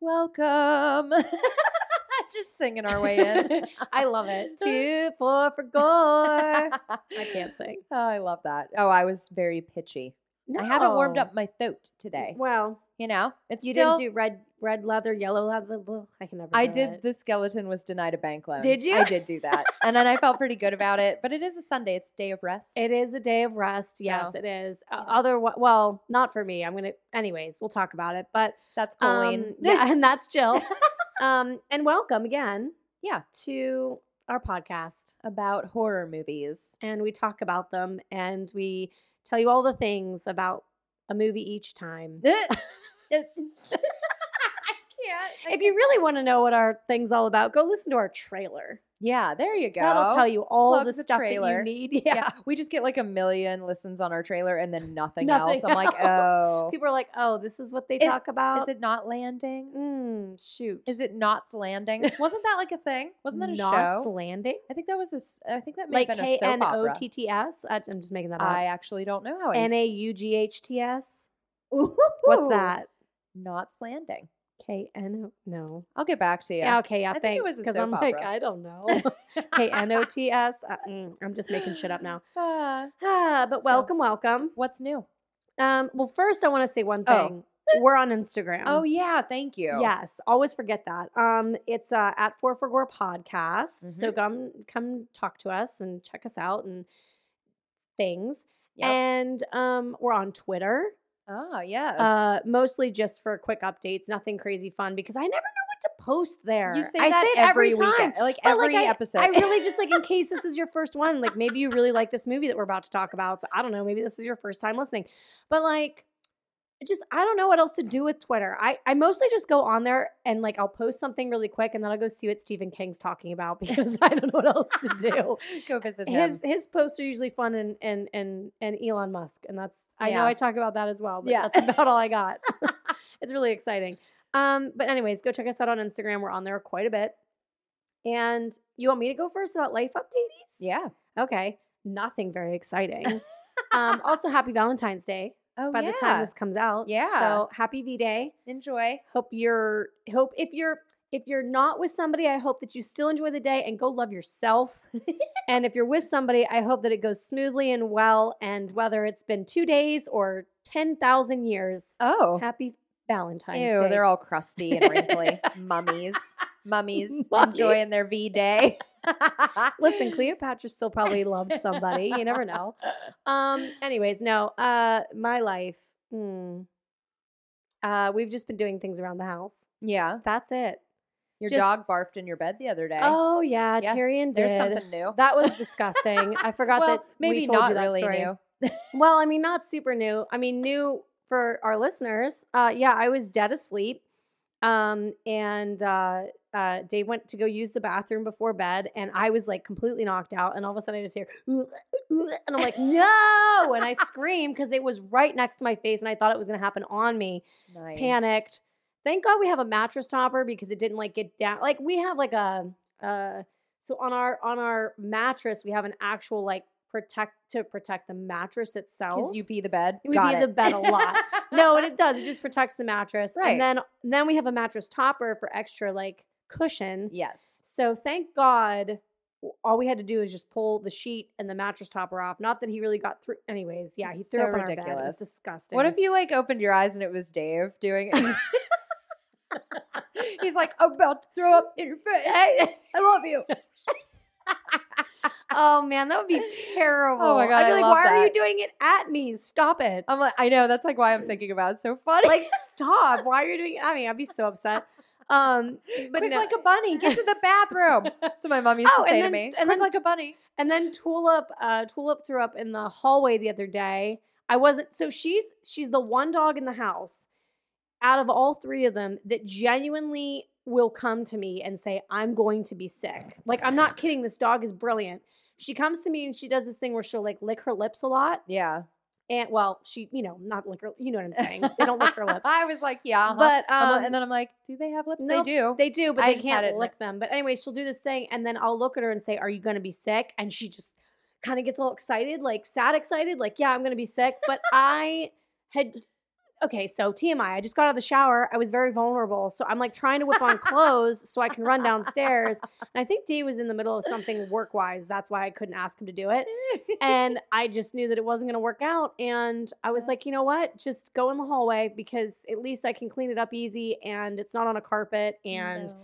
Welcome. Just singing our way in. I love it. Two, four for gore. I can't sing. Oh, I love that. Oh, I was very pitchy. I haven't warmed No. up my throat today. Well, You know, it's you still. didn't do red red leather, yellow leather. blah, I can never. I do did. it. The skeleton was denied a bank loan. Did you? I did do that, and then I felt pretty good about it. But it is a Sunday. It's day of rest. It is a day of rest. Yes, So, it is. Uh, you know. Other well, not for me. I'm gonna. Anyways, we'll talk about it. But That's Colleen. um, yeah, and that's Jill. um, and welcome again. Yeah. to our podcast, about horror movies. and we talk about them, and we tell you all the things about a movie each time. I can't. If you really want to know what our thing's all about, go listen to our trailer. yeah, there you go. That'll tell you all Plug the, the stuff trailer. that you need. Yeah. we just get like a million listens on our trailer and then nothing, Nothing else. I'm like, else. oh, People are like, "Oh, this is what they It- talk about." is it not landing? Mm, shoot. Is it Knots Landing? Wasn't that like a thing? Wasn't that a Knots show? Landing? I think that was a. s- I think that may Like have been K a soap N O opera. T T S? I- I'm just making that I up. actually don't know how. I N used- A U G H T S? Ooh, What's that? Knots Landing. K N O no. I'll get back to you. Yeah, okay, yeah, I think it thanks. was a Because soap I'm like, opera. I don't know. K N O T S? Uh, mm, I'm just making shit up now. Ah, Ah, but So- welcome, welcome. what's new? Um, well, first I want to say one Oh. thing. We're on Instagram. Oh yeah, thank you. Yes, always forget that. Um, it's uh, at Four for Gore podcast. So Mm-hmm. come come talk to us and check us out and things. Yep. And um, we're on Twitter, oh yes. uh, mostly just for quick updates, nothing crazy fun because I never know what to post there. you say I that say it every, time. weekend, like but, like, every I- episode. I really just like in case this is your first one, like maybe you really like this movie that we're about to talk about. So I don't know, maybe this is your first time listening. But like it just I don't know what else to do with Twitter. I, I mostly just go on there and like I'll post something really quick and then I'll go see what Stephen King's talking about because I don't know what else to do. go visit him. his his posts are usually fun and and and and Elon Musk and that's I know Yeah. I talk about that as well, but Yeah. that's about all I got. it's really exciting. Um, but anyways, go check us out on Instagram. We're on there quite a bit. And you want me to go first about life updates? yeah. Okay. Nothing very exciting. um, also happy Valentine's Day Oh by yeah. the time this comes out. Yeah. So happy V Day. Enjoy. Hope you're hope if you're if you're not with somebody, I hope that you still enjoy the day and go love yourself. and if you're with somebody, I hope that it goes smoothly and well. And whether it's been two days or ten thousand years, Oh. happy Valentine's Ew, Day. they're all crusty and wrinkly. Mummies. Mummies enjoying Mummies. their V Day. Listen, Cleopatra still probably loved somebody. You never know. Um. Anyways, no. Uh, my life. Hmm. Uh, we've just been doing things around the house. Yeah. That's it. Your Just- dog barfed in your bed the other day. Oh yeah, Yeah, Tyrion did. There's something new. That was disgusting. I forgot well, that we maybe told not you that really story. new. Well, I mean, not super new. I mean, new for our listeners. Uh, yeah, I was dead asleep, um, and uh, uh, Dave went to go use the bathroom before bed, and I was like completely knocked out. And all of a sudden, I just hear, and I'm like, no! And I scream because it was right next to my face, and I thought it was going to happen on me. Nice. Panicked. Thank God we have a mattress topper because it didn't like get down. Like we have like a uh so on our on our mattress we have an actual like protect to protect the mattress itself. Because you pee the bed. We Got pee it. the bed a lot. no, and it does. It just protects the mattress. Right. And then then we have a mattress topper for extra like cushion. Yes. So thank God w- all we had to do is just pull the sheet and the mattress topper off. Not that he really got through anyways. Yeah, he It's threw so up on our bed. It was ridiculous. disgusting. What if you like opened your eyes and it was Dave doing it? He's like, I'm about to throw up in your face. I love you. Oh man, that would be terrible. Oh my God, I'd be I like, love why are you that." Oh doing it at me? Stop it. I'm like, I know. That's like why I'm thinking about it. It's so funny. like, stop. Why are you doing it at me? I'd be so upset. Um, but Quick no. like a bunny. Get to the bathroom. That's what my mom used to Oh, and say to then- me. and And then then- like a bunny. and then Tulip, uh, Tulip threw up in the hallway the other day. I wasn't so she's she's the one dog in the house out of all three of them that genuinely will come to me and say, I'm going to be sick. Like, I'm not kidding. This dog is brilliant. She comes to me and she does this thing where she'll like lick her lips a lot. Yeah. and well, she, you know, not lick her. You know what I'm saying? They don't lick their lips, I was like, yeah. uh-huh. but I'm like- um, and then I'm like, do they have lips? nope, they do. they do, but I they just had it can't in lick them. But anyway, she'll do this thing, and then I'll look at her and say, "Are you going to be sick?" And she just kind of gets all excited, like sad, excited, like, "Yeah, I'm going to be sick." But I had okay, so TMI, I just got out of the shower. I was very vulnerable. So I'm like trying to whip on clothes so I can run downstairs. And I think D was in the middle of something work wise. That's why I couldn't ask him to do it. And I just knew that it wasn't going to work out. And I was Yeah. like, you know what? Just go in the hallway because at least I can clean it up easy and it's not on a carpet. And No.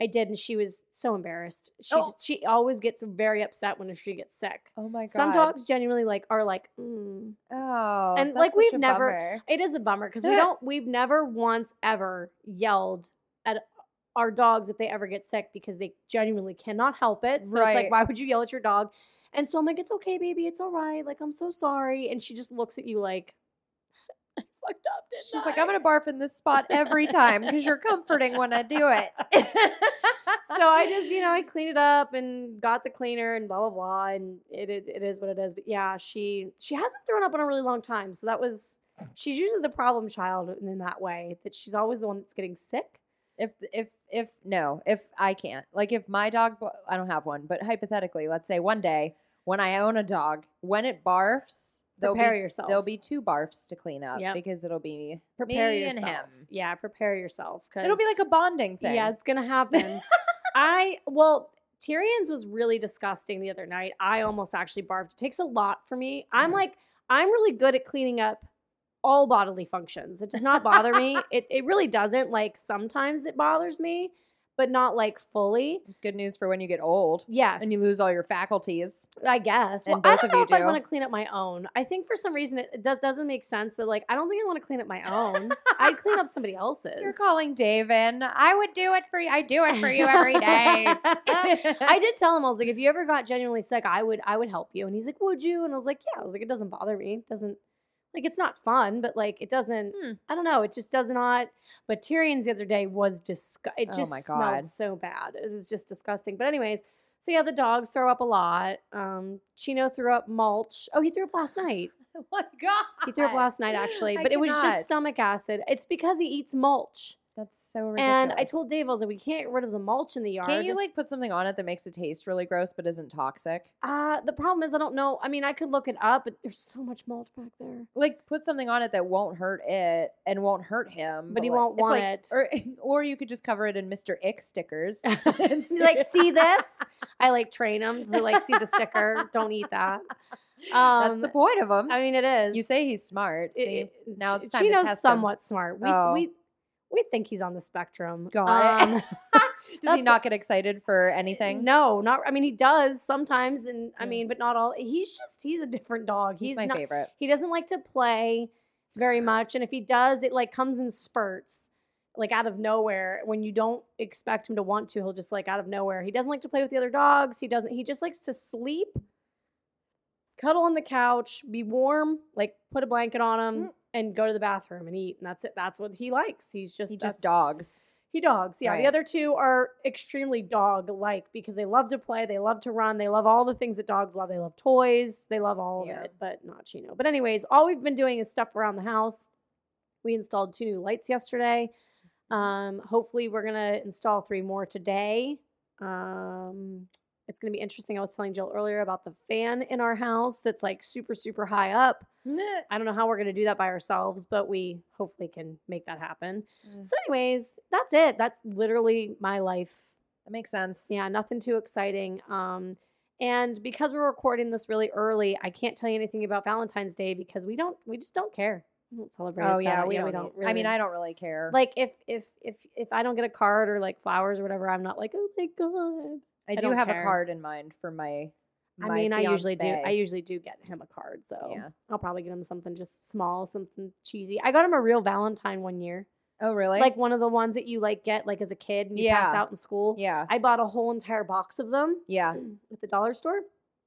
I did. And she was so embarrassed. She, Oh. just- she always gets very upset when she gets sick. oh my god. Some dogs genuinely like are like, mm, Oh, and, that's like, such we've a never- bummer. it is a bummer because we don't. We've never once ever yelled at our dogs if they ever get sick because they genuinely cannot help it. So it's like, Right. why would you yell at your dog? And so I'm like, it's okay, baby, it's all right. Like I'm so sorry. And she just looks at you like, I fucked up. Didn't She's like, I?" I'm gonna barf in this spot every time because you're comforting when I do it. so I just, you know, I cleaned it up and got the cleaner and blah blah blah, and it is it is what it is. But yeah, she she hasn't thrown up in a really long time, so that was she's usually the problem child in- in that way that she's always the one that's getting sick. if if if no if i can't like if my dog bo- i don't have one but hypothetically let's say one day when i own a dog when it barfs there'll Prepare be yourself. there'll be two barfs to clean up Yep. because it'll be prepare me yourself. and him Yeah, prepare yourself. Cause it'll be like a bonding thing yeah, it's gonna happen. I well. Tyrion's was really disgusting the other night. I almost actually barfed. It takes a lot for me. I'm like, I'm really good at cleaning up all bodily functions. It does not bother me. It it really doesn't. Like sometimes it bothers me, but not like fully. it's good news for when you get old Yes. and you lose all your faculties I guess. Well, and I both don't of know you if I do. want to clean up my own. I think for some reason it, it does, doesn't make sense, but like I don't think I want to clean up my own. I clean up somebody else's. you're calling dave in i would do it for you i do it for you every day Oh I did tell him I was like, if you ever got genuinely sick, I would I would help you. And he's like, would you? And I was like, yeah. I was like, it doesn't bother me. It doesn't like it's not fun, but like it doesn't. Hmm. I don't know. It just does not. But Tyrion's the other day was disgust. It Oh just my God. smelled so bad. It was just disgusting. But anyways, so yeah, the dogs throw up a lot. Um, Chino threw up mulch. Oh, he threw up last night. oh my god He threw up last night actually, I but it was cannot. just stomach acid. It's because he eats mulch. that's so ridiculous And I told Dave I was like, we can't get rid of the mulch in the yard. Can't you like put something on it that makes it taste really gross but isn't toxic? Uh, the problem is I don't know. I mean, I could look it up, but there's so much mulch back there. Like put something on it that won't hurt it and won't hurt him, But he like- won't it's want like- it. Or or you could just cover it in Mr. Ick stickers. And you like see this? I like train them to like see the sticker. Don't eat that. That's the Um, point of him. I mean, it is. you say he's smart. It- See, it- now Ch- it's time to Chino's test him. somewhat smart. We, Oh. we we think he's on the spectrum. Um, Got it. does he that's- not get excited for anything? No, not. I mean, he does sometimes, and I Hmm. mean, but not all. He's just he's a different dog. he's, my not, favorite. He doesn't like to play very much, and if he does, it like comes in spurts, like out of nowhere. When you don't expect him to want to, he'll just like out of nowhere. He doesn't like to play with the other dogs. He doesn't. He just likes to sleep, cuddle on the couch, be warm, like put a blanket on him, Mm. and go to the bathroom and eat. And that's it. That's what he likes. He's just He just that's- dogs. he dogs. Yeah. Right. The other two are extremely dog like because they love to play, they love to run, they love all the things that dogs love. They love toys, they love all Yeah. of it, but not Chino. But, anyways, all we've been doing is stuff around the house. We installed two new lights yesterday. Mm-hmm. Um, hopefully, we're going to install three more today. Um, it's going to be interesting. I was telling Jill earlier about the fan in our house that's like super, super high up. I don't know how we're going to do that by ourselves, but we hopefully can make that happen. that So, anyways, that's it. That's literally my life. makes sense. Yeah, nothing too exciting. Um, and because we're recording this really early, I can't tell you anything about Valentine's Day because we don't, we just don't care. We don't celebrate. Oh it yeah, that- we yeah, don't. need- I mean, really- I don't really care. like if if if if I don't get a card or like flowers or whatever, I'm not like, oh my god. I do don't have care. a card in mind for my. I my mean, I usually do. I fiancé. usually do get him a card, so Yeah. I'll probably get him something just small, something cheesy. I got him a real Valentine one year, Oh really? like, one of the ones that you like get like as a kid and you pass Yeah. out in school. yeah, I bought a whole entire box of them uh, yeah. at the dollar store.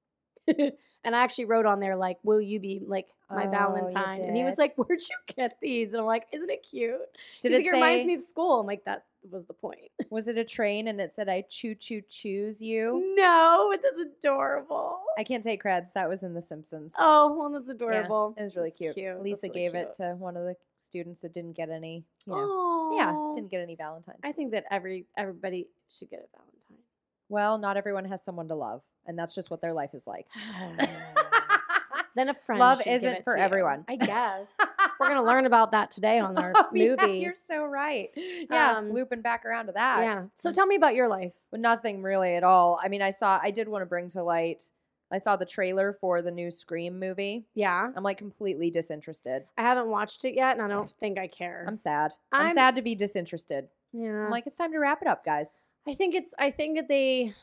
and I actually wrote on there like, "Will you be like my Oh, you Valentine?" And he was did. like, "Where'd you get these?" And I'm like, "Isn't it cute?" Did He's it like, reminds say- me of school? I'm like, "That was the point." Was it a train and it said I choo choo choose Mm. you? no, but that's adorable. I can't take creds. That was in The Simpsons. oh, well, that's adorable. it was really That's cute. cute. Lisa That's really gave it cute. to one of the students that didn't get any. You know, Oh, yeah, didn't get any Valentines. I think that every everybody should get a Valentine. Well, not everyone has someone to love, and that's just what their life is like. then a friend Love should give isn't it for to you. everyone. I guess. We're gonna learn about that today on our Oh, yeah, movie. you're so right. Yeah, Um, looping back around to that. yeah. So tell me about your life. But nothing really at all. I mean, I saw, I did want to bring to light, I saw the trailer for the new Scream movie. Yeah. I'm like completely disinterested. I haven't watched it yet, and I don't think I care. I'm sad. I'm, I'm- Uh. sad to be disinterested. yeah. I'm like, it's time to wrap it up, guys. I think it's. I think that they.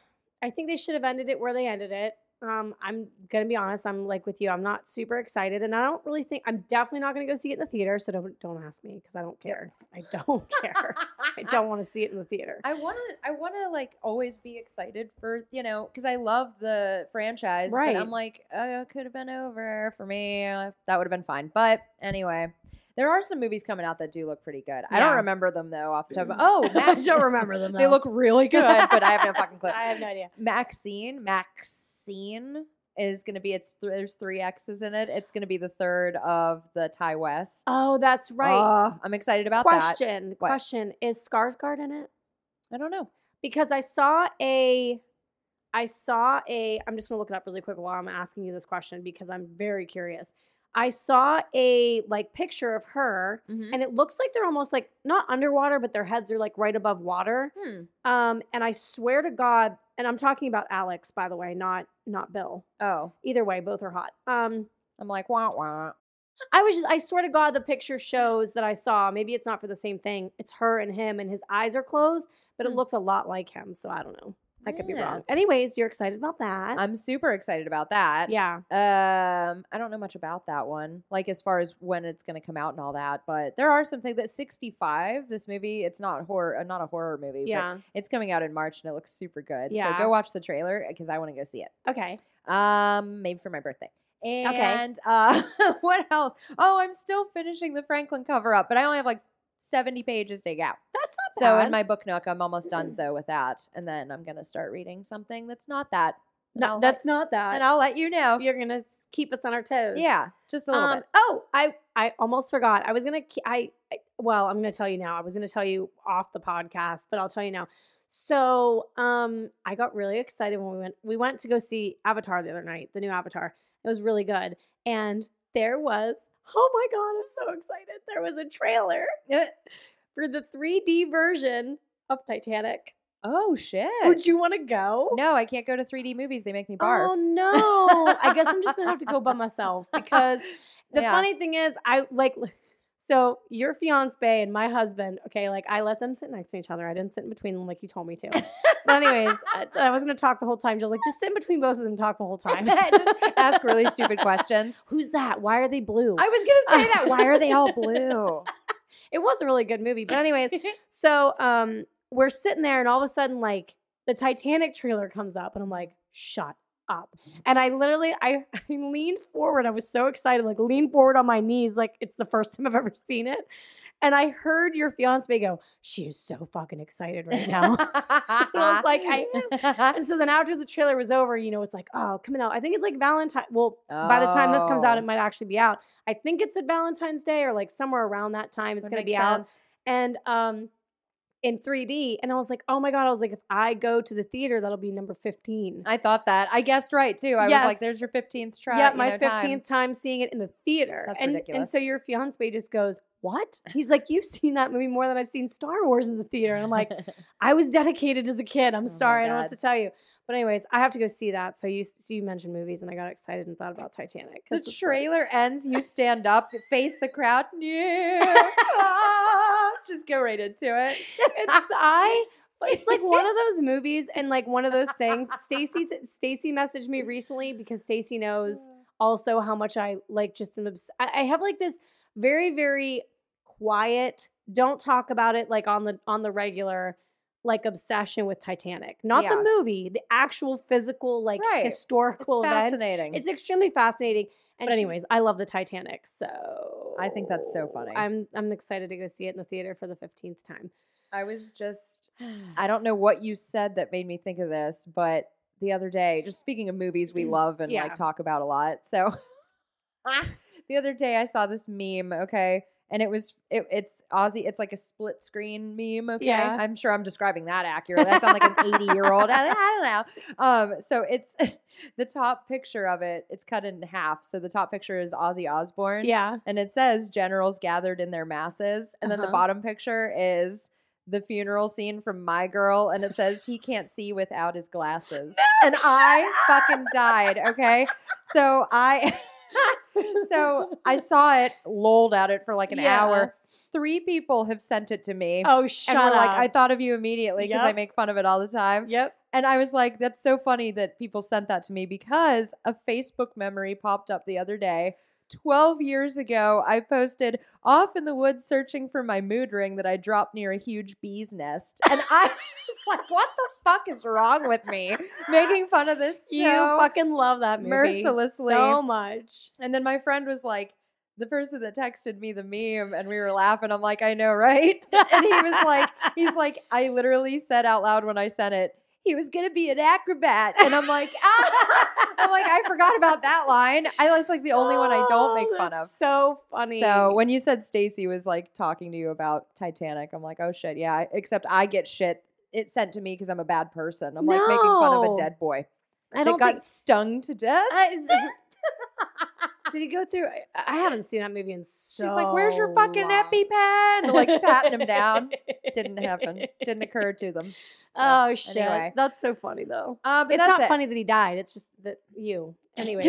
I think they should have ended it where they ended it. Um, I'm gonna be honest. I'm like with you. I'm not super excited, and I don't really think. I'm definitely not gonna go see it in the theater. So don't don't ask me because I don't care. I don't care. I don't want to see it in the theater. I want to. I want to like always be excited for you know because I love the franchise. Right. But I'm like, oh, it could have been over for me. uh, That would have been fine. But anyway, there are some movies coming out that do look pretty good. I Yeah. Mm. don't remember them though off the top. Of, oh, I Max, don't remember them. they though. look really good, but I have no fucking clue. I have no idea. Maxine. Maxine is going to be. It's th- there's three X's in it. It's going to be the third of the Ty West. Oh, that's right. Uh, I'm excited about that. question. What? Question is Skarsgård in it? I don't know. because I saw a I saw a I'm just going to look it up really quick while I'm asking you this question because I'm very curious. I saw a like picture of her Mm-hmm. and it looks like they're almost like not underwater but their heads are like right above water. Hmm. Um and I swear to god and I'm talking about Alex by the way, not not Bill. Oh, Either way, both are hot. Um I'm like wah wah. I was just I swear to god the picture shows that I saw, maybe it's not for the same thing. It's her and him and his eyes are closed, but it Hmm. looks a lot like him, so I don't know. I could be Yeah. wrong. Anyways, you're excited about that. I'm super excited about that. Yeah. Um, I don't know much about that one, like as far as when it's going to come out and all that. But there are some things that 65. This movie, it's not horror, uh, not a horror movie. yeah. But it's coming out in March and it looks super good. Yeah. So go watch the trailer because I want to go see it. Okay. Um, maybe for my birthday. And uh, what else? Oh, I'm still finishing the Franklin cover up, but I only have like 70 pages to go. That's not So bad. in my book nook, I'm almost done Mm. so with that, and then I'm gonna start reading something that's not that. and No, I'll let- that's not that. and I'll let you know. You're gonna keep us on our toes. Yeah, just a little Um, bit. Oh, I I almost forgot. I was gonna. ke- I, I well, I'm gonna tell you now. I was gonna tell you off the podcast, but I'll tell you now. So, um, I got really excited when we went. We went to go see Avatar the other night, the new Avatar. It was really good, and there was. Oh my god, I'm so excited! There was a trailer Eh, for the 3D version of Titanic. Oh shit! Would you want to go? no, I can't go to 3D movies. They make me barf. Oh no! I guess I'm just gonna have to go by myself because the Yeah. funny thing is, I like. So your fiance and my husband, okay, like I let them sit next to each other. I didn't sit in between them like you told me to. But anyways, I, I was gonna talk the whole time. Jill's like, just sit in between both of them, and talk the whole time. just ask really stupid questions. Who's that? Why are they blue? I was gonna say that. Why are they all blue? it was a really good movie. But anyways, so um, we're sitting there, and all of a sudden, like the Titanic trailer comes up, and I'm like, shut up. And I literally, I, I leaned forward. I was so excited, like leaned forward on my knees, like it's the first time I've ever seen it. And I heard your fiance go, she is so fucking excited right now. I was like, I and so then after the trailer was over, you know, it's like, oh, coming out. I think it's like Valentine. Well, by the time this comes out, Oh. it might actually be out. I think it's at Valentine's Day or like somewhere around that time. It's Would going to make be out sense. and um in 3D and I was like, "Oh my god, I was like if I go to the theater, that'll be number 15." I thought that. I guessed right too. I was Yes. like, "There's your 15th try." yeah, you my know, 15th time. time. seeing it in the theater. That's and, And ridiculous. so your fiance just goes, "What?" He's like, "You've seen that movie more than I've seen Star Wars in the theater." And I'm like, "I was dedicated as a kid. I'm Oh my sorry, I don't know what God. to tell you." But anyways, I have to go see that. So you so you mentioned movies and I got excited and thought about Titanic. 'cause The it's like- trailer ends, you stand up, face the crowd. Yeah. Ah, just go right into it. it's I. but It's like one of those movies and like one of those things. Stacy t- Stacy messaged me recently because Stacy Mm. knows also how much I like just an obs- I, I have like this very very quiet don't talk about it like on the on the regular like obsession with Titanic. Not the Yeah. movie, the actual physical like Right. It's historical event. fascinating. It's extremely fascinating. And But she was- anyways, I love the Titanic, so I think that's so funny. I'm I'm excited to go see it in the theater for the 15th time. I was just, I don't know what you said that made me think of this, but the other day, just speaking of movies we love and Mm-hmm. Yeah. like talk about a lot. So the other day, I saw this meme. Okay. and it was it, it's Aussie. It's like a split screen meme. Okay, Yeah. I'm sure I'm describing that accurately. I sound like an 80 year old. I, I don't know. Um, so it's the top picture of it. It's cut in half. So the top picture is Ozzy Osbourne. Yeah. and it says generals gathered in their masses, and then the Uh-huh. bottom picture is. The funeral scene from My Girl, and it says he can't see without his glasses. and I fucking died, okay? So I so I saw it, lolled at it for like an Yeah. hour. Three people have sent it to me. Oh, shut and were up. like, I thought of you immediately because I Yep. make fun of it all the time. yep. And I was like, that's so funny that people sent that to me because a Facebook memory popped up the other day. 12 years ago, I posted off in the woods searching for my mood ring that I dropped near a huge bee's nest. And I was like, what the fuck is wrong with me? Making fun of this You so fucking love that movie mercilessly. so much. And then my friend was like, the person that texted me the meme and we were laughing. I'm like, I know, right? And he was like, he's like, I literally said out loud when I sent it, he was gonna be an acrobat. And I'm like, ah I'm like, I forgot about that line. I that's like the only one I don't make Oh, fun that's of. So funny. So when you said Stacy was like talking to you about Titanic, I'm like, oh shit, yeah. I- Except I get shit. It sent to me because I'm a bad person. I'm like making fun of a No. dead boy. I that don't got think stung to death. I, did he go through? I, I haven't seen that movie in so. She's like, "Where's your fucking long. EpiPen?" Like patting him down. Didn't happen. Didn't occur to them. So, oh shit, anyway. that's so funny though. Uh, but it's that's not it. funny that he died. It's just that you. Anyway,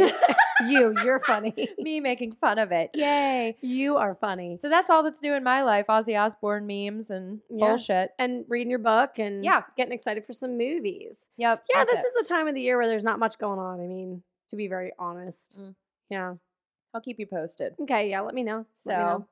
you, you're funny. Me making fun of it. Yay. You are funny. So that's all that's new in my life. Ozzy Osbourne memes and Yeah. bullshit. And reading your book and Yeah. getting excited for some movies. Yep. Yeah, that's this it. is the time of the year where there's not much going on. I mean, to be very honest. Mm. Yeah. I'll keep you posted. Okay. Yeah. Let me know. So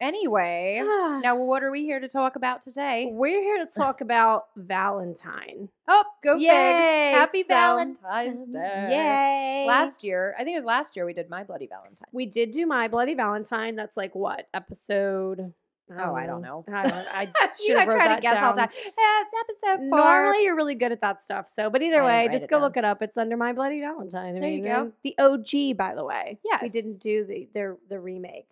anyway, Let me know. now what are we here to talk about today? We're here to talk about Valentine. Oh, go Yay. Yay. Happy So- Valentine's Day. Yay. Last year, I think it was last year we did My Bloody Valentine. we did do my Bloody Valentine. That's like what episode? um, Oh, I don't know. I, don't- I you should are have wrote trying that to guess all the down. time. Yeah, it's episode four. Normally, you're really good at that stuff. So, but I either didn't way, write just it go down. look it up. It's under my Bloody Valentine. I There you mean, go. um, The OG, by the way. we Yes. didn't do the their the remake.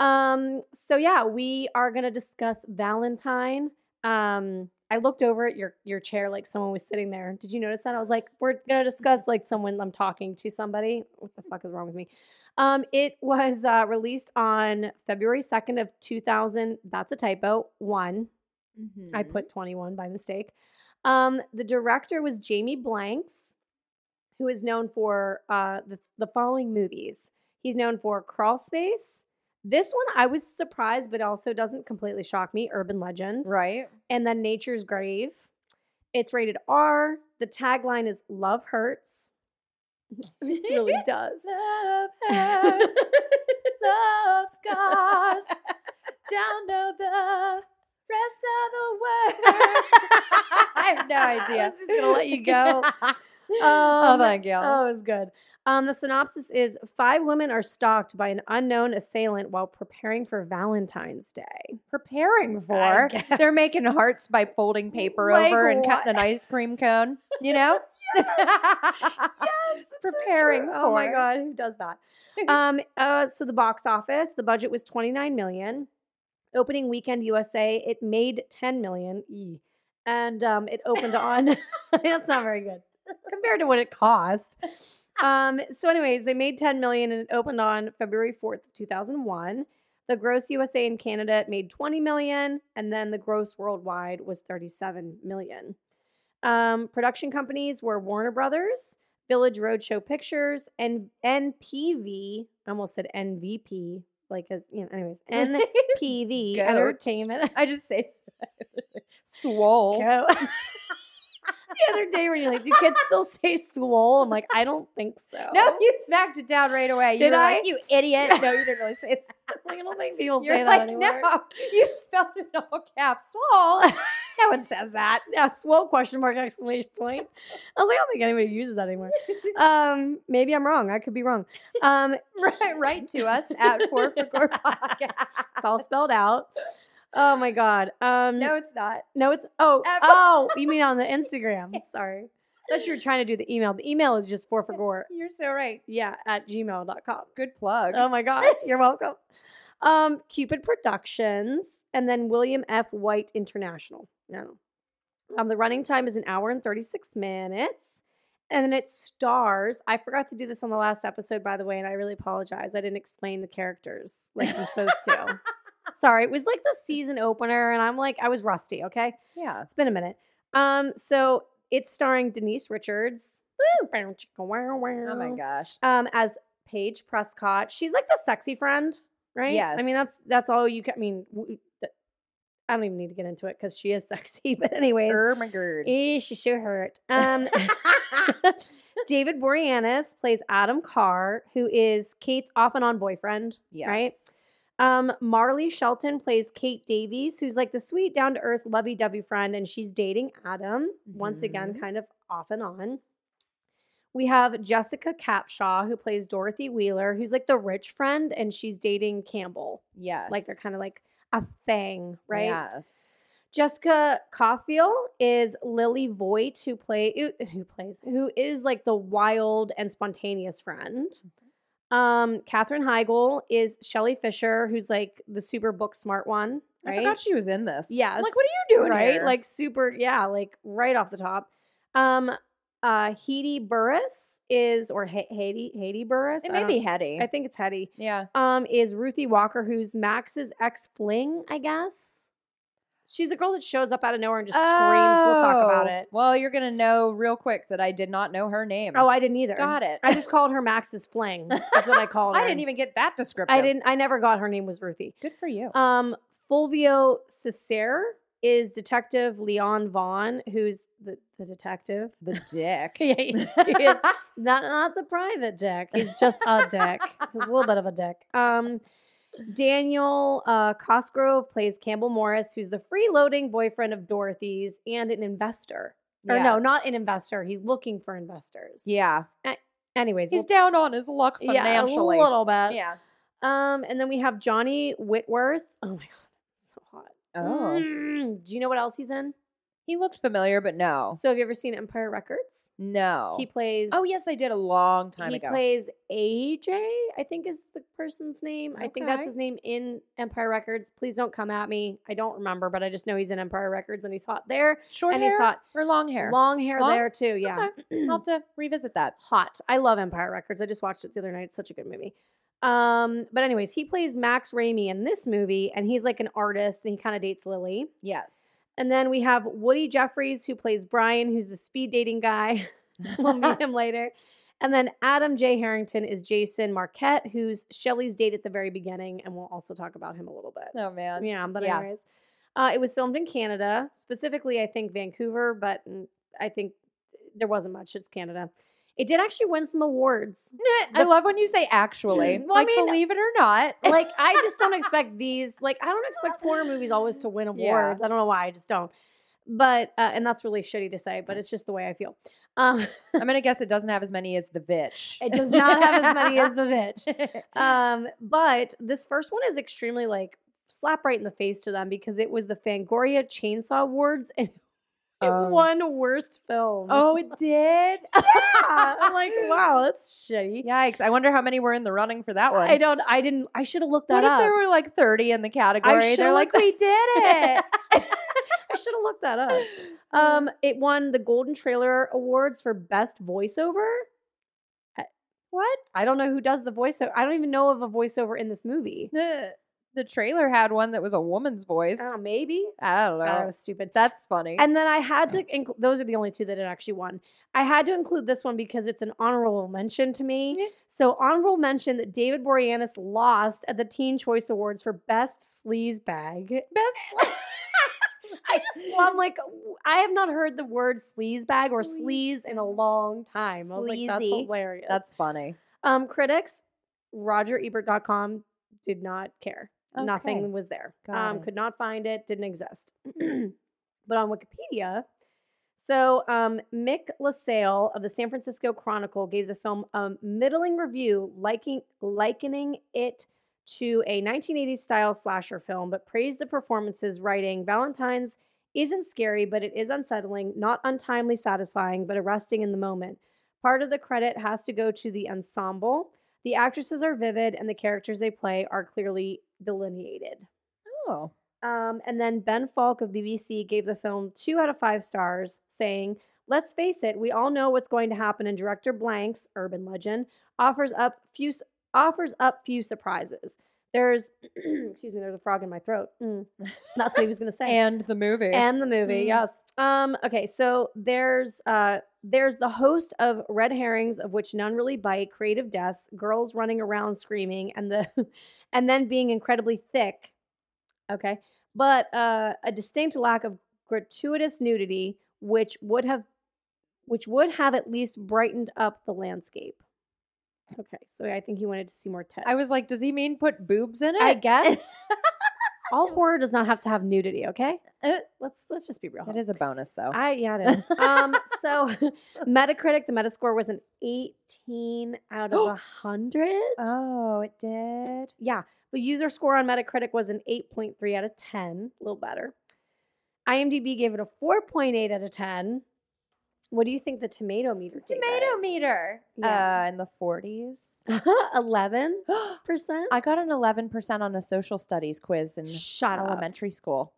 Um. So yeah, we are gonna discuss Valentine. Um. I looked over at your your chair like someone was sitting there. Did you notice that? I was like, we're gonna discuss like someone I'm talking to somebody. What the fuck is wrong with me? Um, it was uh, released on February 2nd of 2000. That's a typo. One. I Mhm. put 21 by mistake. Um, the director was Jamie Blanks, who is known for uh, the, the following movies. He's known for Crawl Space. This one I was surprised, but also doesn't completely shock me Urban Legend. right. And then Nature's Grave. It's rated R. The tagline is Love Hurts. It really does. Love hurts, love scars. Down know the rest of the words. I have no idea. I was just gonna let you go. oh, Um, thank you. Oh, it was good. Um, the synopsis is five women are stalked by an unknown assailant while preparing for Valentine's Day. preparing I for. guess. They're making hearts by folding paper Like over and what? cutting an ice cream cone. You know. preparing. True. Oh my for. god, who does that? um, uh, so the box office, the budget was 29 million. Opening weekend USA, it made 10 million. E. And um, it opened on that's not very good compared to what it cost. Um, so anyways, they made 10 million and it opened on February 4th, 2001. The gross USA and Canada it made 20 million and then the gross worldwide was 37 million. Um, production companies were Warner Brothers, Village Roadshow Pictures, and NPV. I almost said NVP, like as you know, anyways, NPV Goat. Entertainment. I just say swole. Go. the other day when you're like, do kids still say swole? I'm like, I don't think so. No, you smacked it down right away. you Did were I? like, you idiot. No, you didn't really say that. Like, I don't think people You're say like, that anymore. no, you spelled it in all caps. Swole. no one says that. Yeah, swole question mark exclamation point. I was like, I don't think anybody uses that anymore. Um, maybe I'm wrong. I could be wrong. Um, Right, right to us at Four for Gore Podcast. it's all spelled out. Oh my god. Um, No, it's not. No, it's oh Ever. oh. You mean on the Instagram? Sorry, I thought you were trying to do the email. The email is just for for gore. You're so right. Yeah, at gmail.com. Good plug. Oh my god, you're welcome. Um, Cupid Productions and then William F. White International. No. Um, the running time is an hour and 36 minutes. And then it stars. I forgot to do this on the last episode, by the way, and I really apologize. I didn't explain the characters like I'm supposed to. Sorry, it was like the season opener, and I'm like, I was rusty, okay? Yeah. It's been a minute. Um, so it's starring Denise Richards. Woo! Oh Oh my gosh. um, as Paige Prescott. She's like the sexy friend, right? I mean, Yes. that's that's all you can. I mean, w- th- I don't even need to get into it because she is sexy. But anyways, Oh my god. eh, she sure hurt. Um, David Boreanaz plays Adam Carr, who is Kate's off and on boyfriend. Yes. right? Um, Marley Shelton plays Kate Davies, who's like the sweet, down to earth, lovey dovey friend, and she's dating Adam once again, kind of off and on. We have Jessica Capshaw, who plays Dorothy Wheeler, who's like the rich friend, and she's dating Campbell. Yes. Like they're kind of like a thing, right? Yes. Jessica Caulfield is Lily Voigt, who play who plays who is like the wild and spontaneous friend. Mm-hmm. Um, Katherine Heigl is Shelley Fisher, who's like the super book smart one, I right? forgot she was in this. Yes. Like, what are you doing right? here? Like super, yeah, like right off the top. Um, uh, Heidi Burris is or He- Heidi Heidi Burris. it I may don't- be heady. I think it's Hetty. yeah. Um, is Ruthie Walker, who's Max's ex fling, I guess. She's the girl that shows up out of nowhere and just screams. We'll talk about Oh. it. Well, you're gonna know real quick that I did not know her name. Oh, I didn't either. got it. I just called her Max's fling. That's what I called her. I didn't even get that descriptive. I didn't. I never got her name was Ruthie. Good for you. Um, Fulvio Cesare is Detective Leon Vaughn, who's the, the detective. the dick. Yeah, he's, he is not not the private dick. He's just a dick. He's a little bit of a dick. Um, Daniel uh, Cosgrove plays Campbell Morris, who's the freeloading boyfriend of Dorothy's and an investor. Or Yeah. no, not an investor. He's looking for investors. Yeah. Anyways, He's down on his luck we'll- yeah, a financially. little bit. Yeah. Um, and then we have Johnny Whitworth. Oh my god, so hot. Oh. Mm, do you know what else he's in? He looked familiar, but no. So have you ever seen Empire Records? No. He plays. oh, yes, I did a long time he ago. plays AJ, I think is the person's name. I think that's Okay. his name in Empire Records. Please don't come at me. I don't remember, but I just know he's in Empire Records and he's hot there. Short and hair he's hot. or long hair? Long hair Long? there too. Yeah. I'll have to revisit that. hot. I love Empire Records. I just watched it the other night. It's such a good movie. Um, but anyways, he plays Max Ramey in this movie, and he's like an artist and he kind of dates Lily. Yes. And then we have Woody Jeffries, who plays Brian, who's the speed dating guy. we'll meet him later. And then Adam J. Harrington is Jason Marquette, who's Shelley's date at the very beginning, and we'll also talk about him a little bit. oh, man. Yeah, but Yeah. anyways, uh, it was filmed in Canada, specifically I think Vancouver, but mm, I think there wasn't much. It's Canada. It did actually win some awards. I love when you say actually. Well, I like, mean- eh, believe it or not. Like I just don't expect these. Like I don't expect horror movies always to win Yeah. awards. I don't know why. I just don't. But uh, and that's really shitty to say, but it's just the way I feel. Um, I'm going to guess it doesn't have as many as the bitch. it does not have as many as the bitch. the. Um, but this first one is extremely like slap right in the face to them because it was the Fangoria Chainsaw Awards and it Oh. won worst film. oh, it did? Yeah, I'm like, wow, that's shitty. Yikes. I wonder how many were in the running for that one. I don't. I didn't. I should have looked that What if up. there were like 30 in the category? should've They're like, looked we did it. I should have looked that up. Um, it won the Golden Trailer Awards for Best Voiceover. I- What? I don't know who does the voiceover. I don't even know of a voiceover in this movie. the, the trailer had one that was a woman's voice. Oh, maybe. I don't know. Oh, that was stupid. That's funny. And then I had to include those are the only two that it actually won. I had to include this one because it's an honorable mention to me. Yeah. So honorable mention that David Boreanaz lost at the Teen Choice Awards for Best Sleaze Bag. best. I just I'm like I have not heard the word sleaze bag or Sleaze sleaze in a long time. I was like that's Sleazy. hilarious. That's funny. um critics rogerebert.com did not care. Okay. Nothing was there. Got um, it. Could not find it. Didn't exist. but on Wikipedia, so um, Mick LaSalle of the San Francisco Chronicle gave the film a middling review, liking likening it to a 1980s style slasher film, but praised the performances, writing Valentine's isn't scary, but it is unsettling, not untimely satisfying, but arresting in the moment. Part of the credit has to go to the ensemble. The actresses are vivid, and the characters they play are clearly delineated. Oh. Um, and then Ben Falk of BBC gave the film two out of five stars, saying, Let's face it, we all know what's going to happen, and director Blank's urban legend offers up few offers up few surprises. There's, excuse me, there's a frog in my throat. Mm. That's what he was going to say. And the movie. and the movie, Mm. yes. Um, okay, so there's uh there's the host of Red Herrings of Which None Really Bite, Creative Deaths, Girls Running Around Screaming, and the and then being incredibly thick. Okay. But uh a distinct lack of gratuitous nudity, which would have which would have at least brightened up the landscape. Okay, so I think he wanted to see more tits. I was like, does he mean put boobs in it? I guess. All horror does not have to have nudity, okay? Uh, Let's let's just be real. That is a bonus, though. I yeah, it is. um, so Metacritic, the Metascore was an 18 out of 100. oh, it did. Yeah, the user score on Metacritic was an 8.3 out of 10, a little better. IMDb gave it a 4.8 out of 10. What do you think the tomato meter? gave Tomato meter. Yeah. Uh, in the 40s. it? 11 percent. I got an 11% on a social studies quiz in Shut up. elementary school.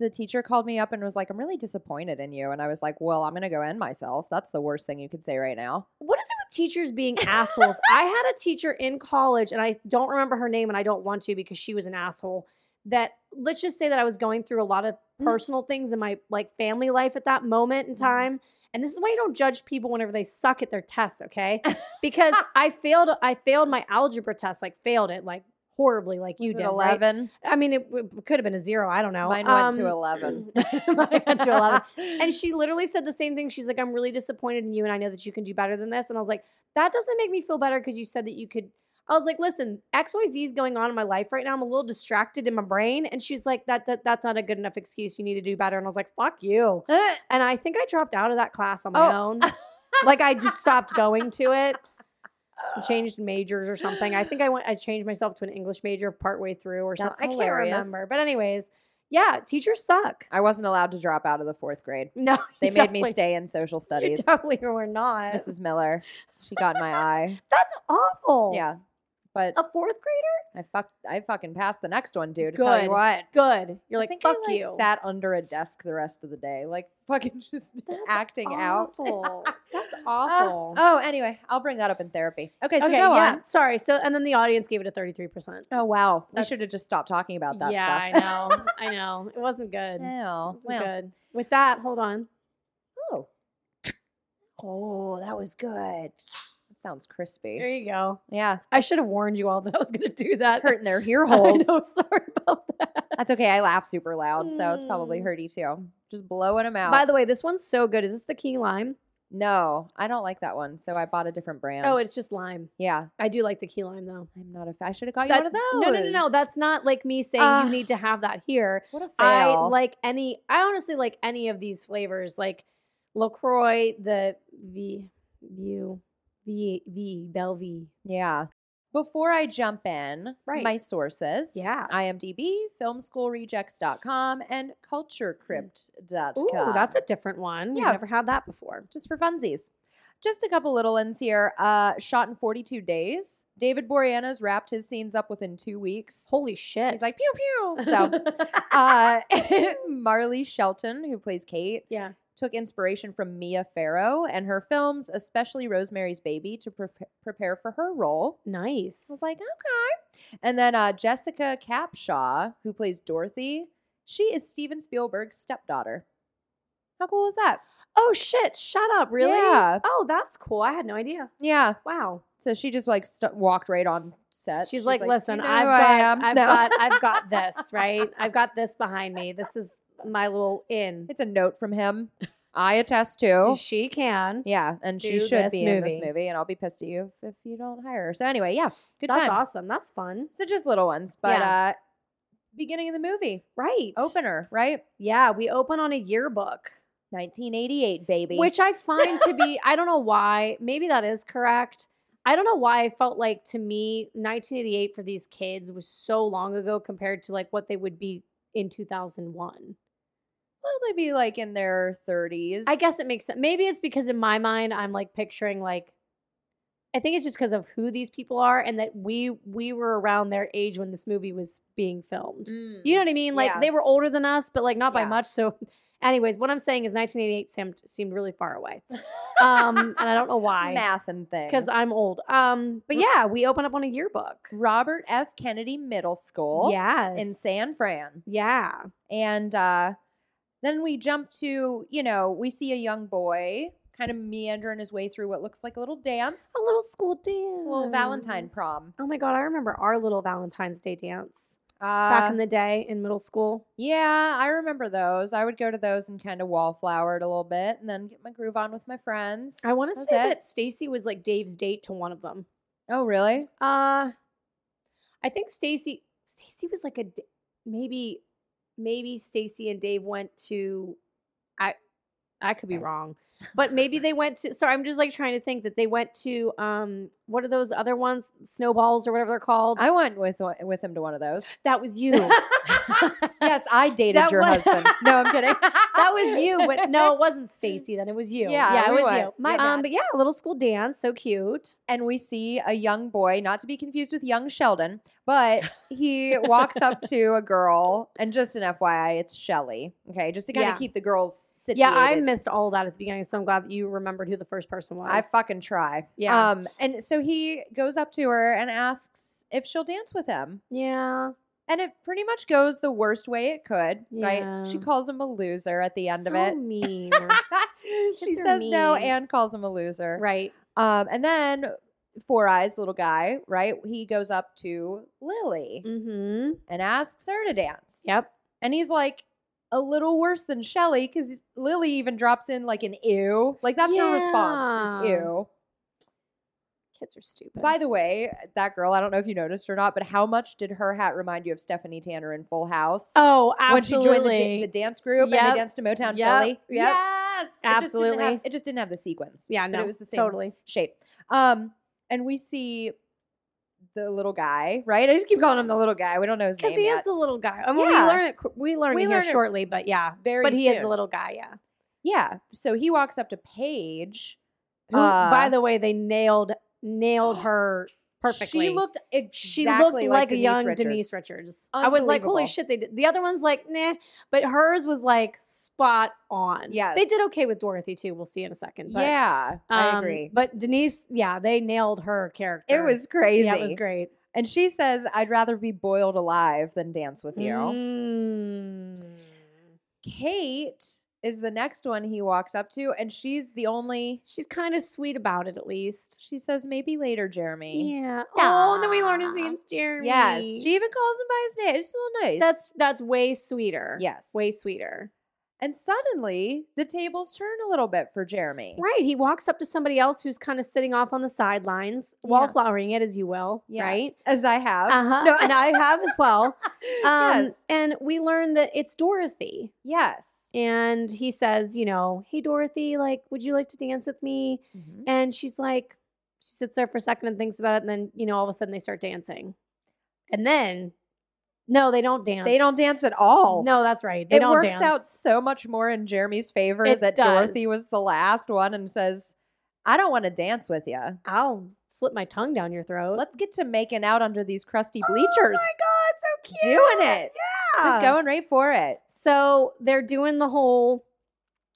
The teacher called me up and was like, I'm really disappointed in you. And I was like, Well, I'm going to go end myself. That's the worst thing you could say right now. What is it with teachers being assholes? I had a teacher in college, and I don't remember her name, and I don't want to because she was an asshole. That let's just say that I was going through a lot of Mhm. personal things in my like family life at that moment in Mhm. time. And this is why you don't judge people whenever they suck at their tests, okay? Because I failed I failed my algebra test, like failed it like horribly, like you Was it did. right? 11. I mean, it, w could have been a zero. I don't know. Mine went Um, to 11. Mine went to 11 and she literally said the same thing. She's like, I'm really disappointed in you, and I know that you can do better than this. And I was like, that doesn't make me feel better because you said that you could. I was like, listen, XYZ is going on in my life right now. I'm a little distracted in my brain. And she's like, that, that that's not a good enough excuse. You need to do better. And I was like, fuck you. And I think I dropped out of that class on my Oh. own. like I just stopped going to it. and Changed majors or something. I think I went. I changed myself to an English major partway through or That's something. I can't hilarious. remember. But anyways, yeah, teachers suck. I wasn't allowed to drop out of the fourth grade. No, They made you me definitely- stay in social you studies. definitely were not. Mrs. Miller, she got in my eye. That's awful. Yeah. But A fourth I grader? fuck, I fucking passed the next one, dude. To tell Good. you what, Good. You're I like, think fuck I, like, you. Sat under a desk the rest of the day, like fucking just That's acting out. awful. That's Ah, awful. oh, anyway, I'll bring that up in therapy. Okay, so okay, go yeah. on. Sorry. So, and then the audience gave it a 33%. Oh wow, That's- we should have just stopped talking about that yeah, stuff. I know. I know. It wasn't good. It Oh, wasn't well. good. With that, hold on. Oh. oh, that was good. That sounds There crispy. you go. Yeah, I should have warned you all that I was going to do that. hurting their ear holes. I know. Sorry about that. That's okay. I laugh super loud, so it's probably Mm. hurty too. Just blowing them out. By the way, this one's so good. Is this the key lime? no, I don't like that one, so I bought a different brand. Oh, it's just lime. yeah. I do like the key lime though. I'm not a. Fa- I should have got you That- one of those. No, no, no, no. That's not like me saying Ah. you need to have that here. what a fail. I like any. I honestly like any of these flavors, like Lacroix, the V, View, V, V, Bellevue. Yeah. Before I jump in, Right. my sources Yeah. IMDb, filmschoolrejects.com, and culturecrypt.com. Ooh, that's a different one. We've Yeah. never had that before. just for funsies. Just a couple little ends here. Uh, shot in 42 days. David Boreanaz wrapped his scenes up within two weeks. Holy shit! He's like, pew, pew. So, uh, Marley Shelton, who plays Kate, yeah, took inspiration from Mia Farrow and her films, especially Rosemary's Baby, to pre- prepare for her role. nice. I was like, okay. And then uh, Jessica Capshaw, who plays Dorothy, she is Steven Spielberg's stepdaughter. How cool is that? oh shit! Shut up! Really? Yeah. Oh, that's cool. I had no idea. Yeah. Wow. So she just like stu walked right on set. She's, like, "Do you listen, know I've who I got, am?" I've No. got, I've got this right. I've got this behind me. This is my little inn. It's a note from him. I attest to. She can. Yeah, and she do should this be in this movie. movie, and I'll be pissed at you if, if you don't hire her. So anyway, yeah, good That's times. awesome. That's fun. So just little ones, but uh Yeah. beginning of the movie Right. opener, right? Yeah, we open on a yearbook, 1988, baby. which I find to be, I don't know why. Maybe that is correct. I don't know why I felt like to me, 1988 for these kids was so long ago compared to like what they would be in 2001. Well, they'd be like in their 30s. I guess it makes sense. Maybe it's because in my mind, I'm like picturing like I think it's just because of who these people are and that we we were around their age when this movie was being filmed. Mm. You know what I mean? Like Yeah. they were older than us, but like not by Yeah. much. So, anyways, what I'm saying is 1988 seemed seemed really far away, um, and I don't know why math and things. because I'm old. Um, but R- yeah, we open up on a yearbook. Robert F. Kennedy Middle School Yes, in San Fran. Yeah, And uh, then we jump to, you know, we see a young boy kind of meandering his way through what looks like a little dance, a little school dance, It's a little Valentine prom. Oh my god, I remember our little Valentine's Day dance back Uh, in the day in middle school. yeah, I remember those. I would go to those and kind of wallflower it a little bit and then get my groove on with my friends. I want to was say it. that Stacy was like Dave's date to one of them. Oh, really? Uh I think Stacy Stacy was like a d- maybe maybe Stacy and Dave went to I I could be wrong. But maybe they went to sorry, I'm just like trying to think that they went to um what are those other ones? Snowballs or whatever they're called. I went with one- with him to one of those. that was you. that yes, I dated That your was- husband. No, I'm kidding. that was you, but no, it wasn't Stacy then. It was you. Yeah, it we was you. went. My um bad. but yeah, little school dance, so cute. and we see a young boy, not to be confused with young Sheldon, but he walks up to a girl. And just an FYI, it's Shelly. Okay, just to kind Yeah. of keep the girls situated. Yeah, I missed all that at the beginning, so I'm glad that you remembered who the first person was. I fucking try. Yeah. Um, and so he goes up to her and asks if she'll dance with him. Yeah. And it pretty much goes the worst way it could, Yeah. right? She calls him a loser at the end of it. mean. she Kids are says no mean. and calls him a loser. right. Um, and then Four Eyes, little guy, right? He goes up to Lily Mm-hmm. and asks her to dance. Yep. And he's like a little worse than Shelly because Lily even drops in like an ew. Like that's her response is Yeah. ew. Kids are stupid. By the way, that girl, I don't know if you noticed or not, but how much did her hat remind you of Stephanie Tanner in Full House? oh, when she absolutely. joined the, da- the dance group and Yep. they danced to Motown Yep. Philly. Yep. Yes. It just, didn't Absolutely. have, it just didn't have the sequence. yeah, but no, it was the same totally. shape. Um, and we see the little guy, right? I just keep calling him the little guy. We don't know his name Because he yet. is the little guy. I mean, Yeah. we learn it. qu- We learn We it learn here it shortly, but yeah, very but he is the soon. little guy. Yeah. yeah. So he walks up to Paige. Who, by Uh, the way, they nailed nailed her perfectly. She looked She exactly looked like, a Denise young Richards. Denise Richards. I was like, holy Unbelievable. shit! They did. The other one's like, nah, but hers was like spot on. Yes. they did okay with Dorothy too. We'll see in a second. But yeah, I Um, agree. But Denise, yeah, they nailed her character. It was crazy. Yeah, it was great. And she says, "I'd rather be boiled alive than dance with you." Mm. Kate is the next one he walks up to, and she's the only. She's kind of sweet about it, at least. She says, "Maybe later, Jeremy." Yeah. Oh, and then we learn his name's Jeremy. Yes, she even calls him by his name. It's so nice. that's that's way sweeter. yes. way sweeter. And suddenly, the tables turn a little bit for Jeremy. Right. He walks up to somebody else who's kind of sitting off on the sidelines, Yeah. wallflowering it, as you will. Right. Yes, As I have. Uh huh. No. and I have as well. Um, yes. And we learn that it's Dorothy. Yes. and he says, you know, hey Dorothy, like, would you like to dance with me? And she's like, she sits there for a second and thinks about it, and then you know, all of a sudden they start dancing, and then no, they don't dance. They don't dance at all. No, that's right. They it don't works dance. out so much more in Jeremy's favor It that does. Dorothy was the last one and says, I don't want to dance with you. I'll slip my tongue down your throat. Let's Oh get to making out under these crusty bleachers. Oh my god, so cute! Doing it. Yeah. Just going right for it. So they're doing the whole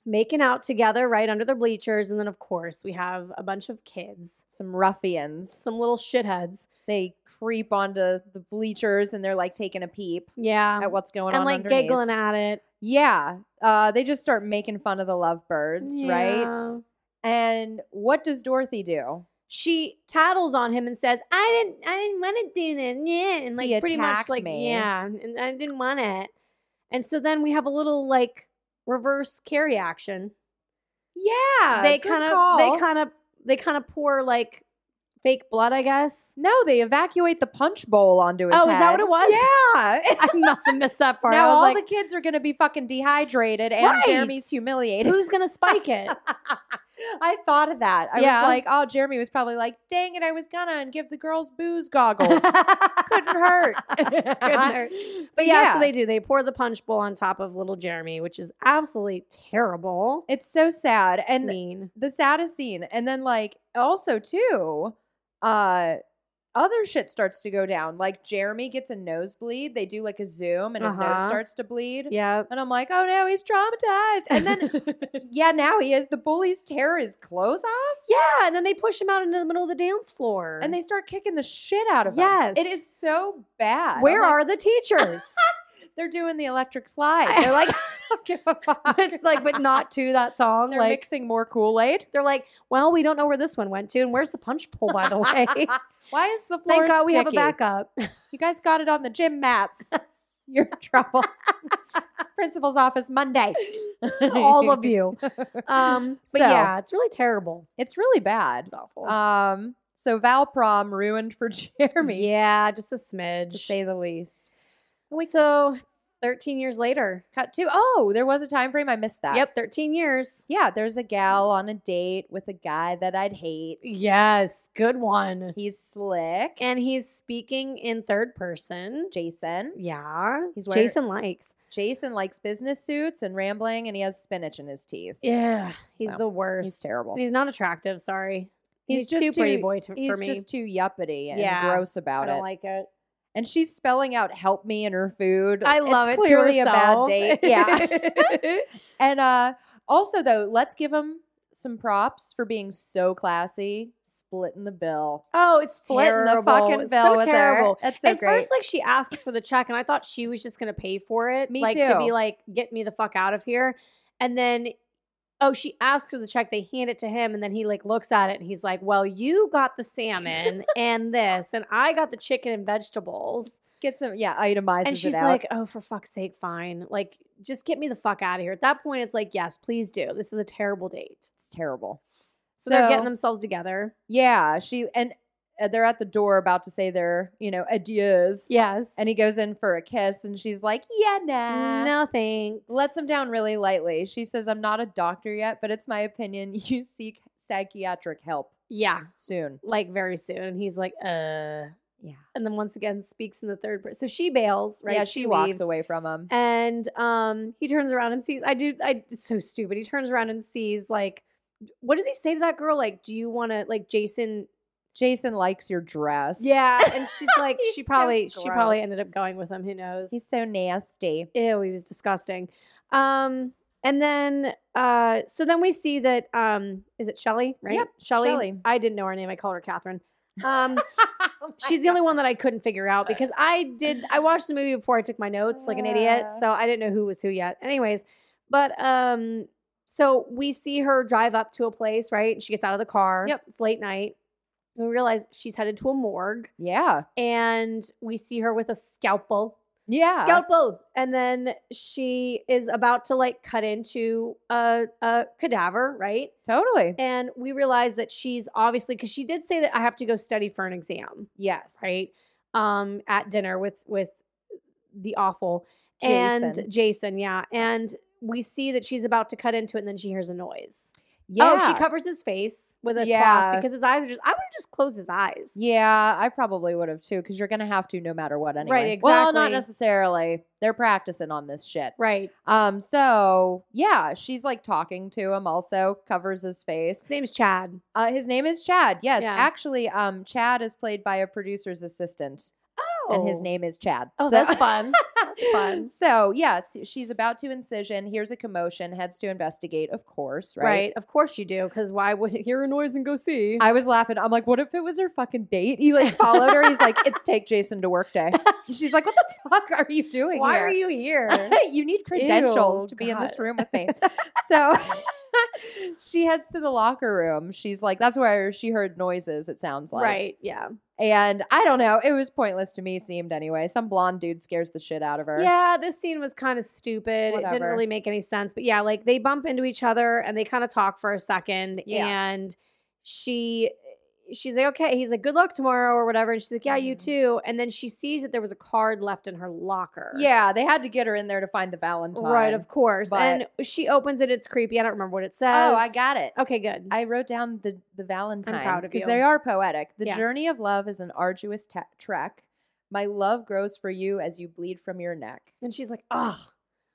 making out together right under the bleachers, and then of course we have a bunch of kids, Some ruffians. some little shitheads. They creep onto the bleachers and they're like taking a peep Yeah. at what's going Um, and on like underneath. giggling at it, Yeah. Uh, they just start making fun of the lovebirds, right? Yeah. And what does Dorothy do? she tattles on him and says, "I didn't, I didn't want to do this." Yeah, and like He pretty much attacked like me. yeah, and I didn't want it. And so then we have a little like reverse carry action. Yeah. they kind of, they kind of, they kind of pour like fake blood, I guess. No, they evacuate the punch bowl onto his Oh, is head. that what it was? Yeah. I must have missed that part. now I all was the like, kids are going to be fucking dehydrated and Right. Jeremy's humiliated. who's gonna spike it? I thought of that. I Yeah. was like, oh, Jeremy was probably like, dang it, I was gonna and give the girls booze goggles. Couldn't hurt. Couldn't hurt. But yeah, Yeah. so they do. They pour the punch bowl on top of little Jeremy, which is absolutely terrible. It's so sad. And And mean. the saddest scene. And then like also too, uh other shit starts to go down. Like Jeremy gets a nosebleed. They do like a zoom and his nose Uh-huh. starts to bleed. Yeah. And I'm like, oh no, he's traumatized. And then yeah, now he is. The bullies tear his clothes off yeah, and then they push him out into the middle of the dance floor. and they start kicking the shit out of him. Yes. It is so bad. I'm where like, are the teachers? they're doing the electric slide? They're like, I don't give a fuck. it's like, but not to that song. they're like mixing more Kool-Aid. they're like, well, we don't know where this one went to, and where's the punch pole, by the way. Why is the floor Thank God we have a sticky? backup. You guys got it on the gym mats. You're in trouble. Principal's office Monday. All of you. Um, So. but yeah, it's really terrible. It's really bad. It's awful. Um, so Valprom ruined for Jeremy, Yeah, just a smidge. to say the least. so, 13 years later. Cut to oh, there was a time frame I missed that. Yep, 13 years. Yeah, there's a gal on a date with a guy that I'd hate. Yes, good one. He's slick. And he's speaking in third person. Jason. Yeah, He's he's wearing- Jason likes. Jason likes business suits and rambling, and he has spinach in his teeth. Yeah, he's So, the worst. He's terrible. And he's not attractive. Sorry, He's he's, just too pretty too- boy to, He's for me. just too yuppity and Yeah, gross I about don't it. like it. and she's spelling out "help me" in her food. I It's love it. to Clearly a bad herself. date. Yeah. and uh, also, though, let's give him some props for being so classy, splitting the bill. oh, it's splitting terrible. the fucking bill It's so with her. terrible. That's so At great. first, like she asked us for the check, and I thought she was just gonna pay for it, Me like to too. be like, get me the fuck out of here. And then, oh, she asks for the check. They hand it to him, and then he like looks at it, and he's like, "Well, you got the salmon and this, and I got the chicken and vegetables." Get some, yeah, itemizes and she's it out. like, "Oh, for fuck's sake, fine. Like, just get me the fuck out of here." At that point, it's like, "Yes, please do. This is a terrible date." it's terrible. So, they're getting themselves together. Yeah, she and uh, they're at the door about to say their, you know, adieus. Yes. and he goes in for a kiss, and she's like, "Yeah, nah." no thanks. Lets him down really lightly. She says, I'm not a doctor yet, but it's my opinion you seek psychiatric help Yeah, soon. like very soon. And he's like, "Uh." Yeah. and then once again speaks in the third person. So she bails, right? Yeah, she, walks leaves. away from him. And um, he turns around and sees. I do. I it's so stupid. He turns around and sees like, what does he say to that girl? Like, do you want to like Jason? Jason likes your dress. Yeah, and she's like, He's she so probably she probably gross. ended up going with him. Who knows? He's so nasty. Ew, he was disgusting. Um, and then uh, so then we see that um, is it Shelly? Right? Yep, Shelly. Shelley. I didn't know her name. I called her Catherine. Um. Oh She's the only one that I couldn't figure out because I did. I watched the movie before I took my notes like an idiot, Yeah. so I didn't know who was who yet. Anyways, but um, so we see her drive up to a place, right? And she gets out of the car. Yep. It's late night. We realize she's headed to a morgue, Yeah. and we see her with a scalpel, Yeah. scalpel, and then she is about to like cut into a a cadaver, right? Totally. And we realize that she's obviously because she did say that I have to go study for an exam Yes. right um at dinner with with the awful Jason. and jason yeah and we see that she's about to cut into it and then she hears a noise Yeah. oh she covers his face with a Yeah. cloth because his eyes are just i would have just closed his eyes yeah, I probably would have too, because you're gonna have to no matter what anyway. Well, not exactly. necessarily. They're practicing on this shit. right Um, so yeah, she's like talking to him also, covers his face. his name's chad Uh, his name is Chad. Yes. Yeah. Actually, um, Chad is played by a producer's assistant. And his Oh. name is Chad. oh So- that's fun that's fun So, yes, she's about to incision, hears a commotion, heads to investigate, of course, right. right? of course you do because why would hear a noise and go see I was laughing. I'm like, what if it was her fucking date? He like followed her. He's like, it's take Jason to work day. And she's like, what the fuck are you doing why here? are you here you need credentials Ew, to be in this God. room with me. so she heads to the locker room. She's like, that's where she heard noises, it sounds like. right yeah And I don't know. It was pointless to me, seemed anyway. Some blonde dude scares the shit out of her. Yeah, this scene was kind of stupid. It didn't Whatever. really make any sense. But yeah, like they bump into each other and they kind of talk for a second. Yeah. And she she's like, okay. He's like, good luck tomorrow or whatever. And she's like, yeah, you Mhm. too. And then she sees that there was a card left in her locker. Yeah, they had to get her in there to find the Valentine. Right, of course. But- and she opens it. It's creepy. I don't remember what it says. Oh, I got it. Okay, good. I wrote down the the Valentines of because you. they are poetic. The Yeah. journey of love is an arduous ta trek. My love grows for you as you bleed from your neck. and she's like, oh,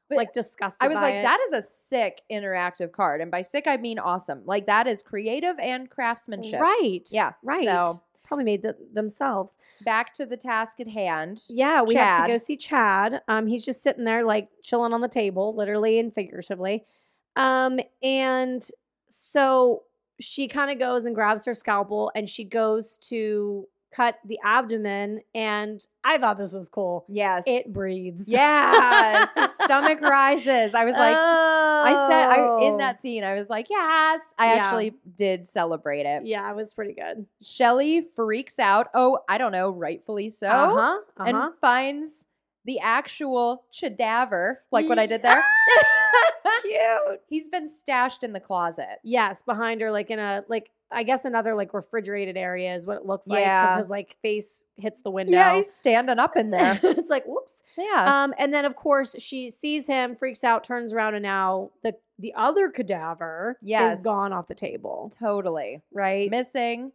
But like disgusted. I was by like, it. that is a sick interactive card, and by sick I mean awesome. Like that is creative and craftsmanship. Right. Yeah. Right. So probably made them themselves. Back to the task at hand. Yeah, we have Chad. to go see Chad. Um, he's just sitting there, like chilling on the table, literally and figuratively. Um, and so she kind of goes and grabs her scalpel and she goes to cut the abdomen. And I thought this was cool. Yes. It breathes. yes. His stomach rises. I was like, I said I, in Oh. that scene, I was like, yes. I Yeah. actually did celebrate it. Yeah, it was pretty good. Shelly freaks out. Oh, I don't know, rightfully so. Uh huh. Uh huh. And finds the actual cadaver, like what I did there. Cute. He's been stashed in the closet. Yes, behind her, like in a like I guess another like refrigerated area is what it looks like Yeah. because his like face hits the window. Yeah, he's standing up in there. it's like whoops. yeah. Um, and then of course she sees him, freaks out, turns around, and now the the other cadaver Yes. is gone off the table. totally. Right? Missing.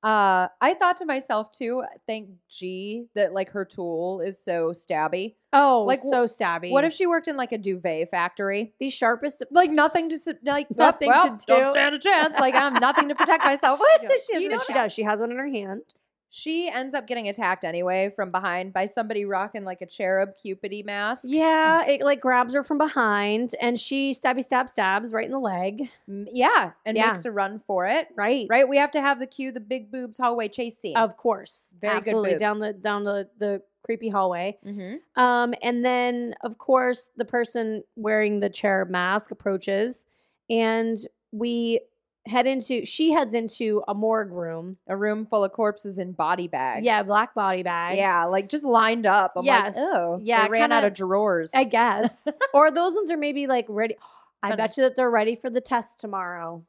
Uh, I thought to myself too, thank G that like her tool is so stabby. oh, Like, like so stabby. What if she worked in like a duvet factory? the sharpest? Like nothing to s- like oh, Nothing to well, Don't do. stand a chance. Like I'm nothing to protect myself. What? She you know what she does? She has one in her hand. she ends up getting attacked anyway from behind by somebody rocking like a cherub cupidy mask. Yeah, it like grabs her from behind, and she stabby stab stabs right in the leg. M- yeah, and Yeah. makes a run for it. Right. Right, we have to have the cue the big boobs hallway chase scene. Of course. Very good Absolutely. boobs. down the down the the creepy hallway. hmm Um, and then, of course, the person wearing the cherub mask approaches, and we head into. She heads into a morgue room. a room full of corpses in body bags. Yeah, black body bags. yeah, like just lined up. I'm Yes. like, oh, Yeah, they ran out kinda- of drawers. I guess. or those ones are maybe like ready. I Kinda. bet you that they're ready for the test tomorrow.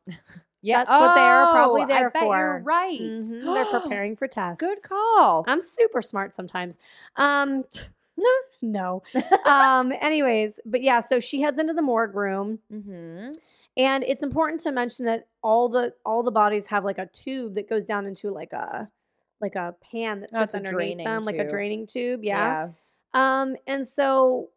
yeah, that's what they are probably Oh, I there bet You're for. right. Mhm, They're preparing Um, for tests. Good call. I'm super smart sometimes. Um, no. um, anyways, but yeah, so she heads into the morgue room. hmm And it's important to mention that all the all the bodies have like a tube that goes down into like a like a pan that Oh, it's fits a underneath draining them, like a tube. draining tube. Yeah. Um, and so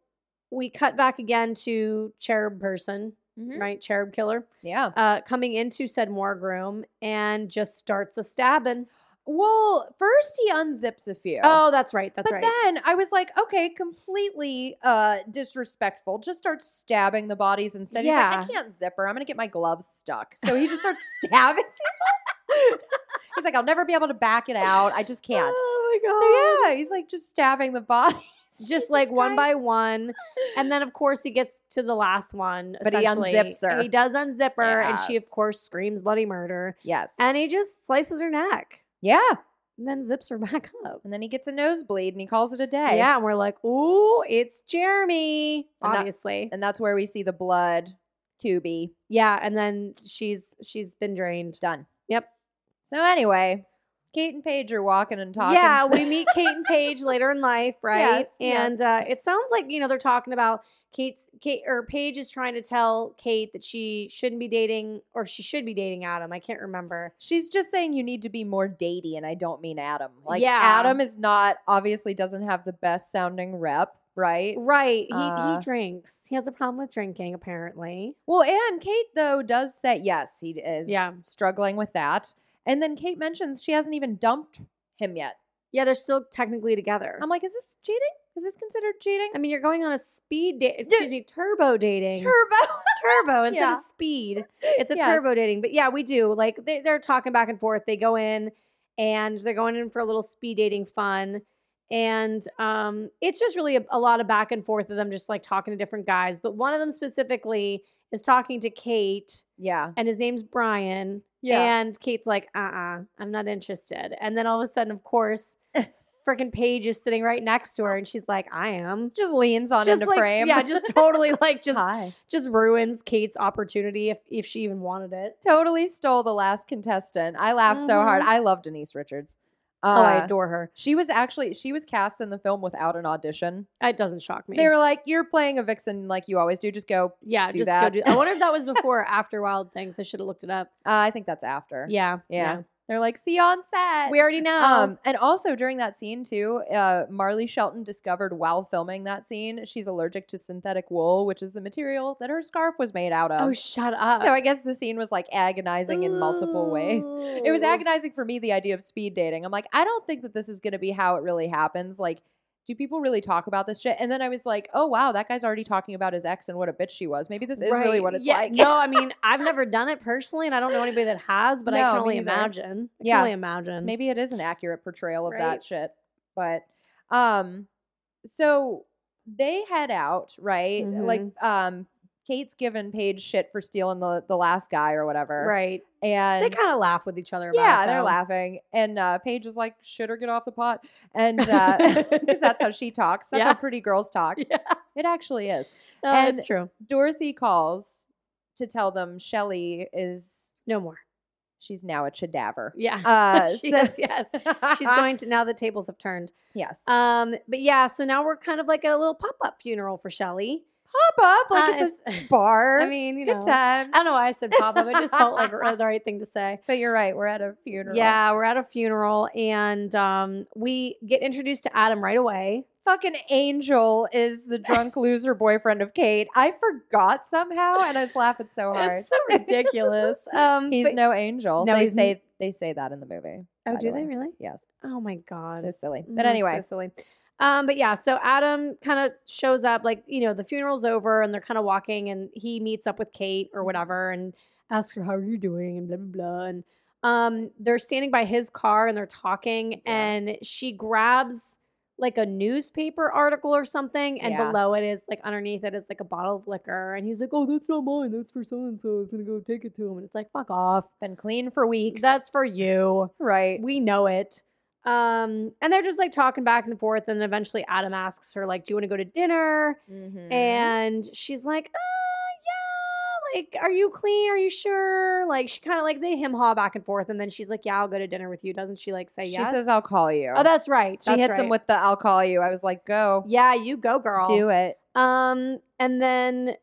we cut back again to cherub person, Yeah. Mhm. right? Cherub killer, yeah. uh, coming into said morgue room and just starts a stabbing. Well, first he unzips a few. Oh, that's right. That's but right. then I was like, okay, completely uh, disrespectful. Just starts stabbing the bodies instead. He's Yeah. like, I can't zipper. I'm gonna get my gloves stuck. So he just starts stabbing people. he's like, I'll never be able to back it out. I just can't. Oh So yeah, he's like just stabbing the bodies, Just like one by one, and then of course he gets to the last one. But he essentially. unzips her. He does unzip her, and she of Yes. course screams bloody murder. Yes. And he just slices her neck yeah. and then zips her back up. And then he gets a nosebleed and he calls it a day. Yeah, and we're like, ooh, it's Jeremy. And that- Obviously. And that's where we see the blood tubey yeah, and then she's she's been drained. done. Yep. So anyway, Kate and Paige are walking and talking. Yeah, we meet Kate and Paige later in life, right? Yes, and yes. Uh, it sounds like, you know, they're talking about Kate's Kate or Paige is trying to tell Kate that she shouldn't be dating or she should be dating Adam. I can't remember. She's just saying you need to be more datey, and I don't mean Adam. Like Yeah. Adam is not obviously doesn't have the best sounding rep, right? Right. He Uh, he drinks. He has a problem with drinking, apparently. Well, and Kate though does say yes, he is Yeah. struggling with that. And then Kate mentions she hasn't even dumped him yet. Yeah, they're still technically together. I'm like, is this cheating? Is this considered cheating? I mean, you're going on a speed date. Yeah. Excuse me, turbo dating. Turbo. turbo instead Yeah. of speed. It's a Yes. turbo dating. But yeah, we do. Like they, they're talking back and forth. They go in and they're going in for a little speed dating fun. And um, it's just really a, a lot of back and forth of them just like talking to different guys. But one of them specifically is talking to Kate, Yeah. and his name's Brian. And Kate's like, uh uh-uh, uh, i am not interested. And then all of a sudden, of course, freaking Paige is sitting right next to her and she's like, I am. Just leans on just into like, frame. Yeah, just totally like just Hi. just ruins Kate's opportunity if, if she even wanted it. Totally stole the last contestant. I laughed so hard. Mhm. I love Denise Richards. oh, I Uh, adore her. She was actually she was cast in the film without an audition. It doesn't shock me. They were like, "You're playing a vixen like you always do. Just go." yeah, do just that. go do. I wonder if that was before or after Wild Things. I should have looked it up. Uh, I think that's after. Yeah, yeah. They're like, see you on set. We already know. Um, and also during that scene too, uh, Marley Shelton discovered while filming that scene, she's allergic to synthetic wool, which is the material that her scarf was made out of. oh, shut up. so I guess the scene was like agonizing in multiple ways. It was Ooh. agonizing for me the idea of speed dating. I'm like, I don't think that this is going to be how it really happens. Like, do people really talk about this shit? And then I was like, oh wow, that guy's already talking about his ex and what a bitch she was. Maybe this is really Right. what it's Yeah, like. No, I mean, I've never done it personally, and I don't know anybody that has, but I No, can me only neither. imagine. I Yeah. can only imagine. maybe it is an accurate portrayal of Right. that shit but um so they head out right like Mm-hmm. um kate's given paige shit for stealing the the last guy or whatever Right. and They kind of laugh with each other about yeah it. they're though. laughing and uh paige is like shit or get off the pot and uh because that's how she talks that's how Yeah. pretty girls talk Yeah. it actually is No, And- it's true. dorothy calls to tell them shelly is No more. she's now a chadaver Yeah. uh she so- is, yes. She's going to, now the tables have turned. yes Um, But yeah, so now we're kind of like at a little pop up funeral for Shelly. pop up like Uh, it's it's- a bar. I mean, you know. good times. I don't know why I said pop up. It just felt like the right thing to say. but you're right. We're at a funeral. Yeah, we're at a funeral and um, we get introduced to Adam right away. fucking Angel is the drunk loser boyfriend of Kate. I forgot somehow, and I was laughing so hard. It's so ridiculous. Um, he's but- no angel. No, they he's n- say they say that in the movie. Oh, by do the they way. really? Yes, Oh my god. so silly. Mm, But so anyway, silly. Um, but yeah, so Adam kind of shows up, like you know, the funeral's over, and they're kind of walking, and he meets up with Kate Mm-hmm. or whatever, and asks her how are you doing, and blah blah blah, and um, they're standing by his car and they're talking, Yeah. and she grabs like a newspaper article or something, and Yeah. below it is like underneath it is like a bottle of liquor, and he's like, oh, that's not mine, that's for so and so, it's gonna go take it to him, and it's like, fuck off, been clean for weeks. that's for you. right. We know it. Um, and they're just like talking back and forth, and eventually Adam asks her, like, "Do you want to go to dinner?" Mm-hmm. Mhm. And she's like, "Uh, yeah. Like, are you clean? Are you sure?" Like, she kind of like they him haw back and forth, and then she's like, "Yeah, I'll go to dinner with you." Doesn't she like say she yes? says, "I'll call you." "Oh, that's right." she that's hits him right. with the "I'll call you." I was like, "Go, "Yeah, you go, girl." do it." Um, and then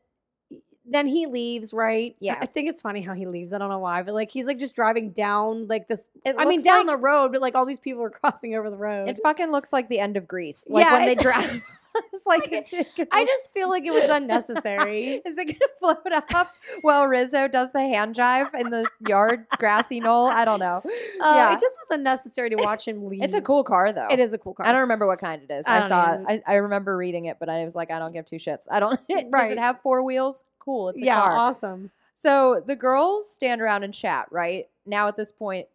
then he leaves, right? Yeah. I think it's funny how he leaves. I don't know why, but like he's like just driving down like this It I mean, looks down like- the road, but like all these people are crossing over the road. It fucking looks like the end of Greece, like Yeah, when they it's- drive. it's like, is it gonna I just feel like it was unnecessary. Is it going to float up while Rizzo does the hand jive in the yard grassy knoll? I don't know. Uh, yeah, It just was unnecessary to watch him leave. it's a cool car though. It is a cool car. I don't remember what kind it is. I I, don't saw it. even- I, I remember reading it, but I was like, I don't give two shits. I don't. Does Right. it have four wheels? Cool. It's a yeah, car. awesome. so the girls stand around and chat. Right now, at this point,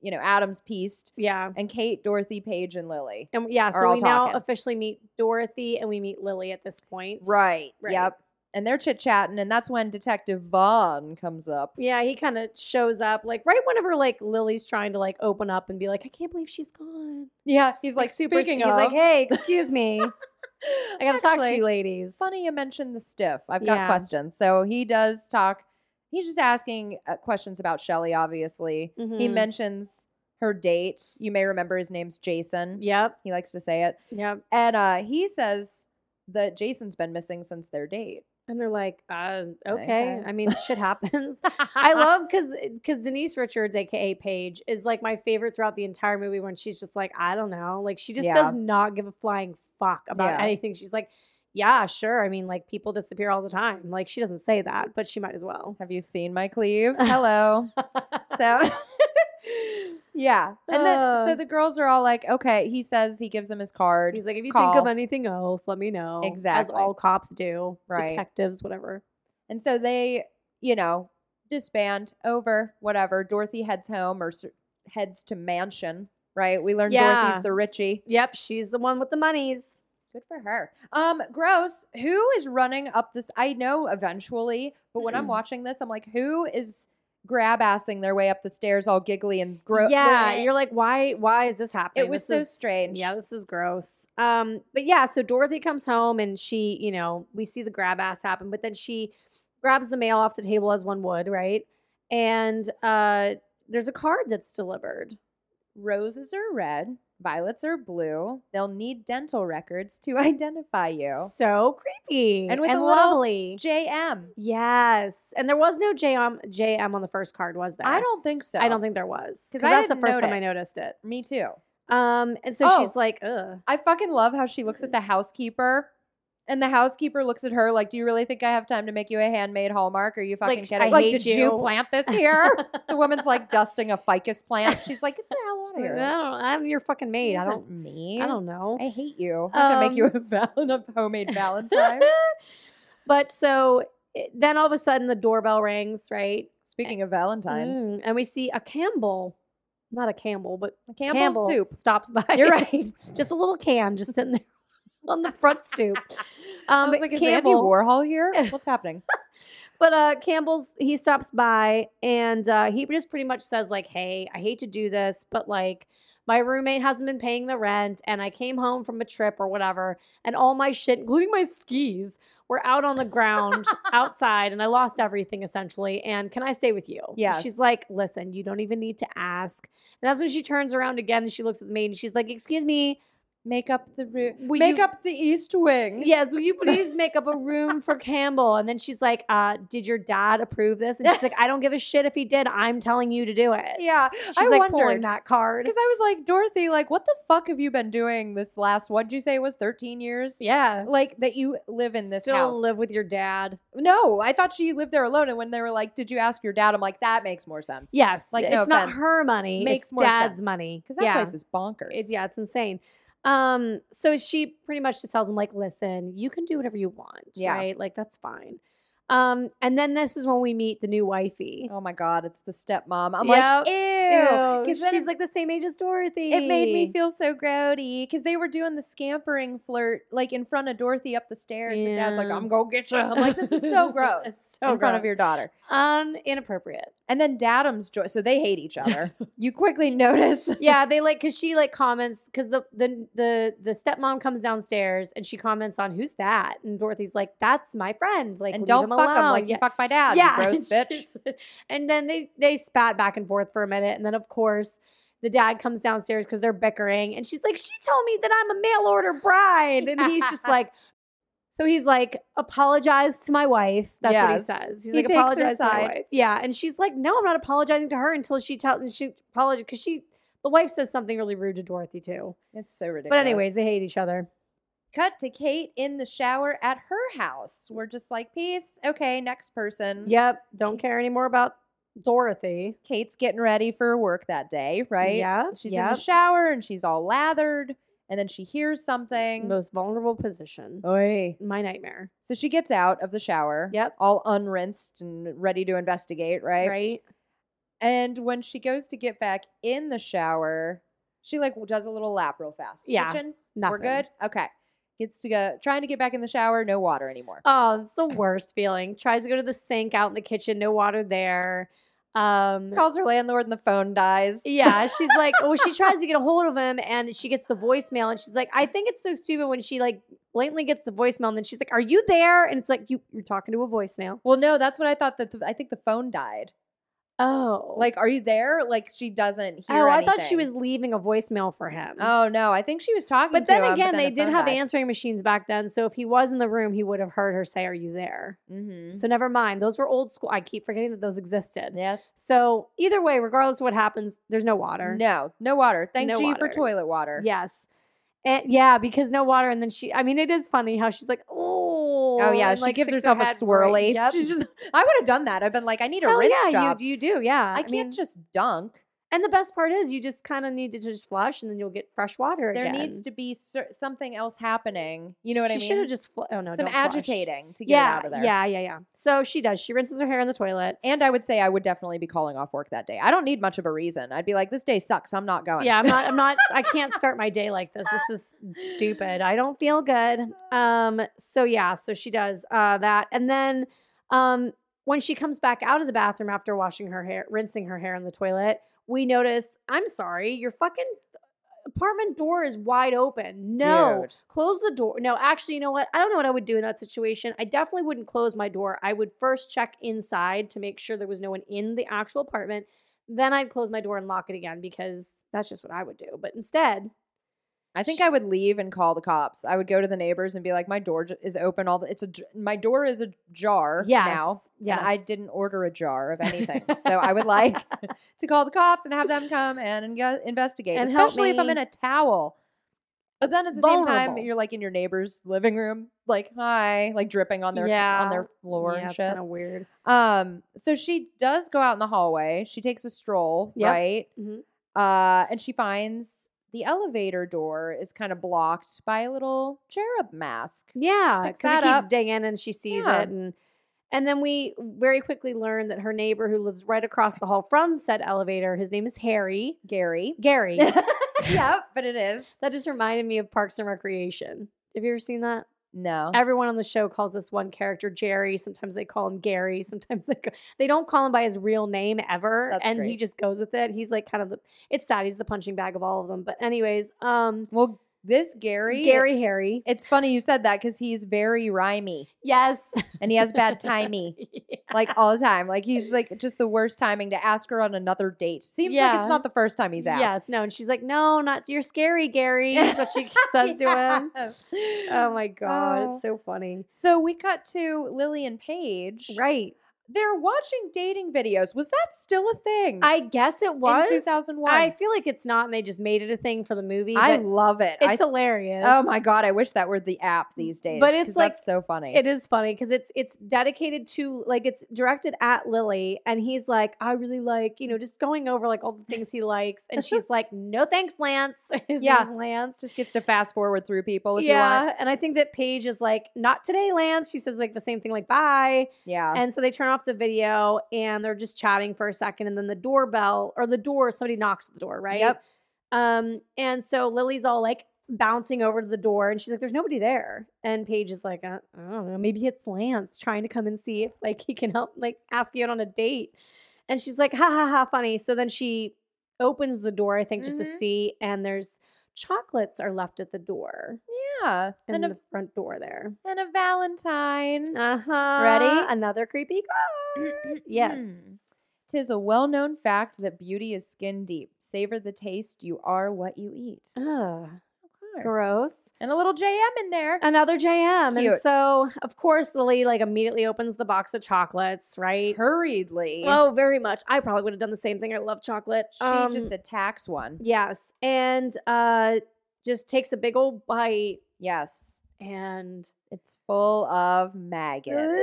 you know, Adam's pieced, Yeah. and Kate, Dorothy, Paige, and Lily. And yeah, Are so all we talking. now officially meet Dorothy and we meet Lily at this point. Right. Right. Yep. And they're chit chatting, and that's when Detective Vaughn comes up. Yeah, he kind of shows up like right whenever like Lily's trying to like open up and be like, I can't believe she's gone. Yeah, he's like, super. speaking He's of- like, hey, excuse me. I gotta talk to Actually, you ladies. funny you mentioned the stiff. I've got Yeah. questions. So he does talk. He's just asking uh, questions about Shelly, obviously. He Mhm. mentions her date. You may remember his name's Jason. Yep. He likes to say it. Yep. And uh, he says that Jason's been missing since their date. And they're like, uh, okay. Okay. I mean, shit happens. I love because because Denise Richards, aka Paige, is like my favorite throughout the entire movie. When she's just like, I don't know, like she just Yeah. does not give a flying fuck about Yeah. anything. She's like, yeah, sure. I mean, like people disappear all the time. Like she doesn't say that, but she might as well. Have you seen my cleave? Hello. so yeah. And then so Uh. the girls are all like, okay, he says he gives them his card. He's like, if you think Call. of anything else, let me know. as Exactly. all cops do, Right. detectives, whatever. And so they, you know, disband over whatever. Dorothy heads home or s- heads to mansion, right? We learned Yeah. Dorothy's the Richie. Yep, she's the one with the monies. Good for her. Um, gross. Who is running up this? I know eventually, but when I'm watching this, I'm like, who is grab assing their way up the stairs, all giggly and gross? yeah, you're like, why? Why is this happening? It was This so is- strange. Yeah, this is gross. Um, but yeah, so Dorothy comes home and she, you know, we see the grab ass happen, but then she grabs the mail off the table as one would, right? And uh, there's a card that's delivered Roses are red, violets are blue. They'll need dental records to identify you. So creepy And with and a little lovely. JM. yes, and there was no JM JM on the first card, was there? I don't think so. I don't think there was 'Cause because I that's the didn't first note time it. I noticed it. Me too. Um, and so Oh. she's like, ugh. I fucking love how she looks at the housekeeper. And the housekeeper looks at her like, "Do you really think I have time to make you a handmade hallmark? Are you fucking Like, kidding? I like, hate did you. you." plant this here?" the woman's like dusting a ficus plant. She's like, "Get the hell out of I here! don't. I'm your fucking maid. This I isn't don't. me. I don't know. I hate you. I'm gonna make you Um, a, val- a homemade Valentine." but so it- then all of a sudden the doorbell rings, right? Speaking of Valentines, Mm, and we see a Campbell, not a Campbell, but Mm. Campbell's Campbell soup. stops by. You're right. just a little can just sitting there on the front stoop. I Um, was but like, "Is Andy Campbell, Warhol here? What's happening?" but uh, Campbell's he stops by and uh, he just pretty much says like, "Hey, I hate to do this, but like." My roommate hasn't been paying the rent, and I came home from a trip or whatever, and all my shit, including my skis, were out on the ground outside, and I lost everything essentially. And can I stay with you? And Yes. She's like, listen, you don't even need to ask. And that's when she turns around again and she looks at the maid and she's like, excuse me, Make up the room. Will Make you- up the East Wing. Yes, will you please make up a room for Campbell? And then she's like, uh, did your dad approve this? And she's like, I don't give a shit if he did. I'm telling you to do it. yeah. She's I like wondered. pulling that card. Because I was like, Dorothy, like, what the fuck have you been doing this last, what'd you say it was 13 years? Yeah. Like, that you live in this Still house. live with your dad. no, I thought she lived there alone. And when they were like, did you ask your dad? I'm like, that makes more sense. Yes. Like, Like, no it's not offense. her money. Makes Makes more dad's sense. money. Because that yeah. place is bonkers. It's, yeah, it's insane. Um, so she pretty much just tells him, like, listen, you can do whatever you want, Yeah. right? Like, that's fine. Um, and then this is when we meet the new wifey. Oh my God, it's the stepmom. I'm Yep. like, ew. Ew, Because then she's like the same age as Dorothy. it made me feel so grody. Because they were doing the scampering flirt, like, in front of Dorothy up the stairs. The dad's like, Yeah. I'm going to get you. I'm like, this is so gross. It's so in front of gross. your daughter. Un inappropriate. And then Dadum's joy. So they hate each other. you quickly notice. Yeah, they like because she like comments because the the the the stepmom comes downstairs and she comments on who's that and Dorothy's like that's my friend like and leave don't him fuck him alone." like yeah. you fuck my dad, yeah you gross bitch. She's- and then they they spat back and forth for a minute and then of course the dad comes downstairs because they're bickering and she's like she told me that I'm a mail order bride and he's just like. So he's like, apologize to my wife. That's what he Yes. says. He He's like, takes her apologize to my side. wife. Yeah, and she's like, no, I'm not apologizing to her until she tells. She apologizes because she, the wife says something really rude to Dorothy too. It's so ridiculous. But anyways, they hate each other. cut to Kate in the shower at her house. We're just like, peace. Okay, next person. Yep, don't care anymore about Dorothy. Kate's getting ready for work that day, right? Yeah. She's in yep. the shower and she's all lathered, and then she hears something. most vulnerable position. Oy. My nightmare. So she gets out of the shower. Yep. All unrinsed and ready to investigate, right? Right. And when she goes to get back in the shower, she like does a little lap real fast. Yeah. Kitchen, Nothing. We're good. Okay. Gets to go trying to get back in the shower, no water anymore. Oh, it's the worst feeling. Tries to go to the sink out in the kitchen, no water there. Um Calls her landlord and the phone dies. Yeah, she's like, well, she tries to get a hold of him and she gets the voicemail and she's like, I think it's so stupid when she like blatantly gets the voicemail and then she's like, Are you there? And it's like, you, You're talking to a voicemail. Well, no, that's what I thought. That the, I think the phone died. Oh. Like, are you there? Like, she doesn't oh, hear. I thought she anything. was leaving a voicemail for him. Oh no, I think she was talking. But to then him, again, they the did phone have died. answering machines back then. So if he was in the room, he would have heard her say, Are you there? Mhm. So never mind. Those were old school. I keep forgetting that those existed. Yeah. So either way, regardless of what happens, there's no water. No, no water. Thank No G for water. toilet water. Yes. And yeah, because no water. And then she, I mean, it is funny how she's like, oh. Oh yeah, and, she like, gives sticks herself her a head swirly. Right. Yep. She's just. I would have done that. I've been like, I need a Hell rinse yeah, job. You, you do. Yeah. I can't mean, just dunk. and the best part is you just kind of need to just flush and then you'll get fresh water There again. needs to be cer- something else happening. You know what she I mean? should have just, fl- oh no. Some don't flush. agitating to get yeah, it out of there. Yeah, yeah, yeah. So she does. She rinses her hair in the toilet. And I would say I would definitely be calling off work that day. I don't need much of a reason. I'd be like, this day sucks. I'm not going. Yeah, I'm not. I'm not. I can't start my day like this. This is stupid. I don't feel good. Um. So yeah. So she does uh, that, and then um when she comes back out of the bathroom after washing her hair, rinsing her hair in the toilet, we notice. I'm sorry, your fucking apartment door is wide open. No, Dude. close the door. No, actually, you know what? I don't know what I would do in that situation. I definitely wouldn't close my door. I would first check inside to make sure there was no one in the actual apartment. Then I'd close my door and lock it again because that's just what I would do. But instead, I think I would leave and call the cops. I would go to the neighbors and be like, "My door j- is open. All the, it's a j- my door is ajar yes, now. yes, and I didn't order a jar of anything, so I would like to call the cops and have them come and inge- investigate, And help especially if I'm in me. a towel. But then at the same time, Vulnerable. you're like in your neighbor's living room, like hi, like dripping on their on Yeah. their floor Yeah, and it's shit. kind of weird. Um, so she does go out in the hallway. She takes a stroll, Yep. right? Mhm. Uh, and she finds the elevator door is kind of blocked by a little cherub mask. Yeah, picks because it that keeps up. dinging and she sees Yeah. it, and and then we very quickly learn that her neighbor who lives right across the hall from said elevator, his name is Harry Gary. Gary. yep, but it is. that just reminded me of Parks and Recreation. Have you ever seen that? No. Everyone on the show calls this one character Jerry. Sometimes they call him Gary. Sometimes they go, they don't call him by his real name ever, That's and he great. just goes with it. He's like kind of the it's sad. He's the punching bag of all of them. But anyways, um, Well, this Gary. Gary Harry. It's funny you said that because he's very rhymey Yes. and he has bad timey. Like all the time, like he's like just the worst timing to ask her on another date. Seems like Yeah. it's not the first time he's asked. Yes, no. And she's like, no, not you're scary, Gary. That's what she says to him. Yes. Oh my god, Oh. it's so funny. So we cut to Lily and Paige. Right. They're watching dating videos. Was that still a thing? I guess it was. in 2001. I I, feel like it's not, and they just made it a thing for the movie. but love it. I, it's hilarious. oh my god, I wish that were the app these days. Mm, But it's 'cause like- that's so funny. It is funny because it's it's dedicated to like it's directed at Lily, and he's like, I really like you know just going over like all the things he likes, and she's like, No thanks, Lance. His Yeah. name's Lance. just gets to fast forward through people if you want. Yeah, and I think that Paige is like, Not today, Lance. She says like the same thing, like bye. Yeah. And so they turn off the video and they're just chatting for a second. And then the doorbell or the door, somebody knocks at the door, right? Yep. Um, and so Lily's all like bouncing over to the door and she's like, there's nobody there. And Paige is like, uh, I don't know, maybe it's Lance trying to come and see if like he can help, like ask you out on a date. And she's like, ha ha ha, funny. So then she opens the door, I think, just Mhm. to see. And there's chocolates are left at the door yeah. in And the a, front door there. and a Valentine. Uh huh. Ready? Hmm. Another creepy card. yes. Tis a well known fact that beauty is skin deep. Savor the taste, you are what you eat. Ugh, Sure. gross. And a little JM in there. Another JM. Cute. And so, of course, Lily like immediately opens the box of chocolates, right? Hurriedly. Oh, very much. I probably would have done the same thing. I love chocolate. she Um, just attacks one. yes, and uh, just takes a big old bite, Yes. and It's full of maggots.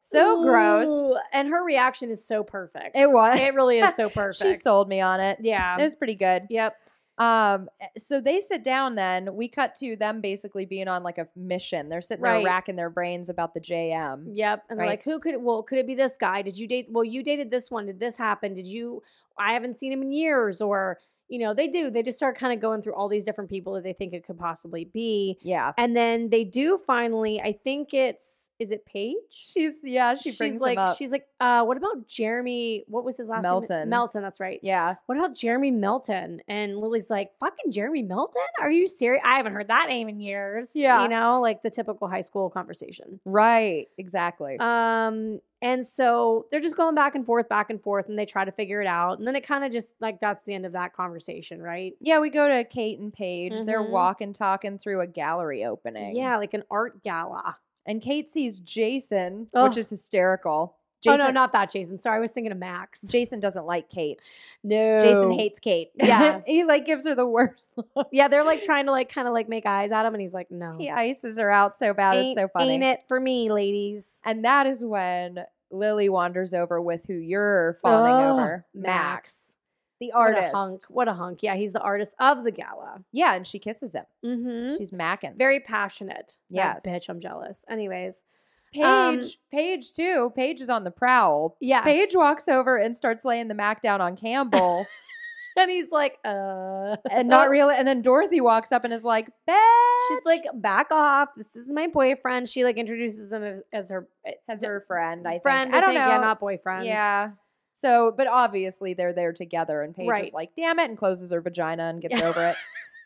so gross. Ooh, And her reaction is so perfect. It was. It really is so perfect. She sold me on it. Yeah. It was pretty good. yep. Um, so they sit down then. We cut to them basically being on like a mission. They're sitting there Right. racking their brains about the JM. Yep. And they're Right. like, who could, well, could it be this guy? Did you date, well, you dated this one. Did this happen? Did you, I haven't seen him in years. Or, you know, they do. They just start kind of going through all these different people that they think it could possibly be. Yeah. And then they do finally, I think it's, is it Paige? She's yeah, she she's brings them like, up. she's like, uh, what about Jeremy? What was his last Melton. name? Melton, that's right. yeah. What about Jeremy Melton? And Lily's like, fucking Jeremy Melton? Are you serious? I haven't heard that name in years. Yeah. You know, like the typical high school conversation. Right. Exactly. Um, and so they're just going back and forth, back and forth, and they try to figure it out. And then it kind of just like that's the end of that conversation, right? yeah, we go to Kate and Paige. They're Mhm. walking, talking through a gallery opening. Yeah, like an art gala. And Kate sees Jason, Ugh. which is hysterical. Oh Jason, no, not that Jason. Sorry, I was thinking of Max. Jason doesn't like Kate. no, Jason hates Kate. Yeah. he like gives her the worst look. Yeah, they're like trying to like kind of like make eyes at him, and he's like, no, He ices her out so bad. Oh. ain't, it's so funny. ain't it for me, ladies? And that is when Lily wanders over with who you're fawning Ugh, over, Max, the Oh, What a hunk! artist. What a hunk! Yeah, he's the artist of the gala. Yeah, and she kisses him. Mm-hmm. She's macking. Very passionate. Yes. That bitch, I'm jealous. Anyways, Paige, um, Paige too. Paige is on the prowl. yeah, Paige walks over and starts laying the mac down on Campbell, and he's like, uh, and not really. And then Dorothy walks up and is like, "Bitch," She's like, back off. This is my boyfriend. She like introduces him as, as her as her friend. I think. friend. I don't know. think, Yeah, not boyfriend. Yeah. So, but obviously they're there together, and Paige is Right. like, "Damn it!" and closes her vagina and gets over it.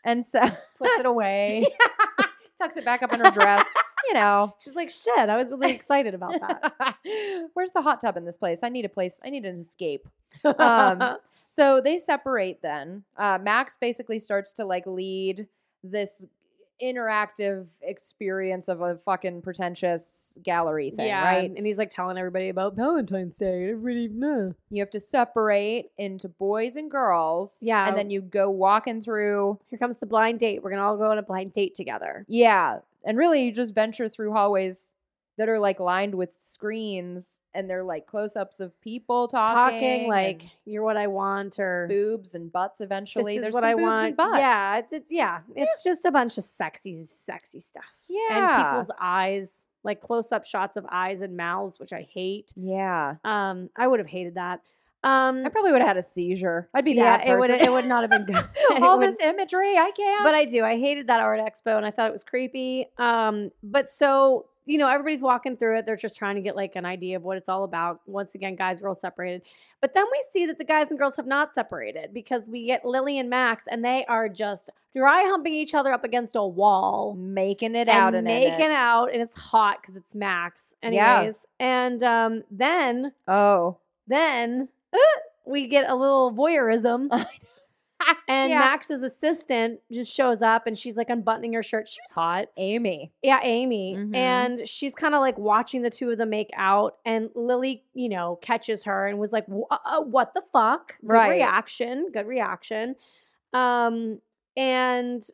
And so Puts it away. tucks it back up in her dress. you know. She's like, shit, I was really excited about that. Where's the hot tub in this place? I need a place. I need an escape. Um, So they separate then. Uh, Max basically starts to like lead this interactive experience of a fucking pretentious gallery thing, yeah. right? And he's like telling everybody about Valentine's Day. and Everybody, nah. You have to separate into boys and girls. Yeah. And then you go walking through. here comes the blind date. We're going to all go on a blind date together. Yeah. And really, you just venture through hallways that are like lined with screens and they're like close ups of people talking. Talking, like, and you're what I want or boobs and butts eventually. this is There's what some I boobs want. and butts. Yeah. It's, it's- yeah. It's just a bunch of sexy, sexy stuff. Yeah. And people's eyes, like close up shots of eyes and mouths, which I hate. yeah. Um, I would have hated that. Um, I probably would have had a seizure. I'd be yeah, that it would person. it would not have been good. It All would- this imagery, I can't. but I do. I hated that art expo and I thought it was creepy. Um, but so, you know, everybody's walking through it. They're just trying to get like an idea of what it's all about. Once again, guys, girls separated. But then we see that the guys and girls have not separated because we get Lily and Max and they are just dry humping each other up against a wall. making it and out and in making it. out and it's hot because it's Max. Yeah. Anyways. And um, then Oh, then uh, we get a little voyeurism. And Yeah. Max's assistant just shows up and she's like unbuttoning her shirt. She was hot. Mm-hmm. Amy. Yeah, Amy. Mhm. And she's kind of like watching the two of them make out. And Lily, you know, catches her and was like, "Wh- uh, uh, what the fuck? Good Right. reaction. Good reaction. Um, and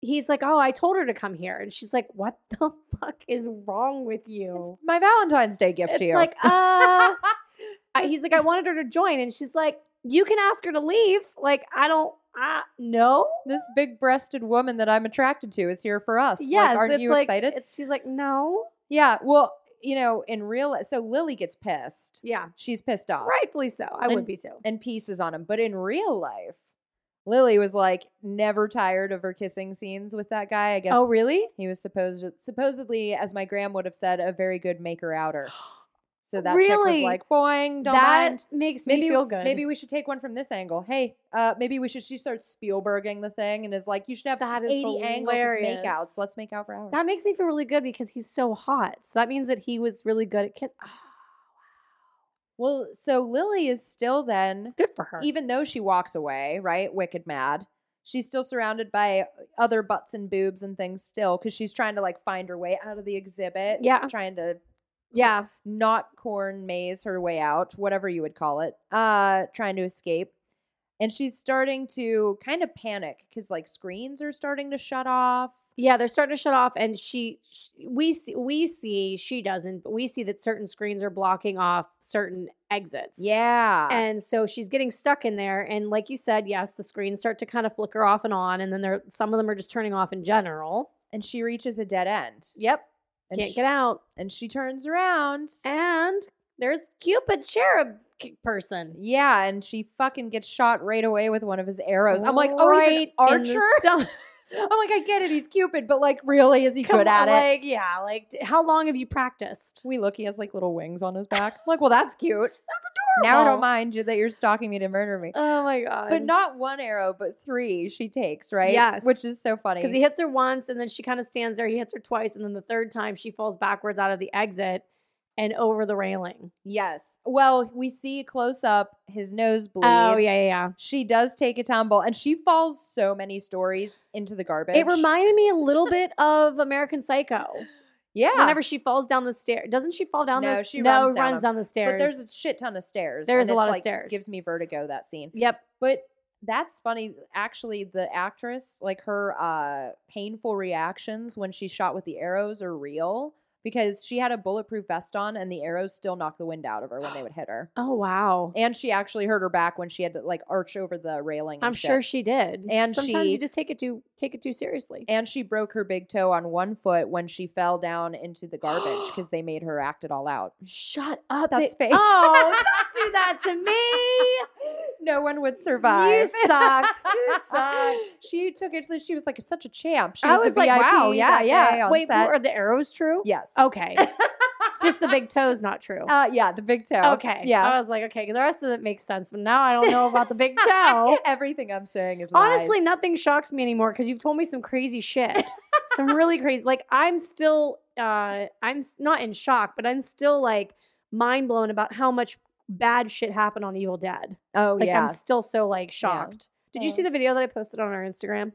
he's like, oh, I told her to come here. And she's like, what the fuck is wrong with It's you? my Valentine's Day gift Oh. It's to you. like, uh, I- he's like, I wanted her to join, and she's like, you can ask her to leave. Like, I don't, I no. this big-breasted woman that I'm attracted to is here for us. Like, Yes, aren't it's you like- excited? It's, she's like, no. Yeah. Well, you know, in real, so Lily gets pissed. Yeah, She's pissed off, rightfully so. I And- would be too. And pieces on him. But in real life, Lily was like never tired of her kissing scenes with that guy. I guess. Oh, really? He was supposed supposedly, as my gram would have said, a very good maker outer. So that chick was Really? like, boing, don't that mind. makes me Maybe feel good. Maybe we should take one from this angle. Hey, uh, maybe we should. She starts Spielberging the thing and is like, you should have That is 80 angles of hilarious. makeouts. Let's make out for hours. that makes me feel really good because he's so hot. So that means that he was really good at kiss. well, so Lily is still then, Good for her. even though she walks away, right? Wicked mad. She's still surrounded by other butts and boobs and things still because she's trying to like find her way out of the exhibit. Yeah. Trying to yeah, not corn maze her way out, whatever you would call it, uh, trying to escape. And she's starting to kind of panic because like screens are starting to shut off. yeah. They're starting to shut off, and she, sh we see, we see she doesn't, but we see that certain screens are blocking off certain exits. Yeah. And so she's getting stuck in there. And like you said, yes, the screens start to kind of flicker off and on. And then there, some of them are just turning off in general. and she reaches a dead end. Yep. And can't she, get out. and she turns around. And there's Cupid cherub k- person. yeah, and she fucking gets shot right away with one of his arrows. I'm like, oh, he's an Right in the archer. stomach. I'm like, I get it, he's Cupid, but like, really, is he Come good at on, it? Like, yeah. Like, d- how long have you practiced? We look, he has like little wings on his back. I'm like, well, that's cute. Now I don't Adorable. mind you that you're stalking me to murder me. Oh my god. But not one arrow, but three she takes, right? Yes. Which is so funny. Because he hits her once, and then she kind of stands there. He hits her twice, and then the third time she falls backwards out of the exit and over the railing. yes. Well, we see close up his nose bleeds. Oh yeah, yeah, yeah. She does take a tumble and she falls so many stories into the garbage. It reminded me a little bit of American Psycho. Yeah. Whenever she falls down the stairs, doesn't she fall down No, the s- she no, runs down runs down the stairs. but there's a shit ton of stairs. There's and a it's, lot of like, stairs. Gives me vertigo that scene. yep. But that's funny. Actually, the actress, like her uh painful reactions when she's shot with the arrows are real because she had a bulletproof vest on and the arrows still knocked the wind out of her when they would hit her. Oh wow. And she actually hurt her back when she had to like arch over the railing. and I'm shit. sure she did. And sometimes she- you just take it too take it too seriously. and she broke her big toe on one foot when she fell down into the garbage because they made her act it all out. Shut up. That's they- fake. Oh, don't do that to me. No one would survive. You suck. You suck. she took it. to the- She was like such a champ. She I was, was the like, VIP wow, yeah, that day yeah. on Wait, Oh. set. are the arrows true? yes. Okay. it's just the big toe's not true. Uh, yeah, the big toe. okay. Yeah. I was like, okay, the rest of it makes sense, but now I don't know about the big toe. Everything I'm saying is Oh, Honestly, lies. nothing shocks me anymore because you've told me some crazy shit. some really crazy. Like I'm still, uh, I'm s- not in shock, but I'm still like mind blown about how much bad shit happened on Evil Dead. Oh Like yeah. I'm still so like shocked. Did you Yeah. see the video that I posted on our Instagram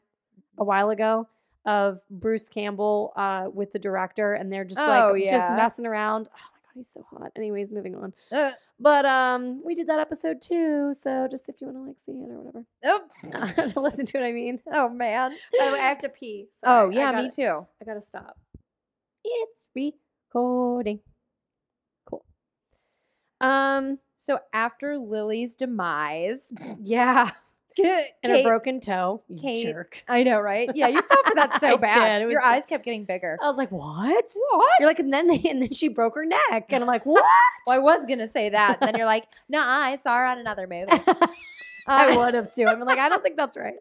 a while ago of Bruce Campbell uh, with the director, and they're just like Oh, just yeah. messing around. Oh my god, he's so hot. Anyways, moving on. Uh, But um, we did that episode too, so just if you want to like see it or whatever, oh, listen to what I mean. oh man. Oh, I have to pee. Oh Sorry. I yeah, gotta- me too. I gotta stop. It's recording. Cool. Um. So after Lily's demise, Yeah. And a Kate- broken toe. You Kate- jerk. I know, right? Yeah, you fell for that I so bad. did. It was Your the- eyes kept getting bigger. I was like, what? What? You're like, and then they, and then she broke her neck, and I'm like, what? Well, I was gonna say that. and then you're like, nah, I saw her on another movie. I Uh, would have too. I'm like, I don't think that's right.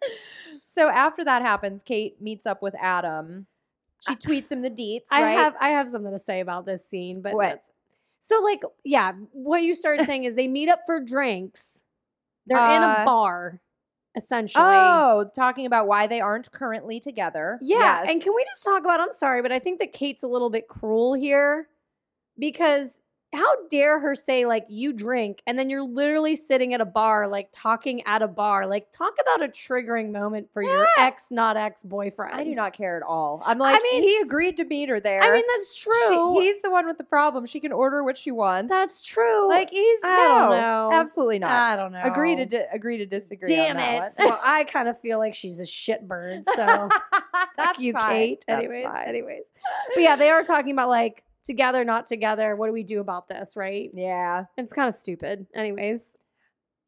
so after that happens, Kate meets up with Adam. She I- tweets him the deets, I right? have I have something to say about this scene, but What? that's- so like, yeah, what you started saying is they meet up for drinks. They're in a Uh, bar, essentially. Oh, talking about why they aren't currently together. Yeah, Yes. and can we just talk about? I'm sorry, but I think that Kate's a little bit cruel here because how dare her say like you drink and then you're literally sitting at a bar like talking at a bar like talk about a triggering moment for your ex not ex boyfriend. I do not care at all. I'm like, mean- he agreed to meet her there. I mean that's She- true. he's the one with the problem. She can order what she wants. that's true. like he's I no, don't know. absolutely not. I don't know. agree to di- agree to disagree. on Damn that it. one. well, I kind of feel like she's a shitbird. So that's Fuck you, fine. Kate. That's anyways, fine. anyways. But yeah, they are talking about like together, not together. What do we do about this, right? Yeah. It's kind of stupid. Anyways.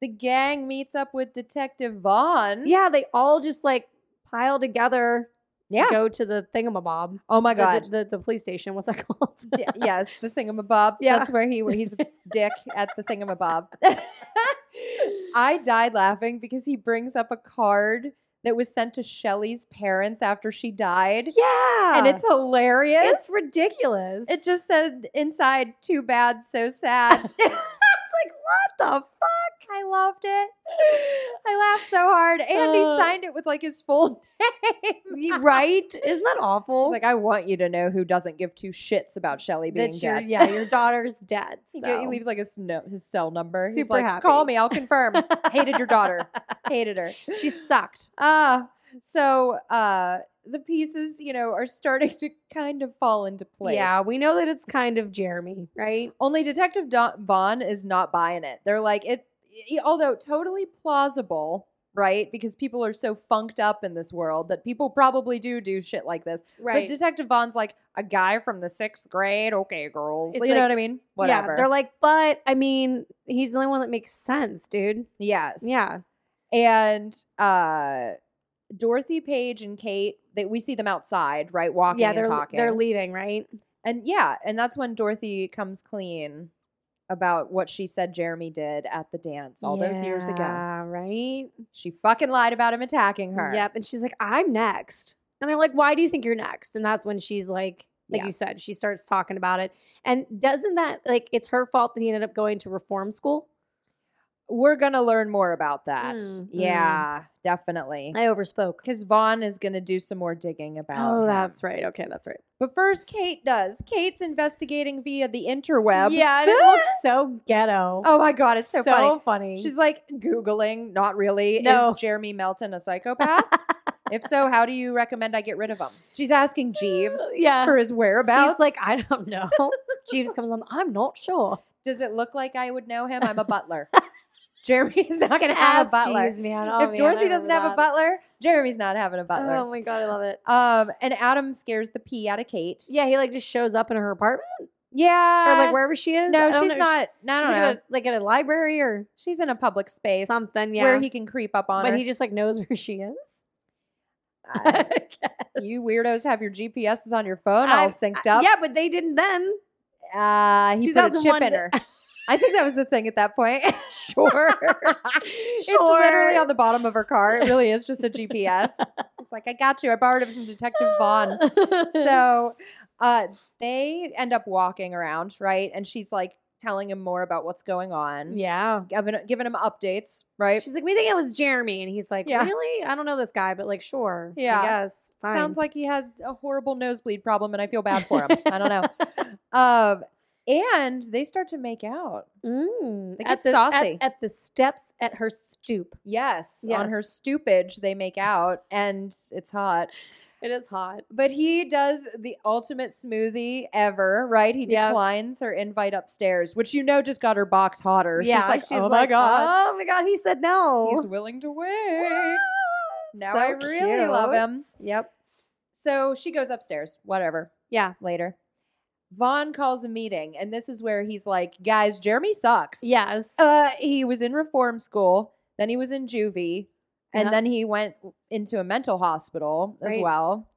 The gang meets up with Detective Vaughn. Yeah, they all just like pile together to Yeah. go to the thingamabob. Oh my The- god. The, the, the police station. What's that called? D- yes, the thingamabob. Yeah. That's where he he's a dick at the thingamabob. I died laughing because he brings up a card that was sent to Shelley's parents after she died. yeah. And it's hilarious. it's ridiculous. it just said inside, too bad, so sad. like, what the I loved it. I laughed so hard. And he Uh. signed it with like his full name. fuck? right? Isn't that awful? He's like, I want you to know who doesn't give two shits about Shelly being that your, dead. yeah, your daughter's dead. He, go- he so. leaves like his no, his cell number. He's Super like, happy. call me, I'll confirm. Hated your daughter. Hated her. she sucked. Ah, so uh, the pieces, you know, are starting to kind of fall into place. Yeah, we know that it's kind of Jeremy, right? Only Detective Don- Vaughn is not buying it. They're like it, e- although totally plausible, right? Because people are so funked up in this world that people probably do do shit like this. But Detective Vaughn's like a guy from the sixth grade. Okay, girls, It's you know like- what I mean? Yeah, Whatever. they're like, but I mean, he's the only one that makes sense, dude. yes. Yeah. and uh Dorothy Page and Kate they, we see them outside right walking yeah, they're and talking they're leaving, right? and yeah and that's when Dorothy comes clean about what she said Jeremy did at the dance all those years ago Yeah, right? she fucking lied about him attacking her Yep. And she's like, I'm next. And I'm like, why do you think you're next? And that's when she's like, like Yeah. you said, she starts talking about it. And doesn't that like it's her fault that he ended up going to reform school? we're gonna learn more about that Mm, yeah definitely I overspoke. because Vaughn is gonna do some more digging about Oh, him. that's right. Okay, that's right. but first Kate does Kate's investigating via the interweb Yeah, and it looks so ghetto. oh my god it's so funny She's She's like Googling, not really. No. Is Jeremy Melton a psychopath? if so, how do you recommend I get rid of him? She's asking Jeeves Uh, yeah. for his whereabouts. He's like, I don't know. Jeeves comes on. I'm not sure. Does it look like I would know him? I'm a butler. Jeremy's not going to have a Ask butler. Jeeves, man. Oh, if man, I Dorothy remember doesn't have a that. butler, Jeremy's not having a butler. Oh my god, I love it. Um, and Adam scares the pee out of Kate. Yeah, he like just shows up in her apartment Yeah. or like wherever she is. I no, don't she's know. not. No, Uh, She's no, like, no. At a, like at a library or she's in a public space something. Yeah, where he can creep up on but her. he just like knows where she is. I- you weirdos have your GPSs on your phone all I'm- synced up. Yeah, but they didn't then. Uh, he put a chip 2001 in her. I think that was the thing at that point. Sure. It's literally Sure. on the bottom of her car. It really is just a GPS. it's like, I got you. I borrowed it from Detective Vaughn. So uh, they end up walking around, right? And she's like telling him more about what's going on. Yeah. Giving, giving him updates, right? She's like, we think it was Jeremy. And he's like, Yeah. really? I don't know this guy, but like, sure. Yeah. I guess. Fine. Sounds like he had a horrible nosebleed problem and I feel bad for him. I don't know. Um, and they start to make out. Mm, They get the, saucy. At, at the steps at her stoop. Yes, on her Yes. stoopage they make out and it's hot. It is hot. But he does the ultimate smoothie ever, right? He Yeah. declines her invite upstairs, which you know just got her box hotter. yeah. she's like, "Oh my god, Oh my god. He said no. he's willing to wait." Now So I really love cute. him. Yep. So she goes upstairs. Whatever. Yeah. Later, Vaughn calls a meeting, and this is where he's like, "Guys, Jeremy sucks. Yes. uh, he was in reform school, then he was in juvie, and Yeah. then he went into a mental hospital as Uh-huh. Right. well."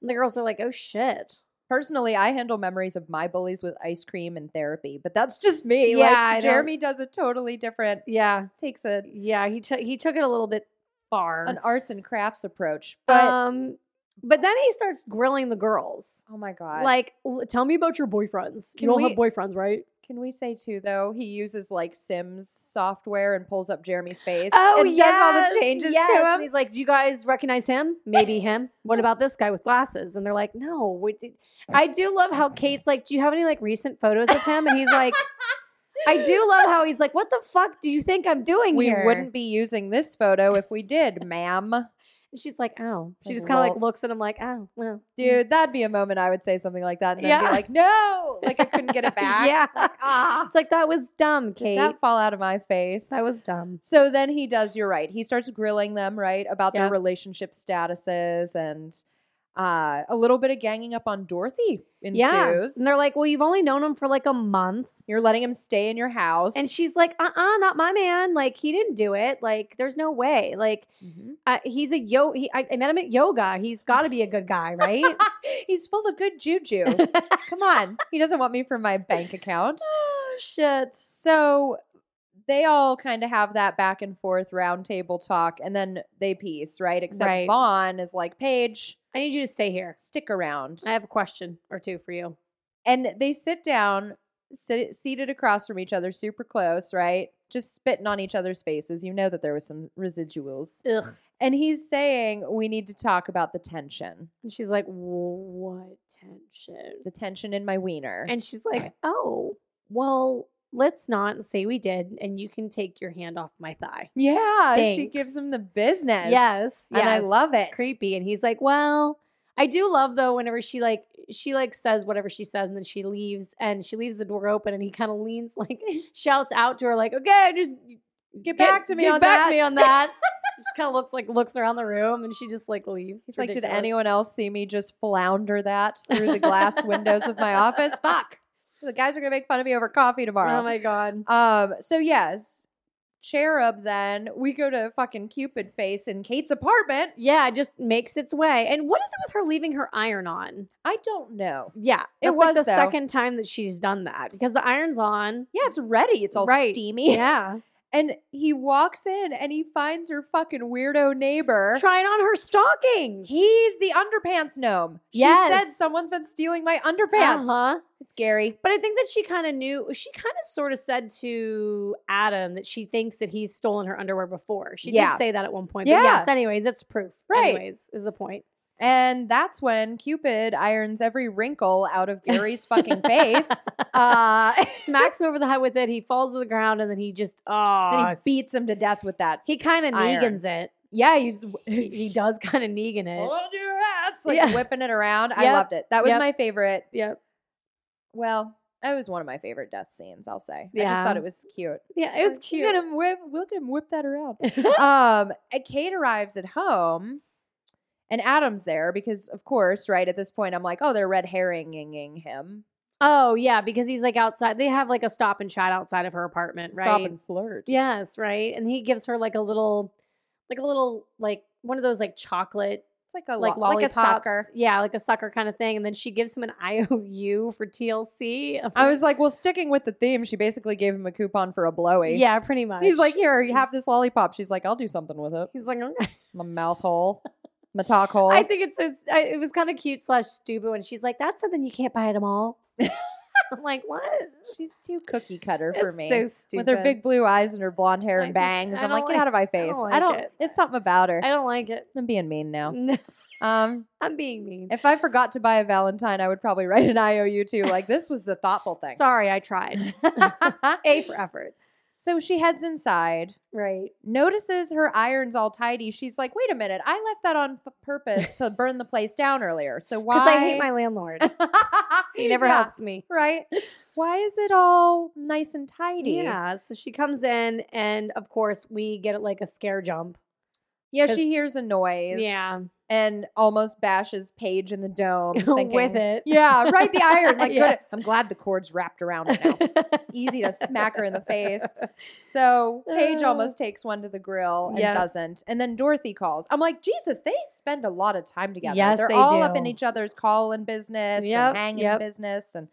And the girls are like, oh shit. Personally, I handle memories of my bullies with ice cream and therapy, but that's just me. Yeah, like I don't- Jeremy does a totally different Yeah. takes a Yeah. He took he took it a little bit far. an arts and crafts approach. But um but then he starts grilling the girls. oh my god. Like, "L- tell me about your boyfriends. Can you don't we- have boyfriends, right? can we say too though, he uses like Sims software and pulls up Jeremy's face Oh, and yes, does all the changes yes. to And him. he's like, "Do you guys recognize him? Maybe him. What about this guy with glasses?" And they're like, "No." We did. I do love how Kate's like, "Do you have any like recent photos of him?" And he's like, "I do love how he's like, what the fuck do you think I'm doing We here?" wouldn't be using this photo if we did, ma'am. And she's like, "Oh." She Like, just kind of like well- looks at him like, "Oh, well, Dude, that'd be a moment I would say something like that and then be Yeah. like, no, like I couldn't get it back. yeah." Like, ah, It's like that was dumb, Kate. did that fall out of my face. that was dumb. So then he does, you're right. He starts grilling them, right, about Yeah. their relationship statuses and uh, a little bit of ganging up on Dorothy ensues. And they're like, well, you've only known him for like a month. you're letting him stay in your house. And she's like, uh uh not my man. Like, he didn't do it. Like, there's no way. Like, Mhm. uh, he's a yo. He, I, I met him at yoga. He's got to be a good guy, right? He's full of good juju. Come on. He doesn't want me for my bank account. oh, shit. So they all kind of have that back and forth roundtable talk and then they peace, right? Except Right. Vaughn is like, Paige, I need you to stay here. stick around. I have a question or two for you. and they sit down sit, seated across from each other super close right just spitting on each other's faces you know that there was some residuals Ugh. and he's saying we need to talk about the tension And she's like, what tension? the tension in my wiener And she's like, oh, well, let's not say we did. And you can take your hand off my thigh. yeah she Thanks. gives him the business Yes. And I yes. love it. Creepy. And he's like, well, I do love though whenever she like she like says whatever she says and then she leaves and she leaves the door open and he kind of leans like shouts out to her like, okay, just get back to me get on back that to me on that. just kind of looks like looks around the room and she just like leaves. He's It's like, did ridiculous. anyone else see me just flounder that through the glass windows of my office? Fuck. The guys are going to make fun of me over coffee tomorrow. Oh my god. Um, so yes, Cherub then we go to fucking Cupid face in Kate's apartment. Yeah, it just makes its way. And what is it with her leaving her iron on? I don't know. Yeah, It that's like was, the though. second time that she's done that because the iron's on. Yeah, it's ready. It's all Right. steamy. Yeah, And he walks in and he finds her fucking weirdo neighbor. trying on her stockings. He's the underpants gnome. She Yes. said someone's been stealing my underpants. Uh-huh. It's Gary. But I think that she kind of knew, she kind of sort of said to Adam that she thinks that he's stolen her underwear before. She Yeah. did say that at one point. Yeah. But yes, anyways, that's proof. Right. Anyways, is the point. And that's when Cupid irons every wrinkle out of Gary's fucking face. Uh, Smacks him over the head with it. He falls to the ground and then he just, oh. then he beats him to death with that. He kind of Iron. Negans it. Yeah, he's He, he does kind of Negan it. Hold your hats, like Yeah. whipping it around. I Yep. loved it. That was Yep. my favorite. Yep. Well, that was one of my favorite death scenes. I'll say. I just Yeah. thought it was cute. Yeah, it was Like, cute. Look at him whip. Look at him whip that around. um, and Kate arrives at home, and Adam's there because, of course, right at this point, I'm like, oh, they're red herringing him. oh, yeah, because he's like outside. They have like a stop and chat outside of her apartment, right? Stop and flirt. Yes, right. And he gives her like a little, like a little, like one of those like chocolate, it's like a like, like lo- like a lollipops. sucker. Yeah, like a sucker kind of thing. And then she gives him an IOU for TLC. I was like, well, sticking with the theme, she basically gave him a coupon for a blowy. yeah, pretty much. He's like, here, you have this lollipop. She's like, I'll do something with it. he's like, "Mm." My mouth hole. My talk hole. I think it's a, I, it was kind of cute slash stupid when she's like, that's something you can't buy at a mall. I'm like, what? She's too cookie cutter for It's me. so stupid. With her big blue eyes and her blonde hair I and just- bangs, I I'm like, don't get out of my face. I don't. don't like it. It's something about her. I Mm. don't like it. I'm being mean now. No, Um, I'm being mean. if I forgot to buy a Valentine, I would probably write an IOU too. Like this was the thoughtful thing. Sorry, I tried. A for effort. so she heads inside. Right. notices her iron's all tidy. She's like, wait a minute, I left that on p- purpose to burn the place down earlier. So why? Because I hate my landlord. my. He never helps me. Right. Why is it all nice and tidy? Yeah. So she comes in, and of course, we get like a scare jump. Yeah, 'Cause- she hears a noise. Yeah. And almost bashes Paige in the dome. thinking- With it. Yeah, right the iron. Like, good. Yes. I'm glad the cord's wrapped around it now. Easy to smack her in the face. So Paige Oh. almost takes one to the grill and Yep. doesn't. And then Dorothy calls. I'm like, Jesus, they spend a lot of time together. Yes, They're they all up in do. each other's call and business Yep, and hanging yep. business and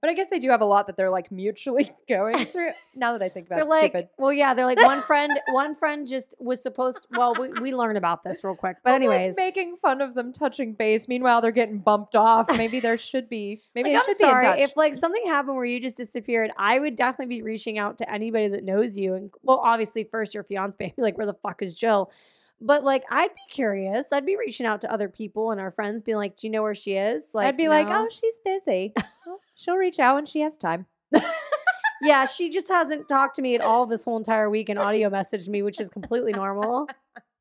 but I guess they do have a lot that they're like mutually going through. Now that I think about They're it, like, stupid. well, yeah. They're like one friend. One friend just was supposed. well, we, we learn about this real quick. But I'm, like, anyways, making fun of them touching base. Meanwhile, they're getting bumped off. Maybe there should be. Maybe they Like, I'm should be in sorry touch. if like something happened where you just disappeared. I would definitely be reaching out to anybody that knows you, and well, obviously first your fiance, like where the fuck is Jill? But like, I'd be curious. I'd be reaching out to other people and our friends, being like, "Do you know where she is?" Like, I'd be like, "No." oh, she's busy. Well, She'll reach out when she has time. yeah, she just hasn't talked to me at all this whole entire week and audio messaged me, which is completely normal.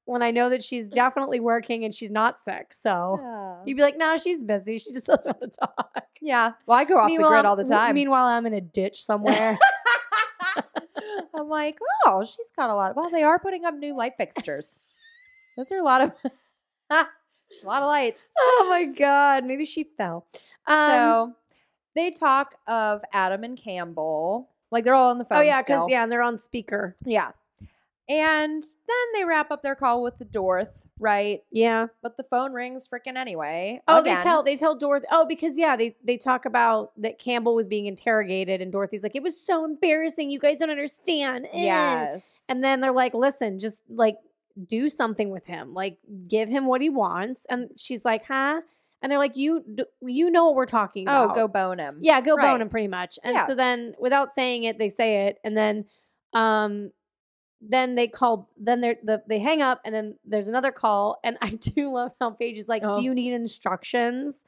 when I know that she's definitely working and she's not sick, so you'd be like, "No, she's busy. She just doesn't want to talk." Yeah. Well, I go off the grid all the I'm- time. Meanwhile, I'm in a ditch somewhere. I'm like, oh, she's got a lot. well, they are putting up new light fixtures. Those are a lot of a lot of lights. oh my god, maybe she fell. Um, so they talk of Adam and Campbell. Like they're all on the phone. oh yeah, still. because yeah, and they're on speaker. yeah. And then they wrap up their call with the Dorth, right? Yeah. But the phone rings freaking anyway. Oh, again. they tell they tell Dorothy. Oh, because yeah, they they talk about that Campbell was being interrogated, and Dorothy's like, "It was so embarrassing. You guys don't understand." Eh." Yes. And then they're like, listen, just like do something with him, like give him what he wants. And she's like, huh? And they're like, you d- you know what we're talking oh, about. go bone him. yeah, go Right. bone him pretty much. And Yeah. so then, without saying it, they say it, and then, um, then they call. Then they the, they hang up, and then there's another call. And I do love how Paige is like, Oh. do you need instructions?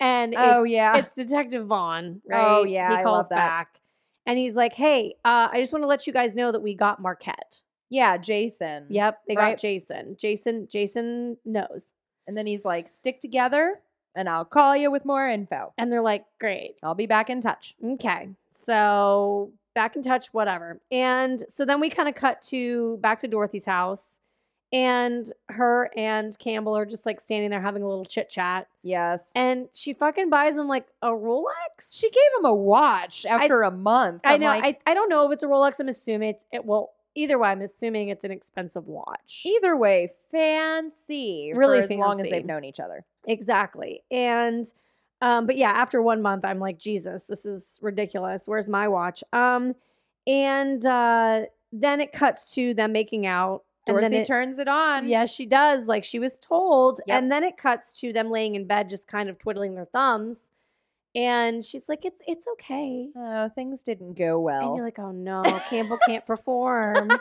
And Oh, it's- yeah. it's Detective Vaughn. Right? Oh, yeah, I he love calls that. back, and he's like, hey, uh, I just want to let you guys know that we got Marquette. Yeah, Jason. Yep, they Right. got Jason. Jason, Jason knows. And then he's like, stick together and I'll call you with more info. And they're like, great. I'll be back in touch. Okay. So back in touch, whatever. And so then we kind of cut to back to Dorothy's house. And her and Campbell are just like standing there having a little chit chat. Yes. And she fucking buys him like a Rolex. she gave him a watch after a month. I I'm know. like, I, I don't know if it's a Rolex. I'm assuming it's, it, well, either way, I'm assuming it's an expensive watch. either way, fancy. Really for as long as fancy. they've known each other. Exactly. And um but yeah, after 1 month I'm like, Jesus, this is ridiculous. Where's my watch? Um and uh then it cuts to them making out Dorothy and then it, turns it on. Yes, she does, like she was told. Yep. And then it cuts to them laying in bed just kind of twiddling their thumbs. And she's like, "It's it's okay." Oh, things didn't go And you're well. like, "Oh no, Campbell can't perform."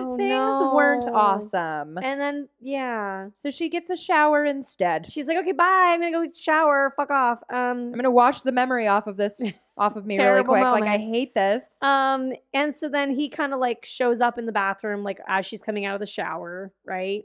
Oh, things weren't no. awesome. And then yeah. so she gets a shower instead. She's like, "Okay, bye. I'm going to go shower. Fuck off." Um I'm gonna wash the memory off of this off of me really Terrible quick. Like I moment. hate this. Um, and so then he kind of like shows up in the bathroom, like as she's coming out of the shower, right?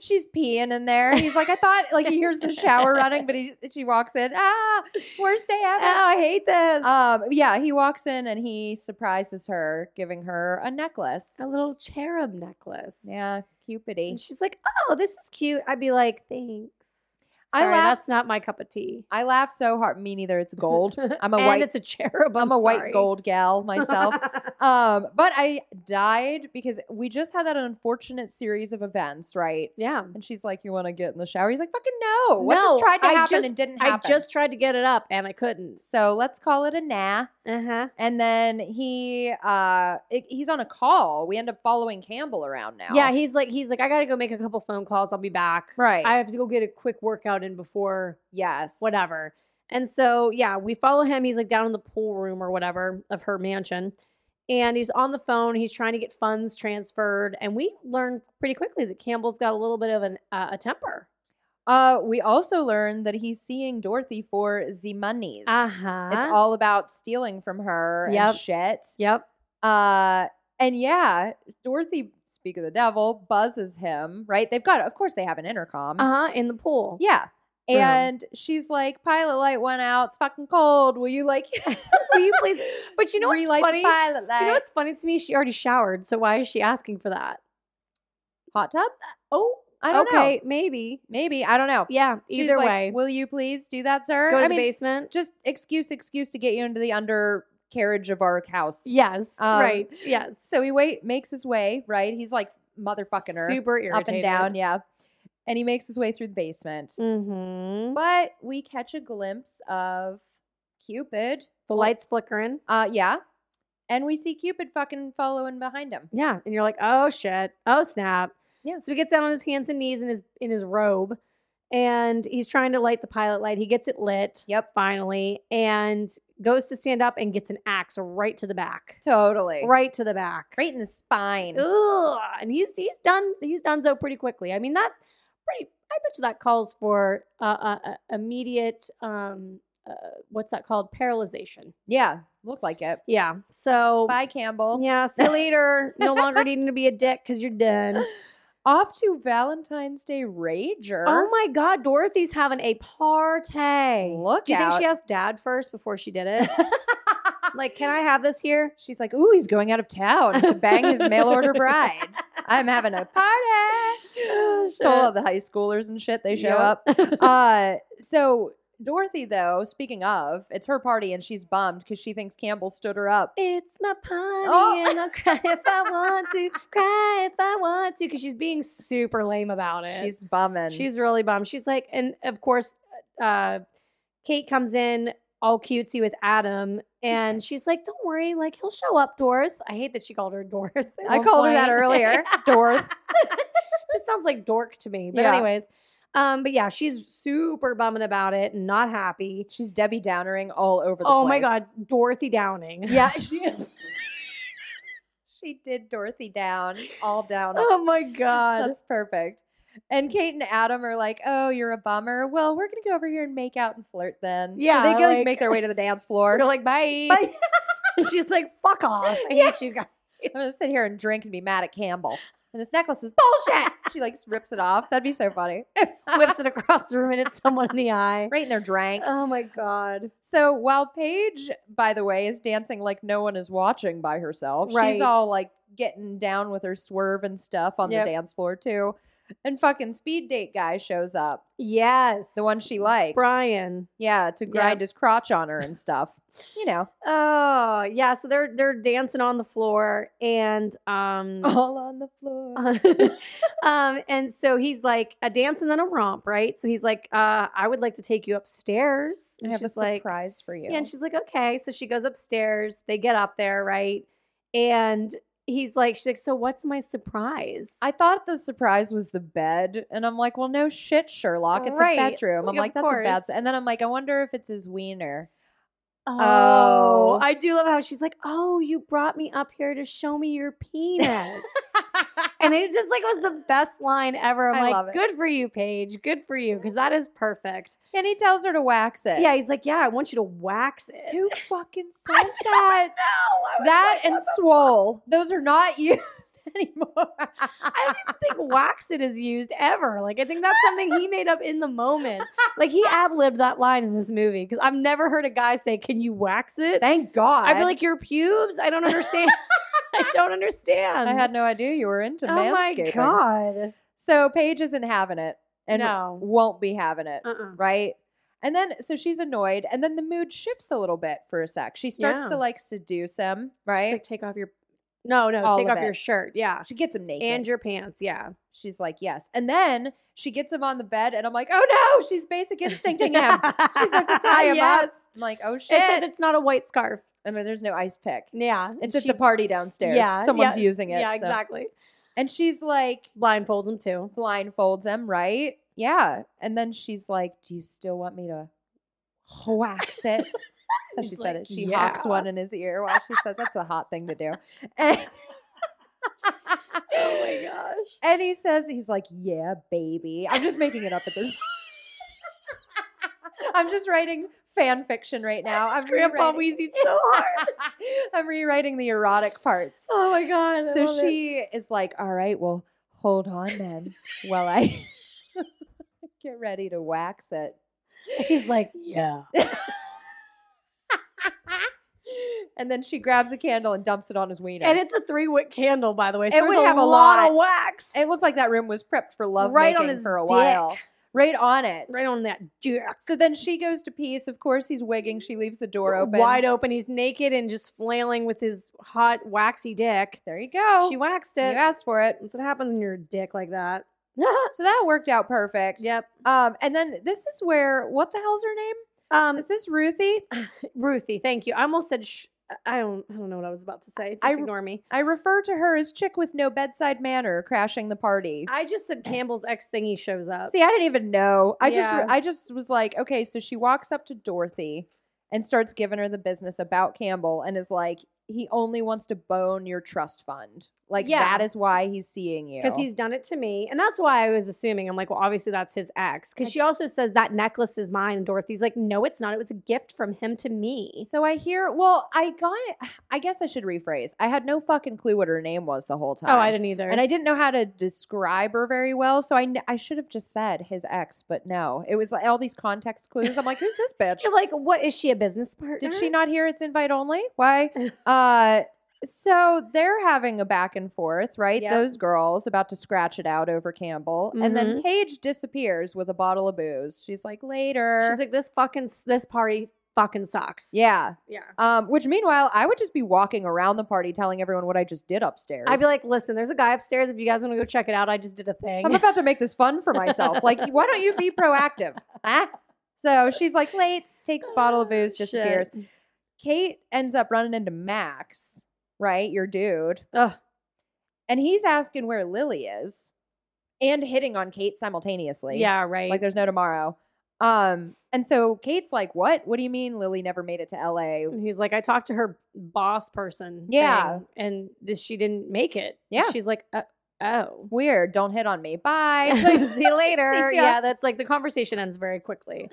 She's peeing in there. He's like, I thought, like, he hears the shower running, but he, she walks in. Ah, worst day ever. Oh, I hate this. Um, yeah, he walks in and he surprises her, giving her a necklace. a little cherub necklace. Yeah, And Cupidy. she's like, "Oh, this is cute." I'd be like, "Thanks." I Sorry, laughed- that's not my cup of tea. I laugh so hard. Me neither. It's gold. I'm a and white. It's a cherub. I'm I'm, a white sorry. gold gal myself. um, but I died because we just had that unfortunate series of events, right? yeah. And she's like, "You want to get in the shower?" He's like, "Fucking no! What just Mm. No, tried to I happen just- and didn't I happen." just tried to get it up and I couldn't. so let's call it a nah. Uh huh. And then he uh it- he's on a call. We end up following Campbell around now. Yeah, he's like, he's like, I gotta go make a couple phone calls. I'll be back. right. I have to go get a quick workout in before yes. whatever. And so, yeah, we follow him. He's like down in the pool room or whatever of her mansion. And he's on the phone. He's trying to get funds transferred. And we learn pretty quickly that Campbell's got a little bit of an, uh, a temper. Uh, we also learned that he's seeing Dorothy for the monies. Uh-huh. It's all about stealing from her Yep. and shit. Yep. Uh, and yeah, Dorothy, speak of the devil, buzzes him, right? They've got, of course, they have an intercom. Uh huh. In the pool. Yeah. Room. And she's like, pilot light went out. It's fucking cold. Will you like, will you please? But you know what's relight funny? The pilot light. You know what's funny to me? She already showered. So why is she asking for that? hot tub? Oh, I don't know. okay. Maybe. Maybe I don't know. Yeah. She's Either like, way, will you please do that, sir? go to I the mean, basement. just excuse, excuse to get you into the undercarriage of our house. Yes. Um, right. Yes. So he wait makes his way right. He's like motherfucking her Super irritated. up and down, yeah. And he makes his way through the basement. Mm-hmm. But we catch a glimpse of Cupid. The lights flickering. Uh, yeah. And we see Cupid fucking following behind him. Yeah, and you're like, oh shit, oh snap. Yeah. So he gets down on his hands and knees in his in his robe, and he's trying to light the pilot light. He gets it lit Yep. finally, and goes to stand up and gets an axe right to the back, Totally. Right, right to the back. right in the spine. Ugh. And he's he's done he's done so pretty quickly. I mean that pretty. I bet you that calls for uh, uh, uh, immediate um uh, what's that called paralyzation. Yeah. Look like it. Yeah. So Bye, Campbell. yeah, see you later. No longer needing to be a dick because you're done. Off to Valentine's Day Rager. Oh my God, Dorothy's having a party. Look Do you think out. she asked dad first before she did it? like, can I have this here? She's like, ooh, he's going out of town to bang his mail order bride. I'm having a party. Oh, She Told shit. all the high schoolers and shit they show Yep. up. Uh, so Dorothy, though, speaking of, it's her party and she's bummed because she thinks Campbell stood her up. It's my party, Oh. and I'll cry if I want to, cry if I want to, because she's being super lame about it. She's bumming. she's really bummed. She's like, and of course, uh, Kate comes in all cutesy with Adam, and she's like, "Don't worry, like he'll show up, Dorth." I hate that she called her Dorth. at I one called her that point. earlier, Dorth. just sounds like dork to me. But Yeah. anyways, um, but yeah, she's super bumming about it and not happy. She's Debbie Downering all over the Oh my place. god, Dorothy Downing. Yeah, she. she did Dorothy down, all down. Oh my god. That's perfect. And Kate and Adam are like, "Oh, you're a bummer. Well, we're gonna go over here and make out and flirt then." So Yeah, they go, like, like- make their way to the dance We're floor. like bye. Bye. And she's like, fuck off. I Yeah. hate you guys. I'm gonna sit here and drink and be mad at Campbell. And this necklace is bullshit. she like rips it off. That'd be so funny. Whips it across the room and hits someone in the eye. right in their drank. Oh my god. So while Paige, by the way, is dancing like no one is watching by herself, she's Right. all like getting down with her swerve and stuff on Yep. the dance floor too. And fucking speed date guy shows up, Yes. the one she liked. Brian. Yeah, to grind his crotch on her and stuff. You know, Oh, yeah. So they're they're dancing on the floor and um all on the Uh-huh. floor. um, and so he's like a dance and then a romp, right? So he's like, uh, I would like to take you upstairs. I And have a she's like, surprise for you. yeah, and she's like, okay. So she goes upstairs. They get up there, right? And he's like, she's like, so what's my surprise? I thought the surprise was the bed, and I'm like, well, no shit, Sherlock. It's Right. a bedroom. I'm Of like, that's a bed. course. And then I'm like, I wonder if it's his wiener. Oh. I do love how she's like, oh, you brought me up here to show me your penis. and it just like was the best line ever. I'm I like, love it. good for you, Paige. Good for you, because that is perfect. and he tells her to wax it. Yeah, he's like, yeah, I want you to wax it. Who fucking I says don't that? know. I was That like, and swole. Those are not used anymore. I don't even think wax it is used ever. Like I think that's something he made up in the moment. Like he ad libbed that line in this movie because I've never heard a guy say, "Can you wax it?" Thank God. I'd be like, "Your pubes." I don't understand. I don't understand. I had no idea you were into um, Oh my manscaping. god. So Paige isn't having it and no. won't be having it, Uh-uh. right? And then, so she's annoyed, and then the mood shifts a little bit for a sec. She starts Yeah. to like seduce him, She's right? like, take off your. No, no. All take of off your it. shirt. Yeah. She gets him naked. And your pants. Yeah. She's like, yes. And then she gets him on the bed, and I'm like, oh no, she's basic instincting him. She starts to tie him yes. up. I'm like, oh shit. Except it's not a white scarf. I mean, there's no ice pick. Yeah. It's and at she- the party downstairs. Someone's yes, using it. Yeah, so- exactly. And she's like, Blindfold him too. blindfolds him, right? Yeah. And then she's like, do you still want me to whacks it. That's how she He's said like, it. She "Yeah." hawks one in his ear while she says that's a hot thing to do. And oh my gosh. And he says, he's like, yeah, baby. I'm just making it up at this point. I'm just writing fan fiction right now. Just I'm Grandpa rewriting- wheezed so hard. I'm rewriting the erotic parts. oh my god. I so love it. she is like, all right, well, hold on then while I get ready to wax it. He's like, yeah. And then she grabs a candle and dumps it on his wiener. And it's a three wick candle, by the way. So It it would would a have a lot, lot. of wax. it looked like that room was prepped for love right on his for a dick. while. Right on it. Right on that dick. So then she goes to piece. Of course, he's wigging. She leaves the door open. Wide open. He's naked and just flailing with his hot waxy dick. There you go. She waxed you it. asked for it. That's what happens when you're a dick like that. So that worked out perfect. yep. Um, and then this is where what the hell's her name? Um, Is this Ruthie? Ruthie, thank you. I almost said sh- I don't. I don't know what I was about to say. I- Just ignore me. I refer to her as chick with no bedside manner crashing the party. Uh, I just said Campbell's ex thingy shows up. See, I didn't even know. I just Yeah. I just was like, okay, so she walks up to Dorothy and starts giving her the business about Campbell and is like, he only wants to bone your trust fund. Like Yeah. that is why he's seeing you. because he's done it to me, and that's why I was assuming. I'm like, well, obviously that's his ex. I- Because she also says that necklace is mine, and Dorothy's like, no, it's not. It was a gift from him to me. So I hear. Well, I got it. I guess I should rephrase. I had no fucking clue what her name was the whole time. Oh, I didn't either. And I didn't know how to describe her very well, so I, kn- I should have just said his ex, but no, it was like all these context clues. I'm like, who's this bitch? You're like, what is she a business partner? Did she not hear it's invite only? Why? Uh, so they're having a back and forth, right? Yep. Those girls about to scratch it out over Campbell, and Mm-hmm. then Paige disappears with a bottle of booze. She's like, later. She's like, this fucking this party fucking sucks. yeah, yeah. Um, which meanwhile, I would just be walking around the party telling everyone what I just did upstairs. I'd be like, listen, there's a guy upstairs. If you guys want to go check it out, I just did a thing. I'm about to make this fun for myself. like, why don't you be proactive? Huh? So she's like, late, takes a bottle of booze, Shit. disappears. Kate ends up running into Max, right? Your dude. Ugh. And he's asking where Lily is and hitting on Kate simultaneously. Yeah, right. Like there's no tomorrow. Um, and so Kate's like, What? What do you mean Lily never made it to LA? And he's like, I talked to her boss person. Yeah. thing, and this, she didn't make it. And Yeah. She's like, uh, oh. Weird. Don't hit on me. Bye. See you later. ya. Yeah, that's like the conversation ends very quickly.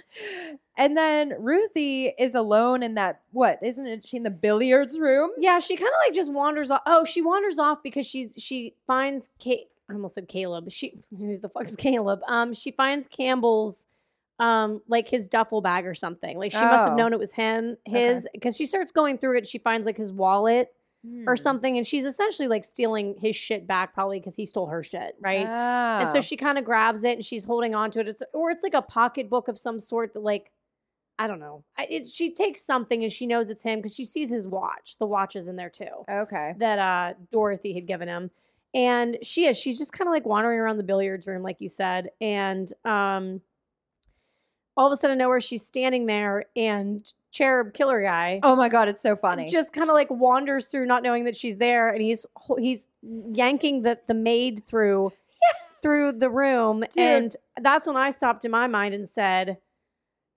And then Ruthie is alone in that what isn't it? She in the billiards room. Yeah, she kind of like just wanders off. Oh, she wanders off because she's she finds Kate. I almost said Caleb. She who's the fuck's Caleb? Um, she finds Campbell's, um, like his duffel bag or something. Like she must Oh. have known it was him. Okay. His because she starts going through it. She finds like his wallet Hmm. or something, and she's essentially like stealing his shit back, probably because he stole her shit, right? And so Oh. she kind of grabs it and she's holding on to it. It's, or it's like a pocketbook of some sort that, like, I don't know. I- It, she takes something and she knows it's him because she sees his watch. The watch is in there too okay. that uh, Dorothy had given him. And she is. She's just kind of like wandering around the billiards room, like you said. And um, all of a sudden, I know where she's standing there and Cherub Killer Guy Oh my god, it's so funny. just kind of like wanders through, not knowing that she's there, and he's ho- he's yanking the the maid through through the room, Dude. and that's when I stopped in my mind and said,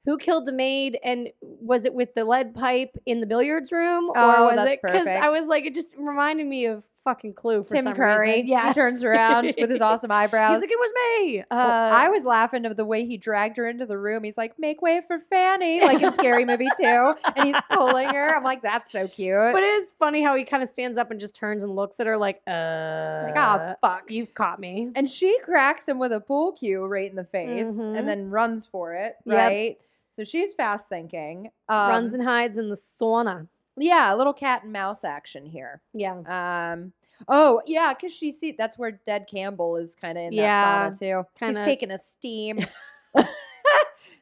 "Who killed the maid? And was it with the lead pipe in the billiards room, Oh, was that's perfect. I was like, it just reminded me of fucking Clue for Tim some Curry. reason. Yeah, He turns around with his awesome eyebrows. He's like, it was me. Uh, Well, I was laughing of the way he dragged her into the room. He's like, "Make way for Fanny," like in Scary Movie Two, and he's pulling her. I'm like, "That's so cute." but it is funny how he kind of stands up and just turns and looks at her like, uh, like, oh fuck. you've caught me. And she cracks him with a pool cue right in the face, Mhm. and then runs for it. Yep. Right. So she's fast thinking. Um, Runs and hides in the sauna. Yeah, a little cat and mouse action here. Yeah. Um. Oh yeah, because she see that's where Dead Campbell is kind of in Yeah, that sauna too. kinda. He's taking a steam,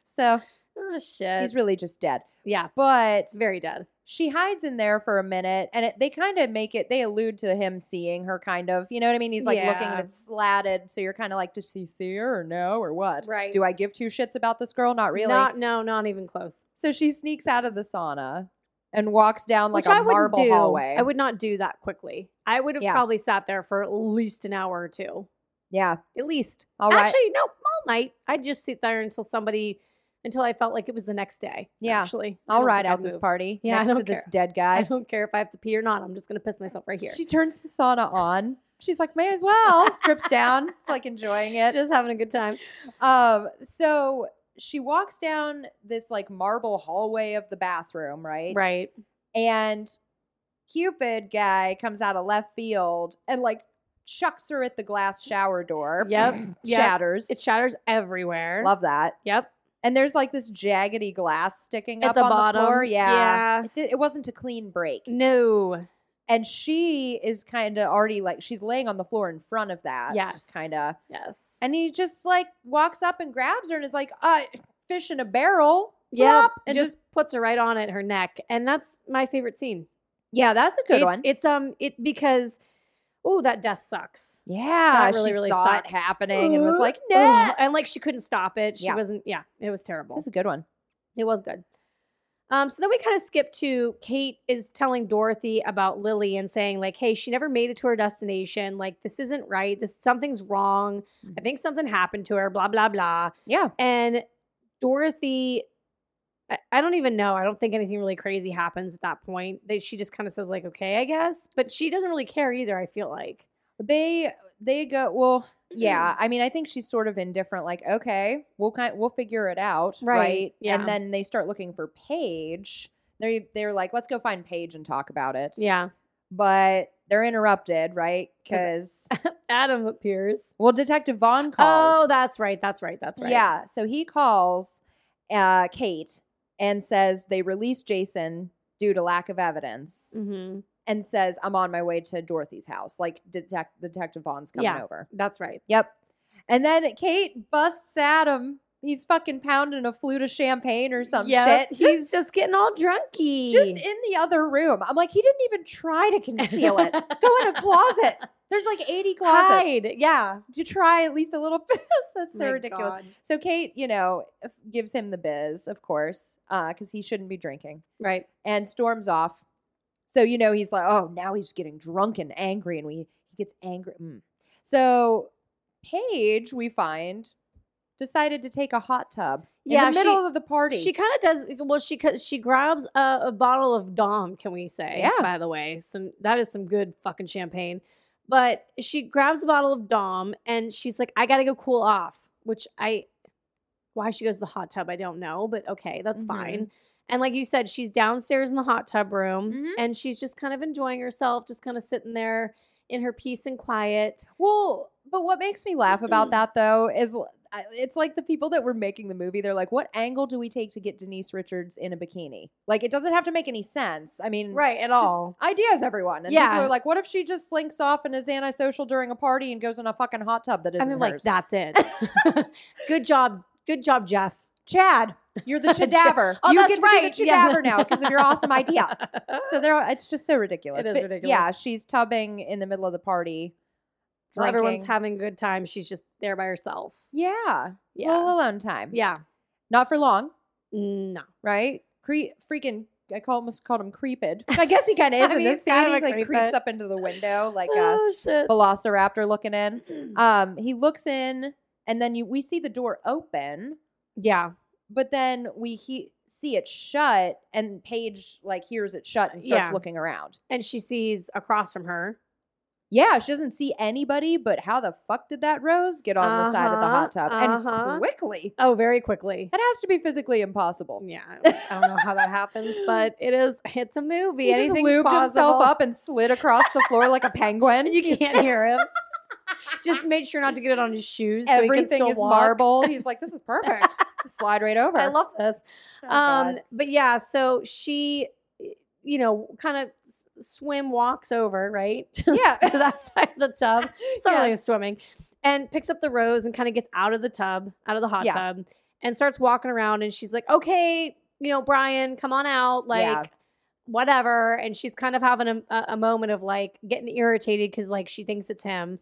so Oh shit. he's really just dead. yeah, But it's very dead. she hides in there for a minute, and it, they kind of make it. They allude to him seeing her, kind of. You know what I mean? He's like looking, Yeah. and it's slatted, so you're kind of like, does he see her or no or what? Right. Do I give two shits about this girl? Not really. Not no, not even close. so she sneaks out of the sauna and walks down like Which a I wouldn't marble do. hallway. I would not do that quickly. I would have Yeah. probably sat there for at least an hour or two. Yeah. At least. All right. Actually, no, all night. I'd just sit there until somebody until I felt like it was the next day. Yeah. Actually, I I'll don't ride think I'd out this move. party Yeah, I next to don't this care. dead I guy. don't care if I have to pee or not. I'm just going to piss myself right here. She turns the sauna on. She's like, may as well. Strips down. It's like enjoying it. just having a good time. Um, so she walks down this like marble hallway of the bathroom, right? Right. And Cupid guy comes out of left field and like chucks her at the glass shower door. Yep, yep. Shatters. It shatters everywhere. Love that. Yep. And there's like this jaggedy glass sticking At up the on bottom. the floor. Yeah. Yeah. It, did, it wasn't a clean break. No. And she is kind of already like, she's laying on the floor in front of that. Yes. Kind of. Yes. And he just like walks up and grabs her and is like, uh, fish in a barrel. Yeah. Plop, And just, just, puts her right on at her neck, and that's my favorite scene. yeah, that's a good it's, one. It's um it because oh that death sucks. yeah. really, she really saw sucks. it happening and was like, Ugh. nah. and like she couldn't stop it. She Yeah. wasn't. Yeah, it was terrible. That's a good one. It was good. Um, so then we kind of skip to Kate is telling Dorothy about Lily and saying like, "Hey, she never made it to her destination. Like, this isn't right. This something's wrong. I Mm-hmm. think something happened to her. Blah blah blah." Yeah. And Dorothy, I, I don't even know. I don't think anything really crazy happens at that point. They, she just kind of says like, "Okay, I guess," but she doesn't really care either. I feel like. They they go well. Yeah, I mean, I think she's sort of indifferent. Like, okay, we'll kind we'll figure it out, Right, right? yeah. And then they start looking for Paige. They they're like, let's go find Paige and talk about it. Yeah. but they're interrupted, right? 'Cause- Because Adam appears. well, Detective Vaughn calls. Oh, that's right. That's right. That's right. Yeah, so he calls uh, Kate and says they released Jason due to lack of evidence, hmm and says I'm on my way to Dorothy's house. Like, detect Detective Vaughn's coming Yeah. over. That's right. Yep. And then Kate busts Adam. He's fucking pounding a flute of champagne or some Yep, shit. He's just getting all drunky. just, just in the other room. I'm like, he didn't even try to conceal it. Go in a closet. There's like 80 closets. Hide. Yeah. To try at least a little bit. That's so My ridiculous. God. So Kate, you know, gives him the biz, of course, because he shouldn't be drinking, Right. and storms off. So you know he's like, oh, now he's getting drunk and angry, and we he gets angry. Mm. So Paige, we find, decided to take a hot tub Yeah, in she- the middle of the party. She kind of does eh, well. She co- she grabs a, a bottle of Dom. Can we say? Yeah. By the way, some that is some good fucking champagne. But she grabs a bottle of Dom and she's like, "I gotta go cool off," which I why she goes to the hot tub, I don't know, but okay, that's Mhm. fine. And like you said, she's downstairs in the hot tub room Mhm. and she's just kind of enjoying herself, just kind of sitting there in her peace and quiet. well, but what makes me laugh about that though is. l- I- It's like the people that were making the movie. They're like, "What angle do we take to get Denise Richards in a bikini? Like, it doesn't have to make any sense. I mean, Right at all. all. ideas, everyone. And Yeah. people are like, what if she just slinks off and is antisocial during a party and goes in a fucking hot tub that isn't And they're like, hers? that's it. good job. Good job, Jeff. Chad, you're the chadaver. Oh, you that's get to right. be the Yeah. chadaver now because of your awesome idea. So they're, it's just so ridiculous. It is But ridiculous. Yeah, she's tubbing in the middle of the party. While everyone's drinking. having a good time. She's just there by herself. yeah, Yeah. little alone time. yeah. Not for long, No. right? Cre- freaking, I call, almost called him Creepid. I guess he kind of I is in mean, this he's scene. kind He of a like creeps creepid. up into the window like a oh, shit. velociraptor looking in. Mm-hmm. Um, he looks in, and then you we see the door open, yeah. but then we he- see it shut, and Paige like hears it shut and starts Yeah. looking around. And she sees across from her. Yeah, she doesn't see anybody, but how the fuck did that rose get on the side of the Uh-huh, hot tub uh-huh. and quickly? Oh, very quickly. That has to be physically impossible. Yeah. I don't know how that happens, but it is. It's a movie. He just Anything's lubed himself possible. up and slid across the floor like a penguin. You can't hear him. just made sure not to get it on his shoes. so he can Everything still is walk. marble. He's like, this is perfect. Slide right over. I love this. Oh, God. um but yeah so she you know kind of swim walks over right yeah. to that side of the tub it's not really Yes. swimming and picks up the rose and kind of gets out of the tub out of the hot Yeah. tub and starts walking around and she's like okay you know brian come on out like Yeah. whatever and she's kind of having a, a- a moment of like getting irritated because like she thinks it's him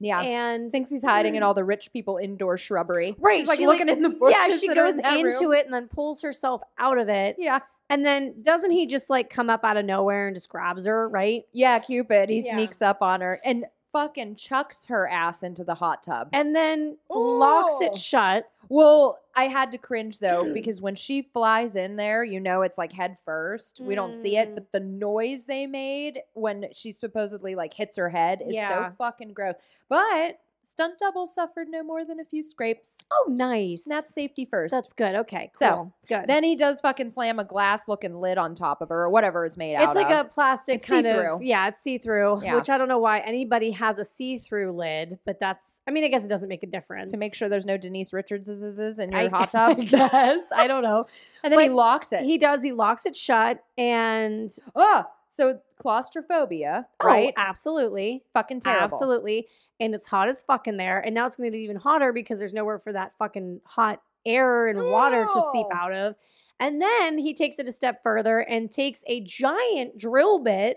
Yeah. and thinks he's hiding in all the rich people indoor shrubbery. Mm. Right, She's like she, like- looking in the bushes. yeah she that are goes in that room. into it and then pulls herself out of it Yeah. And then doesn't he just like come up out of nowhere and just grabs her, right? Yeah, Cupid. He Yeah. sneaks up on her and fucking chucks her ass into the hot tub. And then locks Ooh. it shut. Well, I had to cringe though because when she flies in there, you know it's like head first. We don't see it, Mm. but the noise they made when she supposedly like hits her head is Yeah. so fucking gross. But stunt double suffered no more than a few scrapes. Oh, nice. And that's safety first. That's good. Okay, cool. So, good. then he does fucking slam a glass looking lid on top of her or whatever is made out it's like of. a plastic It's kind see-through. of yeah, it's see through. Yeah. Which I don't know why anybody has a see through lid, but that's I mean I guess it doesn't make a difference to make sure there's no Denise Richardses in your I, hot tub. I guess I don't know. And then he But locks it. He does. He locks it shut and oh, so claustrophobia, oh, right? absolutely, fucking terrible. absolutely. And it's hot as fuck in there. And now it's going to get even hotter because there's nowhere for that fucking hot air and water to seep No. out of. And then he takes it a step further and takes a giant drill bit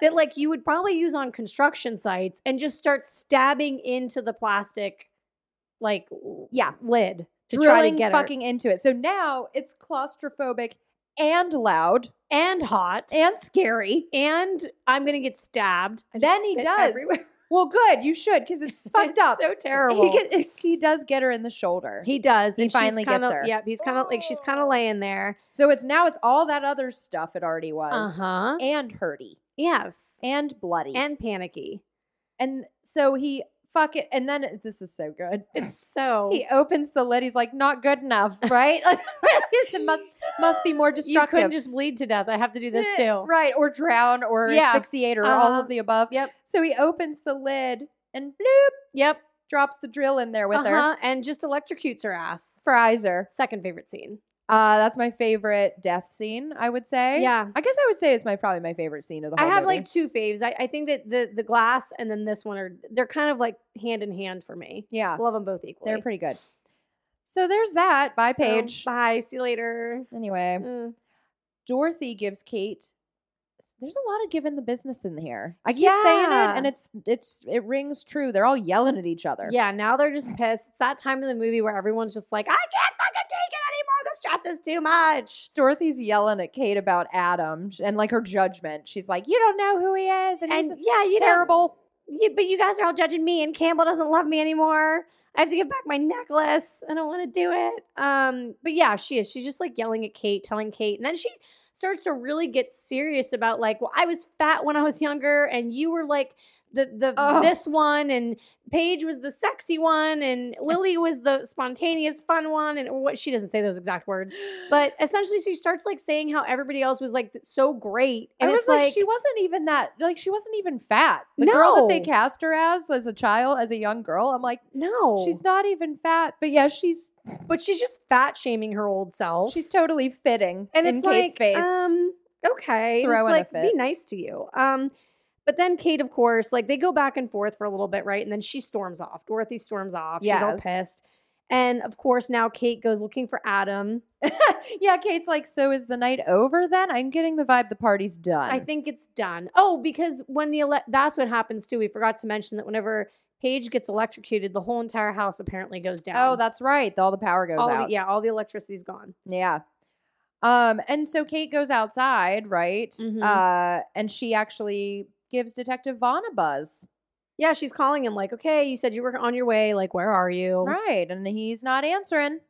that, like, you would probably use on construction sites and just starts stabbing into the plastic, like, l- Yeah. lid to drilling try to get her. fucking into it. So now it's claustrophobic and loud And hot. and scary. and I'm gonna get stabbed. I just Then he spit does. everywhere. Well, good, you should because it's fucked It's up. So terrible. He, get, he does get her in the shoulder. He does. He and she's finally gets kinda- her. Yep. He's kind of like she's kind of laying there. so it's now it's all that other stuff it already Uh was, huh. and hurty, Yes. and bloody, and, And panicky. so he fuck it, and then this is so good. It's so He opens the lid. He's like, not good enough, right? Like, it must must be more you destructive. couldn't just bleed to death. I have to do this Eh, too. Right, or drown or Yeah. asphyxiate or all Uh-huh. of the above. Yep. So he opens the lid and bloop Yep. drops the drill in there with her. uh-huh, And just electrocutes her ass. Fries her. Second favorite scene. Uh, that's my favorite death scene, I would say. Yeah. I guess I would say it's my probably my favorite scene of the I whole have movie. like two faves. I, I think that the the glass and then this one are they're kind of like hand in hand for me. yeah, I love them both equally. they're pretty good. So there's that. Bye, So, Paige. Bye. See you later. Anyway, Mm. Dorothy gives Kate. s- There's a lot of giving the business in here. I keep saying Yeah. it, and it's it's it rings true. They're all yelling at each other. Yeah, now they're just pissed. It's that time in the movie where everyone's just like, I can't fucking take it anymore. The stress is too much. Dorothy's yelling at Kate about Adam sh- and like her judgment. She's like, "You don't know who he is, and, And he's yeah, you know, terrible." you, but you guys are all judging me, and Campbell doesn't love me anymore. I have to give back my necklace. I don't want to do it. Um, but yeah, she is. She's just like yelling at Kate, telling Kate, and then she starts to really get serious about like, well, I was fat when I was younger, and you were like the the Ugh. this one, and Paige was the sexy one, and Lily was the spontaneous fun one, and what she doesn't say those exact words, but essentially she starts like saying how everybody else was like so great, and I was it's like, she wasn't even that. Like, she wasn't even fat. The No. girl that they cast her as, as a child, as a young girl, I'm like, no, she's not even fat. But yeah, she's but she's just fat shaming her old self. she's totally fitting Oh. and in it's Kate's like, face. um, okay, And Throwing a it's like fit. be nice to you. Um, but then Kate, of course, like they go back and forth for a little bit, right? And then she storms off. Dorothy storms off. Yes. She's all pissed. And of course, now Kate goes looking for Adam. yeah, Kate's like, so is the night over? Then I'm getting the vibe the party's done. I think it's done. Oh, because when the ele- that's what happens too. We forgot to mention that whenever Paige gets electrocuted, the whole entire house apparently goes down. Oh, that's right. All the power goes all out. The, yeah, all the electricity's gone. Yeah. Um, and so Kate goes outside, right? Mhm. Uh, and she actually gives Detective Vaughn a buzz. Yeah, she's calling him like, okay, you said you were on your way. Like, where are you? Right. And he's not answering.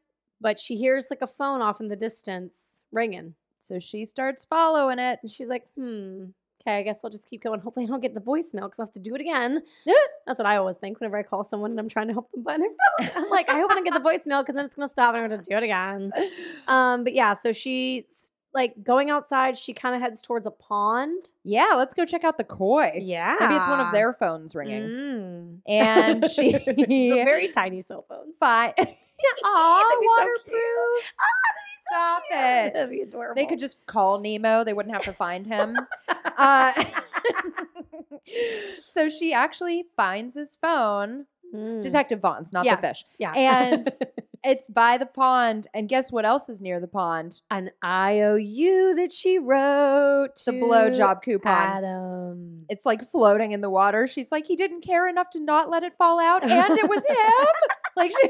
But she hears like a phone off in the distance ringing. So she starts following it. And she's like, hmm, okay, I guess I'll just keep going. Hopefully, I don't get the voicemail because I'll have to do it again. That's what I always think whenever I call someone and I'm trying to help them find their phone. I'm like, I hope I don't get the voicemail because then it's going to stop and I'm going to do it again. Um, but yeah, so she's like going outside. She kind of heads towards a pond. yeah, let's go check out the koi. Yeah, Maybe it's one of their phones ringing. Mm. And she. It's a very tiny cell phones. Fi- That'd Aw, be so waterproof. Stop it. That'd be adorable. They could just call Nemo. They wouldn't have to find him. uh, so she actually finds his phone. Mm. Detective Vaughn's, not Yes, the fish. Yeah, And it's by the pond. And guess what else is near the pond? an IOU that she wrote. The to blowjob coupon. Adam. It's like floating in the water. She's like, he didn't care enough to not let it fall out. And it was him. like, she,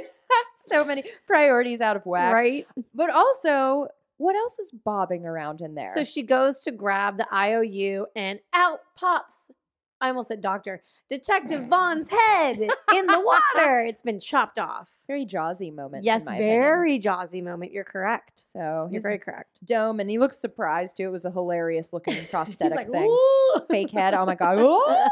so many priorities out of whack. right But also, what else is bobbing around in there? so she goes to grab the iou and out pops I almost said doctor. Detective Vaughn's head in the water. It's been chopped off. Very Jawsy moment. in Yes, my opinion. Oh, very jawsy moment. You're correct. So You're he's very correct. dome, and he looks surprised too. It was a hilarious looking He's prosthetic like, thing. "Ooh." Fake head. Oh my god.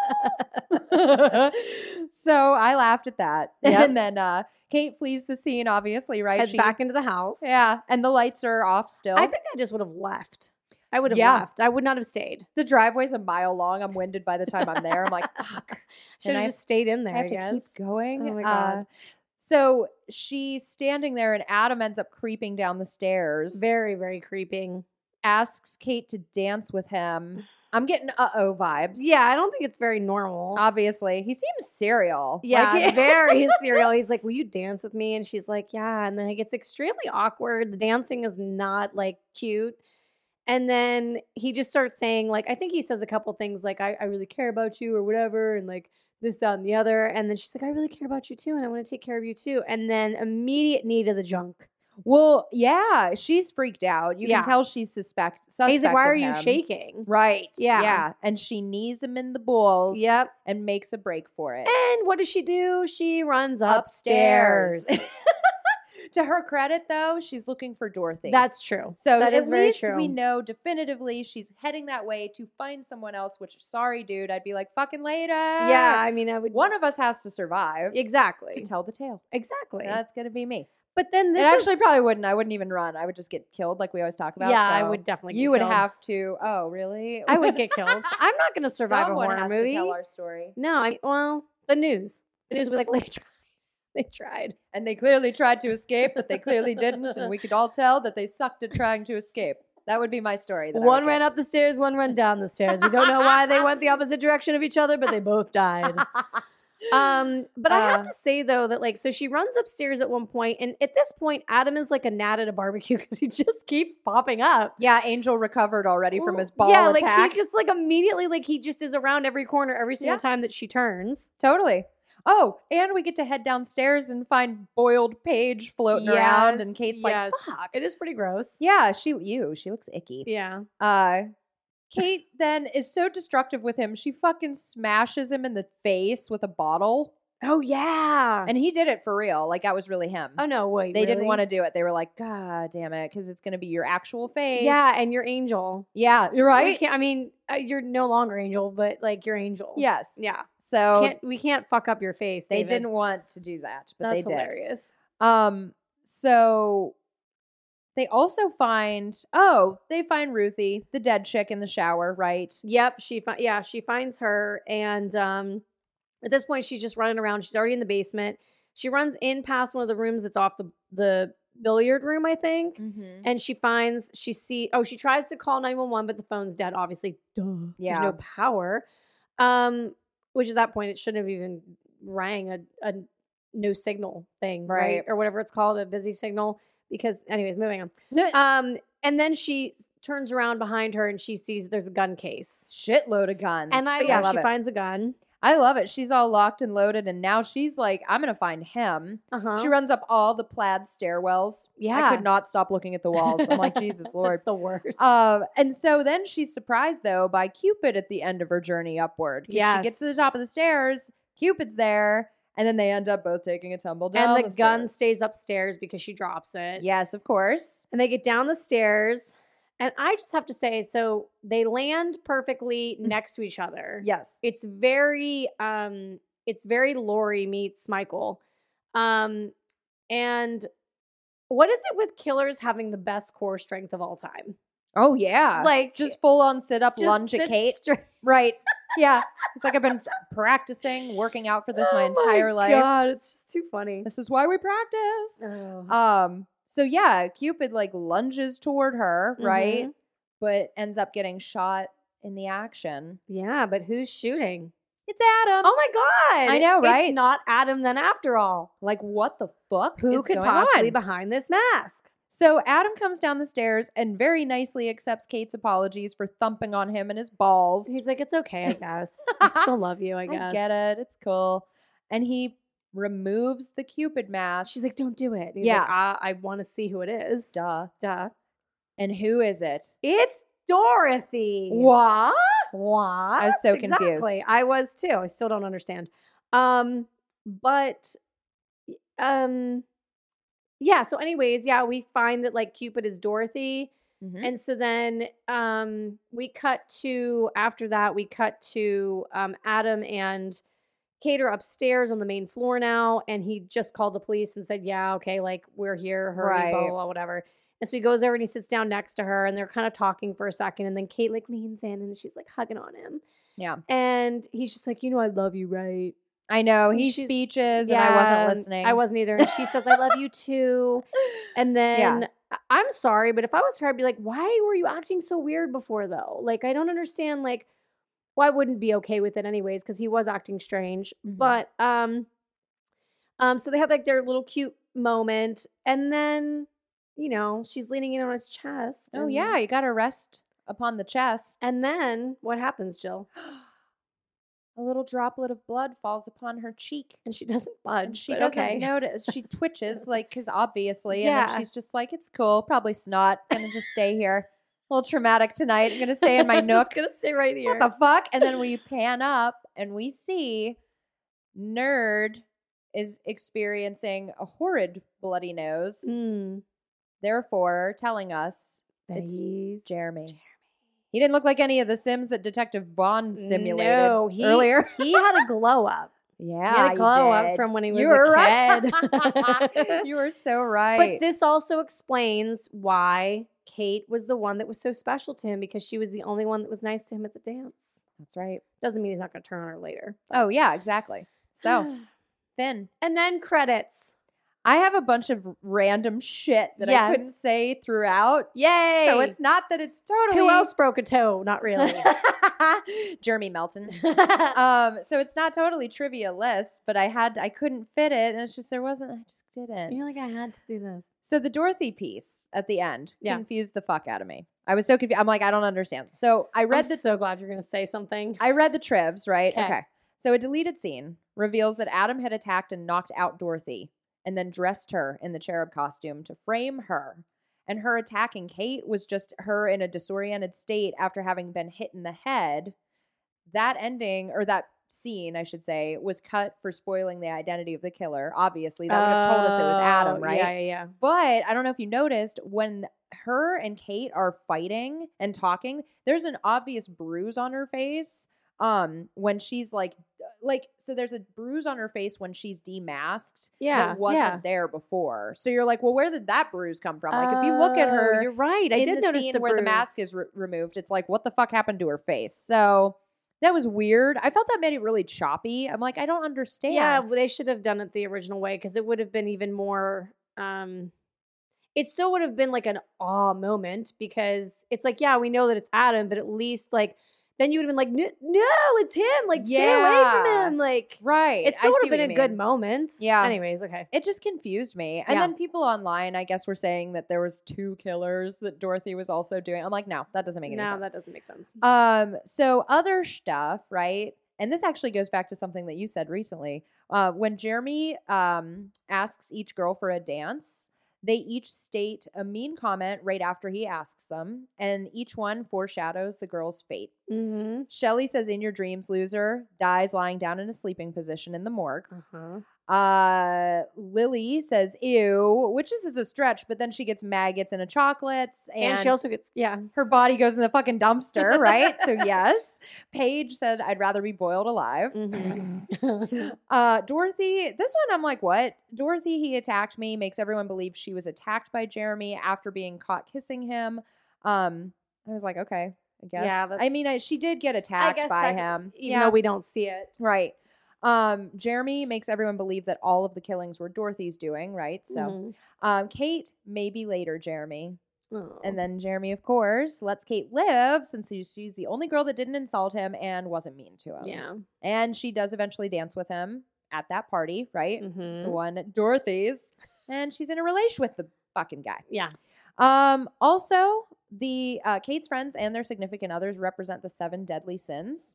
Ooh. so I laughed at that, Yep. and then uh, Kate flees the scene. Obviously, right? Heads back into the house. Yeah, and the lights are off still. I think I just would have left. I would have Yeah. left. I would not have stayed. the driveway's a mile long. I'm winded by the time I'm there. I'm like, fuck. Should I- have just stayed in there. I have to guess. keep going. Oh my God. Uh, so she's standing there, and Adam ends up creeping down the stairs. Very, very creeping. asks Kate to dance with him. I'm getting uh oh vibes. Yeah, I don't think it's very normal. Obviously, he seems serial. yeah, Like, very serial. He's like, "Will you dance with me?" And she's like, "Yeah." And then it gets extremely awkward. The dancing is not like cute. And then he just starts saying, like, I think he says a couple things like, I, "I really care about you" or whatever, and like this, that, and the other. And then she's like, "I really care about you too, and I want to take care of you too." And then immediate need of the junk. well, yeah, she's freaked out. You Yeah. can tell she's suspect. suspect He's like, "Why of are you him." shaking?" Right. Yeah. Yeah. And she knees him in the balls. Yep. And makes a break for it. And what does she do? She runs upstairs. Upstairs. to her credit, though, she's looking for Dorothy. That's true. So That at is very least we true. know definitively she's heading that way to find someone else. Which, sorry, dude, I'd be like, fucking later. Yeah, I mean, I would One of us has to survive to exactly, tell the tale. exactly. That's gonna be me. but then It this is- actually probably wouldn't. I wouldn't even run. I would just get killed, like we always talk about. yeah, I so would definitely. You get would killed. have to. Oh, really? I would get killed. I'm not going to survive Someone a horror has movie. to tell our story. No, I well, the news. The news was like they tried. They tried. And they clearly tried to escape, but they clearly didn't, and we could all tell that they sucked at trying to escape. That would be my story. That I would One get. ran up the stairs, one ran down the stairs. We don't know why they went the opposite direction of each other, but they both died. Um, but I have Uh. to say though that like so she runs upstairs at one point, and at this point Adam is like a gnat at a barbecue because he just keeps popping up. yeah, Angel recovered already from his ball yeah, like attack. he just like immediately like he just is around every corner every single Yeah. time that she turns. totally. Oh, and we get to head downstairs and find boiled Paige floating around, and Yes, Kate's yes. like, "Fuck." it is pretty gross. Yeah, she you. She looks icky. Yeah. Uh, Kate then is so destructive with him. She fucking smashes him in the face with a bottle, Oh yeah. and he did it for real. Like that was really him. oh no, wait. they didn't want to do it. They were like, "God damn it," because it's gonna be your actual face. Yeah, and your angel. yeah, you're We right. can't- I mean, uh, you're no longer angel, but like your angel. Yes. Yeah. So can't, we can't fuck up your face. they David. didn't want to do that, but That's they did. hilarious. Um. So they also find oh they find Ruthie the dead chick in the shower right Yep, she fi- yeah, she finds her and um at this point she's just running around. She's already in the basement. She runs in past one of the rooms that's off the the billiard room, I think. mm-hmm. And she finds she see oh, she tries to call 911 but the phone's dead obviously. Duh. Yeah. There's no power. Um which at that point it shouldn't have even rang a, a no signal thing, right? Right. Or whatever it's called, a busy signal because anyways, moving on. uh, Um and then she turns around behind her and she sees there's a gun case. shitload of guns And I, I yeah, love she it. finds a gun. I love it. She's all locked and loaded, and now she's like, I'm gonna find him. Uh huh. She runs up all the plaid stairwells. yeah, I could not stop looking at the walls. I'm like, Jesus Lord. That's the worst. Um, and so then she's surprised though by Cupid at the end of her journey upward. 'cause She gets to the Yes. top of the stairs, Cupid's there, and then they end up both taking a tumble down. and the, gun stairs. stays upstairs because she drops it. Yes, of course. And they get down the stairs, and I just have to say, so they land perfectly next to each other. Yes. It's very, um, it's very Lori meets Michael, um, and what is it with killers having the best core strength of all time? Oh yeah. like just full on sit up just lunge at sit Kate. straight- Right. Yeah. It's like I've been practicing, working out for this my Oh entire life. God, it's just too funny. This is why we practice. Oh. Um, so yeah, Cupid like lunges toward her, right? Mhm. But ends up getting shot in the action. Yeah, but who's shooting? It's Adam. Oh my god! I know, right? It's not Adam then after all. Like what the fuck? Who is could going possibly on? behind this mask? so Adam comes down the stairs and very nicely accepts Kate's apologies for thumping on him and his balls. He's like, it's okay, I guess. I still love you, I guess. I get it. It's cool. And he removes the Cupid mask. She's like, don't do it. And he's Yeah. like, I, I want to see who it is. duh. Duh. And who is it? It's Dorothy. What? What? was so confused. Exactly. I was too. I still don't understand. Um, but um yeah, so anyways, yeah, we find that like Cupid is Dorothy. Mhm. And so then um we cut to after that, we cut to um Adam and Cater upstairs on the main floor now, and he just called the police and said, Yeah, okay, like we're here, hurry, blah, Right. blah, blah, whatever. And so he goes over and he sits down next to her and they're kind of talking for a second. And then Kate like leans in and she's like hugging on him. Yeah. And he's just like, You know, I love you, right? I know he She's- speeches, and I Yeah, wasn't listening. I wasn't either. And she says, I love you too. And then I- I'm sorry, but if I was her, I'd be like, why were you acting so weird before though? Like, I don't understand. Like, why wouldn't be okay with it anyways? Because he was acting strange. Mhm. But um, um, so they had like their little cute moment, and then you know she's leaning in on his chest. Oh and- yeah, you got to rest upon the chest. And then what happens, Jill? a little droplet of blood falls upon her cheek. And she doesn't And budge. she but doesn't okay. notice. She twitches, like, because obviously. And Yeah. then she's just like, it's cool. Probably snot. Gonna just stay here. A little traumatic tonight. I'm gonna stay in my I'm nook. Just gonna stay right here. What the fuck? And then we pan up and we see Nerd is experiencing a horrid bloody nose, Mm. therefore telling us It's He's- Jeremy. He didn't look like any of the Sims that Detective Vaughn simulated No, he- earlier. he had a glow up. Yeah, he had a you glow up did. from when he was You a were right. kid. you were so right. but this also explains why Kate was the one that was so special to him because she was the only one that was nice to him at the dance. That's right. Doesn't mean he's not going to turn on her later. Oh yeah, exactly. So then and then credits. I have a bunch of random shit that I couldn't Yes. say throughout. Yay! So it's not that it's totally who else broke a toe? Not really. Jeremy Melton. Um, so it's not totally trivia list, but I had I couldn't fit it, and it's just there wasn't. I just didn't. You're like I had to do this. So the Dorothy piece at the end Yeah. confused the fuck out of me. I was so confused. I'm like, I don't understand. So I read I'm the so glad you're going to say something. I read the trivs, right? 'Kay. So a deleted scene reveals that Adam had attacked and knocked out Dorothy and then dressed her in the cherub costume to frame her. And her attacking Kate was just her in a disoriented state after having been hit in the head. That ending, or that scene, I should say, was cut for spoiling the identity of the killer. Obviously, that would have told us it was Adam, Oh, right? Yeah, yeah, But I don't know if you noticed when her and Kate are fighting and talking, there's an obvious bruise on her face. Um, when she's like, like, so there's a bruise on her face when she's demasked yeah. that wasn't yeah. there before. So you're like, well, where did that bruise come from? Like, if you look at Oh, her, you're right. I in did the notice scene the where the mask bruise. is re- removed. It's like, what the fuck happened to her face? So that was weird. I felt that made it really choppy. I'm like, I don't understand. Yeah, well, they should have done it the original way because it would have been even more. um It still would have been like an awe moment because it's like, yeah, we know that it's Adam, but at least like then you would have been like, no, no it's him. Like, stay away Yeah. from him. Like, right. it I still would see have what been a you mean. good moment. Yeah. Anyways, okay. it just confused me and Yeah. then people online i guess were saying that there was two killers that dorothy was also doing i'm like no that doesn't make any No, sense that doesn't make sense. um so other stuff right and this actually goes back to something that you said recently uh, when jeremy um asks each girl for a dance they each state a mean comment right after he asks them and each one foreshadows the girl's fate mm-hmm. shelly says in your dreams loser dies lying down in a sleeping position in the morgue Uh-huh. uh, Lily says, ew, which is, is a stretch, but then she gets maggots and a chocolates And, and, she also gets, yeah. her body goes in the fucking dumpster, right? so, yes. Paige said, I'd rather be boiled alive. Mhm. Uh, Dorothy, this one I'm like, what? Dorothy, he attacked me, makes everyone believe she was attacked by Jeremy after being caught kissing him. Um, I was like, okay, I guess. Yeah, I that's- mean, I, she did get attacked guess by that- him. Even though we don't see it. Right. Um, Jeremy makes everyone believe that all of the killings were Dorothy's doing, right? So, Mhm. um, Kate, maybe later, Jeremy. Oh. Mm-hmm. And then Jeremy, of course, lets Kate live since she- she's the only girl that didn't insult him and wasn't mean to him. yeah. And she does eventually dance with him at that party, right? Mhm. The one at Dorothy's. And she's in a relation with the fucking guy. Yeah. Um, also, the uh, Kate's friends and their significant others represent the seven deadly sins.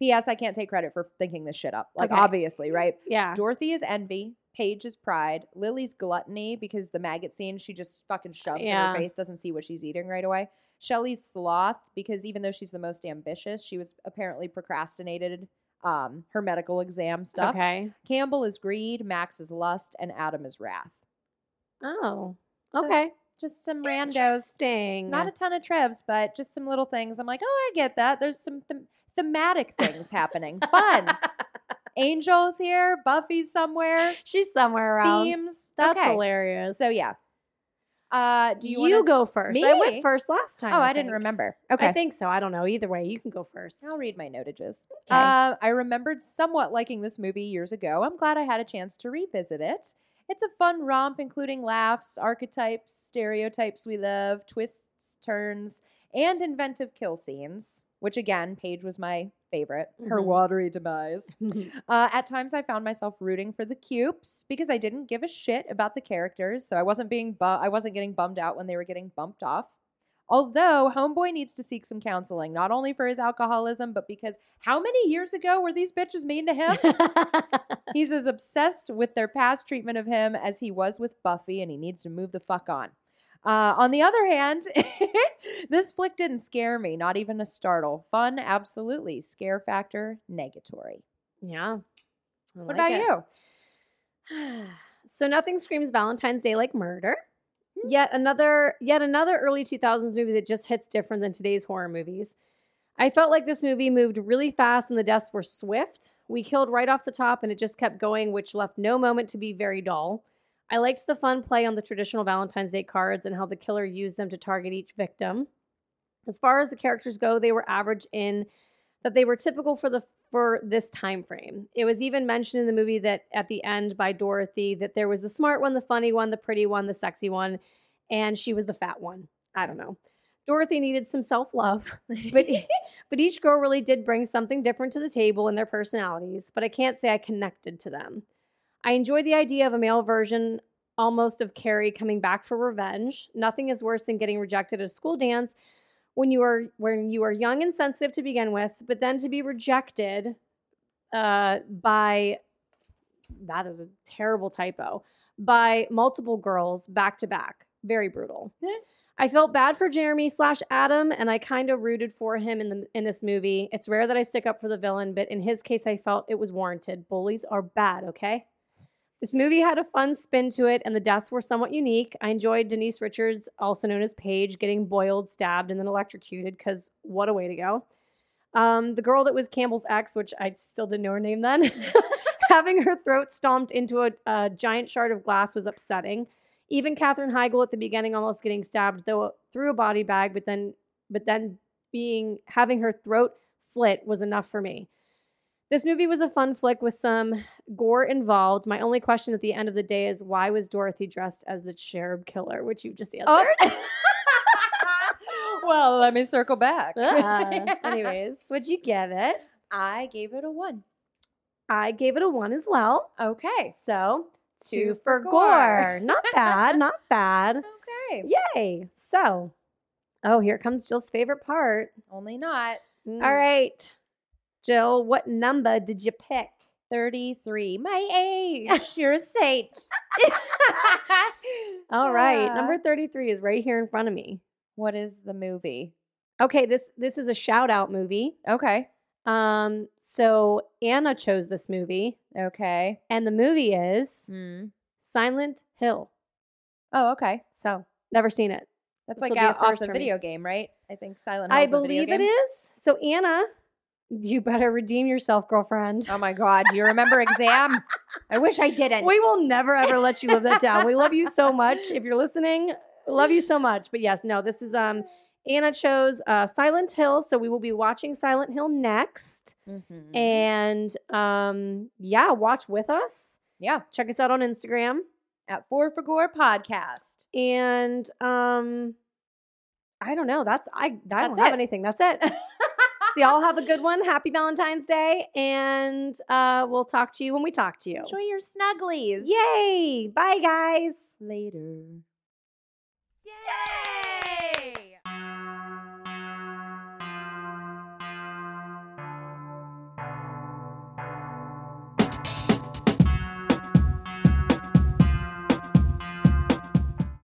P.S. I can't take credit for thinking this shit up. Like, Okay. obviously, right? Yeah. Dorothy is envy. Paige is pride. Lily's gluttony because the maggot scene, she just fucking shoves in Yeah. her face, doesn't see what she's eating right away. Shelley's sloth because even though she's the most ambitious, she was apparently procrastinated um, her medical exam stuff. Okay. Campbell is greed, Max is lust, and Adam is wrath. Oh. So, Okay. Just some randos. Interesting. Not a ton of trevs, but just some little things. I'm like, oh, I get that. There's some them thematic things happening. Fun. Angel's here. Buffy's somewhere. She's somewhere around. Themes. That's okay. hilarious. So yeah. Uh, do you, you wanna- go first? I Me? went first last time. Oh, I, didn't think. remember. Okay. I think so. I don't know. Either way, you can go first. I'll read my notages. Okay. Uh, I remembered somewhat liking this movie years ago. I'm glad I had a chance to revisit it. It's a fun romp, including laughs, archetypes, stereotypes we love, twists, turns, and inventive kill scenes, which again, Paige was my favorite. Her Mhm. watery demise. Uh, at times, I found myself rooting for the cupes because I didn't give a shit about the characters, so I wasn't being bu- I wasn't getting bummed out when they were getting bumped off. Although Homeboy needs to seek some counseling, not only for his alcoholism, but because how many years ago were these bitches mean to him? He's as obsessed with their past treatment of him as he was with Buffy, and he needs to move the fuck on. Uh, on the other hand, this flick didn't scare me, not even a startle. Fun, absolutely. Scare factor, negatory. yeah. I What about like it. you? so nothing screams Valentine's Day like murder. Yet another yet another early 2000s movie that just hits different than today's horror movies. I felt like this movie moved really fast and the deaths were swift. We killed right off the top and it just kept going which left no moment to be very dull. I liked the fun play on the traditional Valentine's Day cards and how the killer used them to target each victim. As far as the characters go, they were average in that they were typical for the for this time frame. It was even mentioned in the movie that at the end by Dorothy that there was the smart one, the funny one, the pretty one, the sexy one, and she was the fat one. I don't know. Dorothy needed some self-love, but e-, but each girl really did bring something different to the table in their personalities, but I can't say I connected to them. I enjoy the idea of a male version almost of Carrie coming back for revenge. Nothing is worse than getting rejected at a school dance when you are when you are young and sensitive to begin with, but then to be rejected uh, by that is a terrible typo by multiple girls back to back. Very brutal. Yeah. I felt bad for Jeremy slash Adam, and I kind of rooted for him in the in this movie. It's rare that I stick up for the villain, but in his case, I felt it was warranted. Bullies are bad, okay? This movie had a fun spin to it, and the deaths were somewhat unique. I enjoyed Denise Richards, also known as Paige, getting boiled, stabbed, and then electrocuted. Because what a way to go! Um, the girl that was Campbell's ex, which I still didn't know her name then, having her throat stomped into a, a giant shard of glass was upsetting. Even Katherine Heigl at the beginning almost getting stabbed though through a body bag, but then but then being having her throat slit was enough for me. This movie was a fun flick with some gore involved. My only question at the end of the day is why was Dorothy dressed as the cherub killer, which you just Oh, answered. well, let me circle back. Ah. anyways, would you give it? I gave it a one. I gave it a one as well. Okay. So Two two, for for gore. Not bad. Not bad. Okay. Yay. So, oh, here comes Jill's favorite part. Mm. Only not All right. Jill, what number did you pick? 33. My age. You're a saint. All right. Yeah. Number 33 is right here in front of me. What is the movie? Okay, this this is a shout out movie. Okay. Um so Anna chose this movie Okay. and the movie is Hmm. Silent Hill. Oh, okay. So, never seen it. That's like This will be a out off first the for me. video game, right? I think Silent Hill I is a video believe it game. is. So Anna, you better redeem yourself, girlfriend. Oh my God. Do you remember exam? I wish I didn't. We will never ever let you live that down. We love you so much. If you're listening, love you so much. But yes, no, this is um Anna chose uh Silent Hill, so we will be watching Silent Hill next. Mhm. And um yeah, watch with us. yeah. Check us out on Instagram. At Four for Gore podcast. And um I don't know. That's I I That's don't have it. anything. That's it. so y'all have a good one. Happy Valentine's Day. And uh we'll talk to you when we talk to you. Enjoy your snugglies. Yay! Bye guys. Later. Yay!